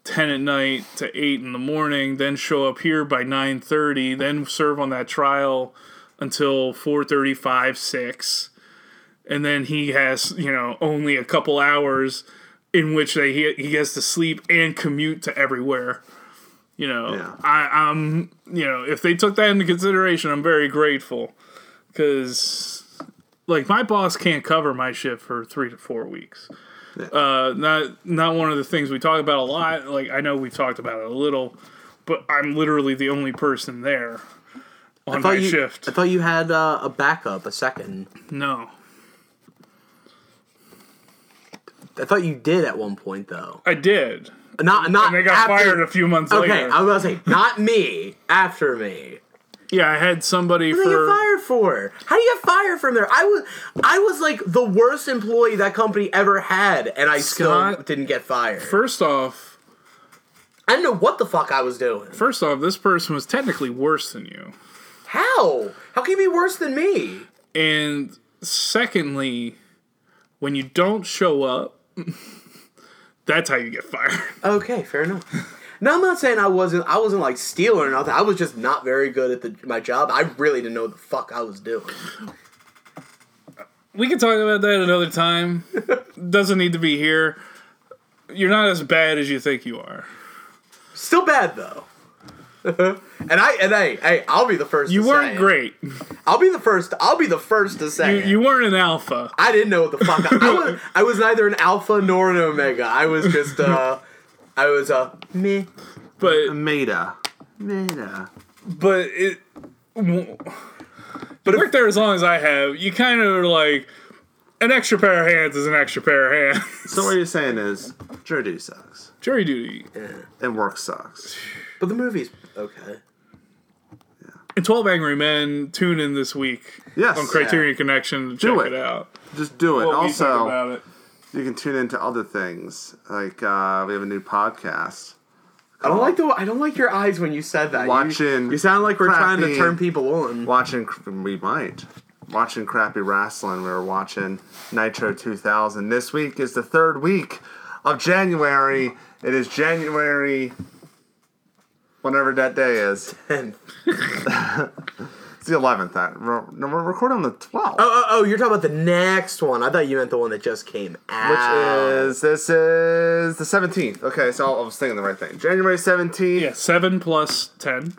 [SPEAKER 4] ten at night to eight in the morning, then show up here by nine thirty, then serve on that trial until four thirty five six, and then he has you know only a couple hours in which they he, he has to sleep and commute to everywhere. You know,
[SPEAKER 2] Yeah.
[SPEAKER 4] I, I'm you know, if they took that into consideration, I'm very grateful because like my boss can't cover my shift for three to four weeks. Uh, not not one of the things we talk about a lot. Like I know we've talked about it a little, but I'm literally the only person there on my
[SPEAKER 3] thought you,
[SPEAKER 4] shift.
[SPEAKER 3] I thought you had uh, a backup, a second.
[SPEAKER 4] no,
[SPEAKER 3] I thought you did at one point though.
[SPEAKER 4] I did.
[SPEAKER 3] Not not
[SPEAKER 4] And they got
[SPEAKER 3] after-
[SPEAKER 4] fired a few months
[SPEAKER 3] Okay,
[SPEAKER 4] later.
[SPEAKER 3] I was gonna say not me. After me.
[SPEAKER 4] yeah, I had somebody
[SPEAKER 3] What do you get
[SPEAKER 4] for.
[SPEAKER 3] fired for? How do you get fired from there? I was I was like the worst employee that company ever had, and I still
[SPEAKER 4] Scott-
[SPEAKER 3] didn't get fired.
[SPEAKER 4] First off,
[SPEAKER 3] I didn't know what the fuck I was doing.
[SPEAKER 4] first off, this person was technically worse than you.
[SPEAKER 3] How? How can you be worse than me?
[SPEAKER 4] And secondly, when you don't show up, that's how you get fired.
[SPEAKER 3] Okay, fair enough. Now I'm not saying I wasn't I wasn't like stealing or nothing. I was just not very good at the, my job. I really didn't know what the fuck I was doing.
[SPEAKER 4] We can talk about that another time. Doesn't need to be here. You're not as bad as you think you are.
[SPEAKER 3] Still bad though. and I and hey hey I'll be the first.
[SPEAKER 4] You
[SPEAKER 3] to say
[SPEAKER 4] weren't
[SPEAKER 3] it.
[SPEAKER 4] great.
[SPEAKER 3] I'll be the first. I'll be the first to say
[SPEAKER 4] You,
[SPEAKER 3] it.
[SPEAKER 4] you weren't an alpha.
[SPEAKER 3] I didn't know what the fuck. I, I was I was neither an alpha nor an omega. I was just uh, I was a meh.
[SPEAKER 4] But
[SPEAKER 2] Meta. Meta.
[SPEAKER 4] but it. w- But worked there as long as I have. You kind of are like an extra pair of hands is an extra pair of hands.
[SPEAKER 2] So what you're saying is, jury duty sucks.
[SPEAKER 4] Jury duty
[SPEAKER 2] And work sucks.
[SPEAKER 3] But the movie's okay.
[SPEAKER 4] and Twelve Angry Men. Tune in this week
[SPEAKER 2] Yes.
[SPEAKER 4] on Criterion Connection. To check
[SPEAKER 2] Do
[SPEAKER 4] it.
[SPEAKER 2] it.
[SPEAKER 4] out.
[SPEAKER 2] Just do it.
[SPEAKER 4] What we think
[SPEAKER 2] also,
[SPEAKER 4] about it.
[SPEAKER 2] you can tune into other things. Like uh, we have a new podcast.
[SPEAKER 3] I don't like the I don't like your eyes when you said that. You-
[SPEAKER 2] Watching
[SPEAKER 3] You, sound like we're trying to
[SPEAKER 2] crappy-
[SPEAKER 3] turn people on.
[SPEAKER 2] Watching we might. Watching crappy wrestling. We were watching Nitro 2000. This week is the third week of January. It is January. Whenever that day is,
[SPEAKER 3] And-
[SPEAKER 2] it's the 11th. that- we're- No, we're recording on the 12th.
[SPEAKER 3] oh, oh, you're talking about the next one. I thought you meant the one that just came
[SPEAKER 2] Which uh,
[SPEAKER 3] out.
[SPEAKER 2] is this is the seventeenth. Okay, so I was thinking the right thing. January seventeenth.
[SPEAKER 4] Yeah, seven plus ten.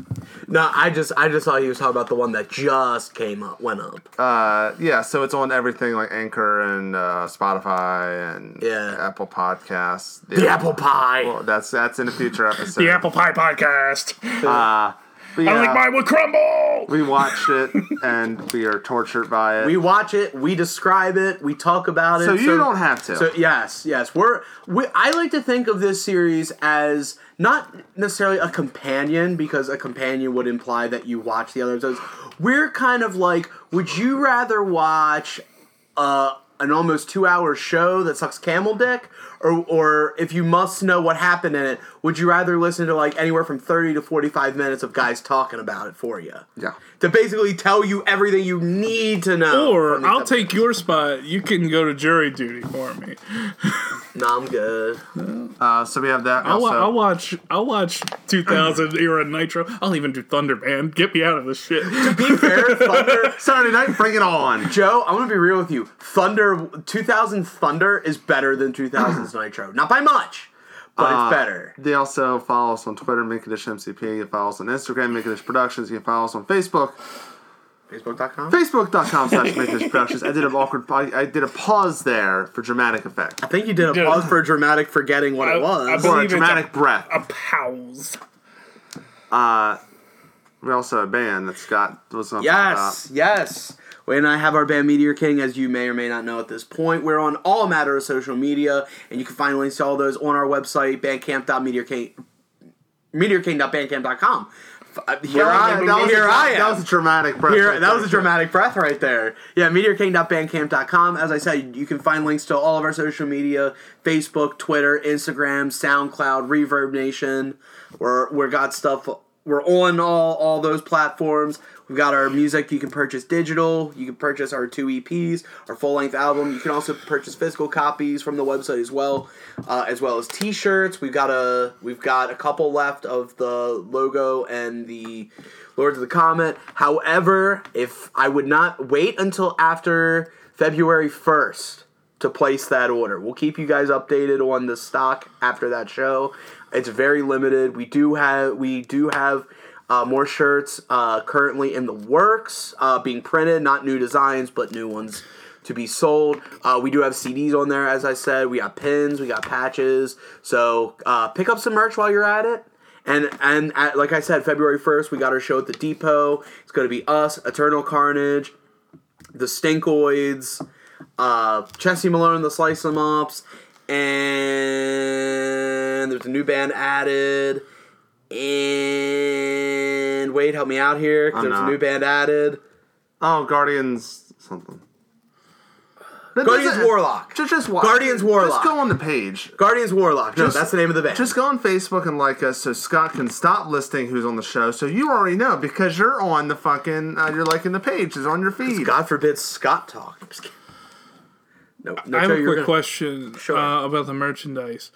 [SPEAKER 3] No, I just I just thought he was talking about the one that just came up went up.
[SPEAKER 2] Uh, yeah. So it's on everything like Anchor and uh, Spotify and
[SPEAKER 3] Yeah.
[SPEAKER 2] Apple Podcasts.
[SPEAKER 3] the apple pie.
[SPEAKER 2] Well, that's that's in a future episode.
[SPEAKER 4] The Apple Pie Podcast.
[SPEAKER 2] But
[SPEAKER 4] I
[SPEAKER 2] yeah,
[SPEAKER 4] like mine would crumble.
[SPEAKER 2] Uh, we watched it and we are tortured by it.
[SPEAKER 3] we watch it, we describe it, we talk about it.
[SPEAKER 2] so you don't have to.
[SPEAKER 3] So e- yes, yes, we're we, I like to think of this series as not necessarily a companion because a companion would imply that you watch the other episodes. We're kind of like, would you rather watch uh, an almost two-hour show that sucks camel dick, or or if you must know what happened in it, would you rather listen to like anywhere from thirty to forty-five minutes of guys talking about it for you?
[SPEAKER 2] yeah.
[SPEAKER 3] To basically tell you everything you need to know. from
[SPEAKER 4] Or
[SPEAKER 3] these
[SPEAKER 4] I'll
[SPEAKER 3] episodes.
[SPEAKER 4] take your spot. You can go to jury duty for me.
[SPEAKER 3] No, I'm good.
[SPEAKER 2] Uh, so we have that.
[SPEAKER 4] I'll,
[SPEAKER 2] Also,
[SPEAKER 4] wa- I'll watch. I'll watch 2000 era Nitro. I'll even do Thunder Band. Get me out of this shit.
[SPEAKER 3] Be fair, Thunder.
[SPEAKER 2] Saturday night. Bring it on.
[SPEAKER 3] Joe, I'm gonna be real with you. Thunder, 2000 Thunder is better than 2000's Nitro. Not by much, but it's better.
[SPEAKER 2] They also follow us on Twitter, Minkadish MCP. You can follow us on Instagram, Minkadish Productions. You can follow us on Facebook,
[SPEAKER 3] Facebook.com.
[SPEAKER 2] facebook.com slash Minkadish Productions. I did an awkward, I, I did a pause there for dramatic effect.
[SPEAKER 3] I think you did a
[SPEAKER 4] Dude.
[SPEAKER 3] pause for dramatic forgetting what
[SPEAKER 4] I-
[SPEAKER 3] it
[SPEAKER 4] I
[SPEAKER 3] was.
[SPEAKER 4] believe-
[SPEAKER 2] Or a
[SPEAKER 4] it's a-
[SPEAKER 2] dramatic breath.
[SPEAKER 4] A pals.
[SPEAKER 2] we also have a band that Scott was on.
[SPEAKER 3] Uh. yes, yes. Wayne and I have our band Meteor King, as you may or may not know at this point. We're on all matter of social media, and you can find links to all those on our website, bandcamp.meteorking, meteorking.bandcamp.com. F- uh, Here I,
[SPEAKER 2] that, was
[SPEAKER 3] here
[SPEAKER 2] a,
[SPEAKER 3] I am.
[SPEAKER 2] that was a dramatic breath.
[SPEAKER 3] Here-
[SPEAKER 2] right
[SPEAKER 3] that was
[SPEAKER 2] there.
[SPEAKER 3] a dramatic breath right there. Yeah, meteorking.bandcamp.com. As I said, you can find links to all of our social media Facebook, Twitter, Instagram, SoundCloud, Reverb Nation. We're, we're got stuff. We're on all, all those platforms. We've got our music you can purchase digital. You can purchase our two EPs, our full length album. You can also purchase physical copies from the website as well, uh, as well as T-shirts. We've got a we've got a couple left of the logo and the Lords of the Comet. However, if I would not wait until after February 1st to place that order, we'll keep you guys updated on the stock after that show. It's very limited. We do have we do have uh, more shirts uh, currently in the works, uh, being printed, not new designs, but new ones to be sold. Uh, we do have CDs on there, as I said. We got pins, we got patches. So uh, pick up some merch while you're at it. And and at, like I said, February first, we got our show at the Depot. It's going to be us, Eternal Carnage, the Stinkoids, uh, Chessie Malone, and the Slice 'Em Ups, and there's a new band added. And Wade, help me out here. 'cause
[SPEAKER 2] I'm
[SPEAKER 3] There's a
[SPEAKER 2] not.
[SPEAKER 3] new band added.
[SPEAKER 2] Oh, Guardians something. That
[SPEAKER 3] Guardians
[SPEAKER 2] doesn't-
[SPEAKER 3] Warlock.
[SPEAKER 2] Just, just wa-
[SPEAKER 3] Guardians
[SPEAKER 2] Just
[SPEAKER 3] Warlock.
[SPEAKER 2] go on the page.
[SPEAKER 3] Guardians Warlock. No,
[SPEAKER 2] Just-
[SPEAKER 3] that's the name of the band.
[SPEAKER 2] Just go on Facebook and like us so Scott can stop listing who's on the show. So you already know because you're on the fucking, uh, you're liking the page. It's on your feed.
[SPEAKER 3] God forbid Scott talk. I'm just kidding. No, no,
[SPEAKER 4] I have a
[SPEAKER 3] Joe,
[SPEAKER 4] quick
[SPEAKER 3] you're gonna-
[SPEAKER 4] question
[SPEAKER 3] Sure.
[SPEAKER 4] uh, about the merchandise.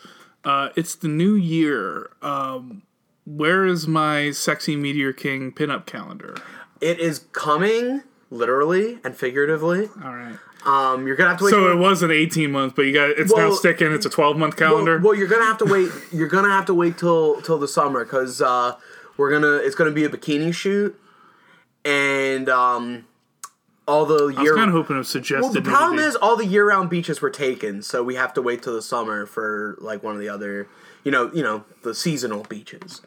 [SPEAKER 4] Uh, it's the new year. Um, where is my sexy Meteor King pinup calendar?
[SPEAKER 3] It is coming literally and figuratively.
[SPEAKER 4] All right.
[SPEAKER 3] Um, you're gonna have to wait.
[SPEAKER 4] So it was an 18 month, but you got it's now
[SPEAKER 3] Well-
[SPEAKER 4] sticking. It's a 12 month
[SPEAKER 3] well,
[SPEAKER 4] calendar.
[SPEAKER 3] well, you're gonna have to wait. You're gonna have to wait till till the summer because uh, we're gonna. It's gonna be a bikini shoot, and um, all the
[SPEAKER 4] I was
[SPEAKER 3] year.
[SPEAKER 4] kind of hoping it was suggested.
[SPEAKER 3] well, the
[SPEAKER 4] maybe.
[SPEAKER 3] problem is all the year-round beaches were taken, so we have to wait till the summer for like one of the other, you know, you know, the seasonal beaches.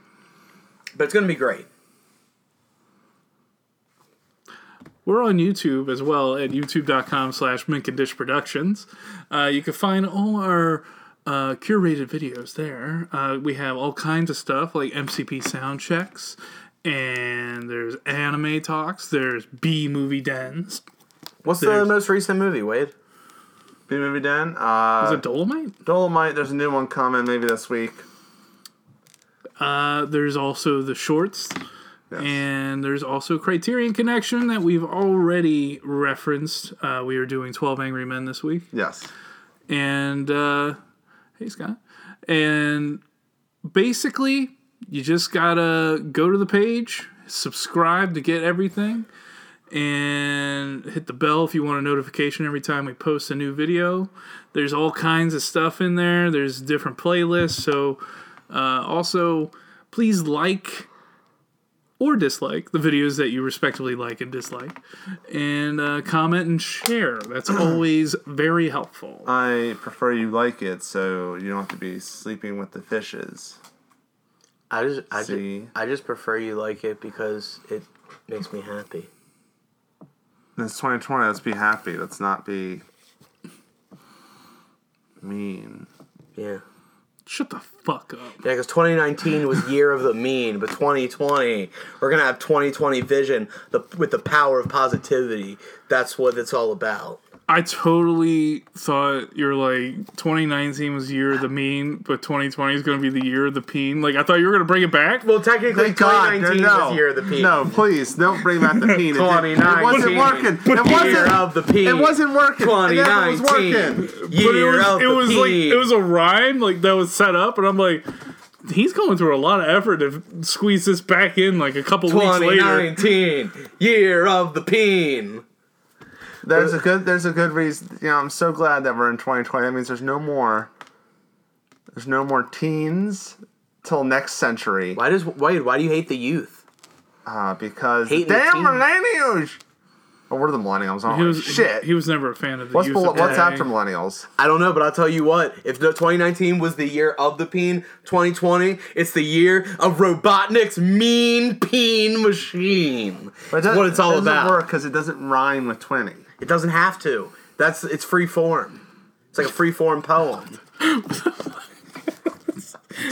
[SPEAKER 3] But it's gonna be great.
[SPEAKER 4] We're on YouTube as well at youtube.com slash mink and dish productions. Uh, you can find all our uh, curated videos there. Uh, we have all kinds of stuff like MCP sound checks, and there's anime talks, there's B movie dens.
[SPEAKER 3] What's the
[SPEAKER 4] There's-
[SPEAKER 3] most recent movie, Wade?
[SPEAKER 2] B movie den.
[SPEAKER 4] Is
[SPEAKER 2] Uh,
[SPEAKER 4] it Dolomite?
[SPEAKER 2] Dolomite. There's a new one coming maybe this week.
[SPEAKER 4] Uh, there's also the shorts. And there's also Criterion Connection that we've already referenced. Uh, we are doing 12 Angry Men this week.
[SPEAKER 2] Yes.
[SPEAKER 4] and uh, hey Scott, and basically you just gotta go to the page, subscribe to get everything, and hit the bell if you want a notification every time we post a new video. There's all kinds of stuff in there. There's different playlists. So uh, also please like. Or dislike the videos that you respectively like and dislike, and uh, comment and share. That's always very helpful.
[SPEAKER 2] I prefer you like it so you don't have to be sleeping with the fishes.
[SPEAKER 3] I just, I
[SPEAKER 2] See.
[SPEAKER 3] just, I just prefer you like it because it makes me happy.
[SPEAKER 2] It's 2020. Let's be happy. Let's not be mean.
[SPEAKER 3] Yeah.
[SPEAKER 4] Shut the fuck up.
[SPEAKER 3] Yeah, because 2019 was year of the mean, but 2020, we're gonna have 2020 vision the, with the power of positivity. That's what it's all about.
[SPEAKER 4] I totally thought you're like 2019 was the year of the mean, but 2020 is going to be the year of the peen. Like I thought you were going to bring it back.
[SPEAKER 3] Well, technically,
[SPEAKER 2] Thank God,
[SPEAKER 3] 2019
[SPEAKER 2] no,
[SPEAKER 3] was year of the peak.
[SPEAKER 2] No, please don't bring back the penis. it,
[SPEAKER 3] 2019.
[SPEAKER 2] it wasn't working. It
[SPEAKER 3] Year
[SPEAKER 2] wasn't.
[SPEAKER 3] of the peak.
[SPEAKER 2] It wasn't working. It never was
[SPEAKER 3] 2019.
[SPEAKER 2] working.
[SPEAKER 4] but it
[SPEAKER 3] Year
[SPEAKER 4] was,
[SPEAKER 3] of
[SPEAKER 4] it
[SPEAKER 3] the
[SPEAKER 4] was like
[SPEAKER 3] peak.
[SPEAKER 4] it was a rhyme like that was set up, and I'm like, he's going through a lot of effort to squeeze this back in like a couple weeks later.
[SPEAKER 3] 2019, year of the peen.
[SPEAKER 2] There's a good. There's a good reason. You know, I'm so glad that we're in 2020. That means there's no more. There's no more teens till next century.
[SPEAKER 3] Why does Wade? Why do you hate the youth?
[SPEAKER 2] Uh, because
[SPEAKER 3] Hating the
[SPEAKER 2] damn
[SPEAKER 3] teens.
[SPEAKER 2] millennials. Or what are the millennials? I'm
[SPEAKER 4] He
[SPEAKER 2] like,
[SPEAKER 4] was
[SPEAKER 2] shit.
[SPEAKER 4] He was never a fan of the
[SPEAKER 2] what's
[SPEAKER 4] use
[SPEAKER 2] bel-
[SPEAKER 4] of
[SPEAKER 2] what's
[SPEAKER 4] AA.
[SPEAKER 2] after millennials?
[SPEAKER 3] I don't know, but I'll tell you what. If the 2019 was the year of the peen, 2020, it's the year of Robotnik's mean peen machine. That's
[SPEAKER 2] doesn't-
[SPEAKER 3] what it's all
[SPEAKER 2] it doesn't
[SPEAKER 3] about.
[SPEAKER 2] work because it doesn't rhyme with twenty.
[SPEAKER 3] It doesn't have to. That's it's free form. It's like a free form poem. it's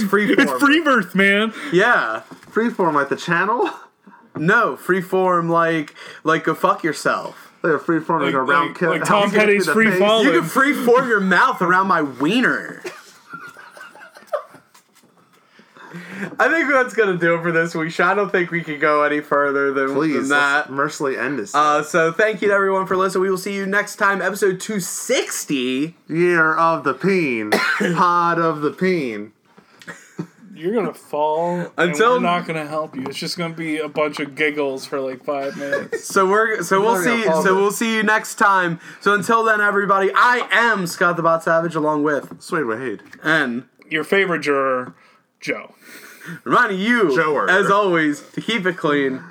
[SPEAKER 3] free form.
[SPEAKER 4] It's free birth, man.
[SPEAKER 3] Yeah.
[SPEAKER 2] Freeform like the channel.
[SPEAKER 3] No, free form like like go fuck yourself.
[SPEAKER 2] Like a freeform like,
[SPEAKER 4] Like,
[SPEAKER 2] a round
[SPEAKER 4] like-
[SPEAKER 2] kick.
[SPEAKER 4] like
[SPEAKER 2] How we
[SPEAKER 4] Tom
[SPEAKER 2] get
[SPEAKER 4] Petty's
[SPEAKER 2] through the
[SPEAKER 4] free
[SPEAKER 2] face.
[SPEAKER 4] fall.
[SPEAKER 3] You can free form your mouth around my wiener. I think that's gonna do it for this week. I don't think we could go any further than, than
[SPEAKER 2] Please, let's
[SPEAKER 3] that.
[SPEAKER 2] mercifully end this
[SPEAKER 3] Uh, so thank you to everyone for listening. We will see you next time, episode 260.
[SPEAKER 2] year of the peen, pod of the peen.
[SPEAKER 4] You're gonna fall.
[SPEAKER 3] Until-
[SPEAKER 4] Until we're not gonna help you. It's just gonna be a bunch of giggles for like five minutes.
[SPEAKER 3] So we're so we'll
[SPEAKER 2] not gonna
[SPEAKER 3] see
[SPEAKER 2] pause
[SPEAKER 3] so
[SPEAKER 2] it.
[SPEAKER 3] we'll see you next time. So until then, everybody, I am Scott the Bot Savage along with
[SPEAKER 2] Sweet Wahid.
[SPEAKER 3] and
[SPEAKER 4] Your favorite juror, Joe.
[SPEAKER 3] reminding you
[SPEAKER 2] Joer.
[SPEAKER 3] as always to keep it clean.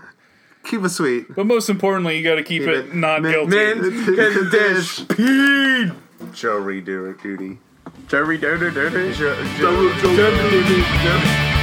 [SPEAKER 2] Keep it sweet.
[SPEAKER 4] But most importantly, you got to keep it
[SPEAKER 2] it
[SPEAKER 4] not
[SPEAKER 2] min-
[SPEAKER 4] guilty.
[SPEAKER 3] Mint and dish. Peen.
[SPEAKER 2] Joe redo it, duty.
[SPEAKER 3] Jerry Doder Doder.
[SPEAKER 2] Joe, Joe, Joe, Joe, Joe.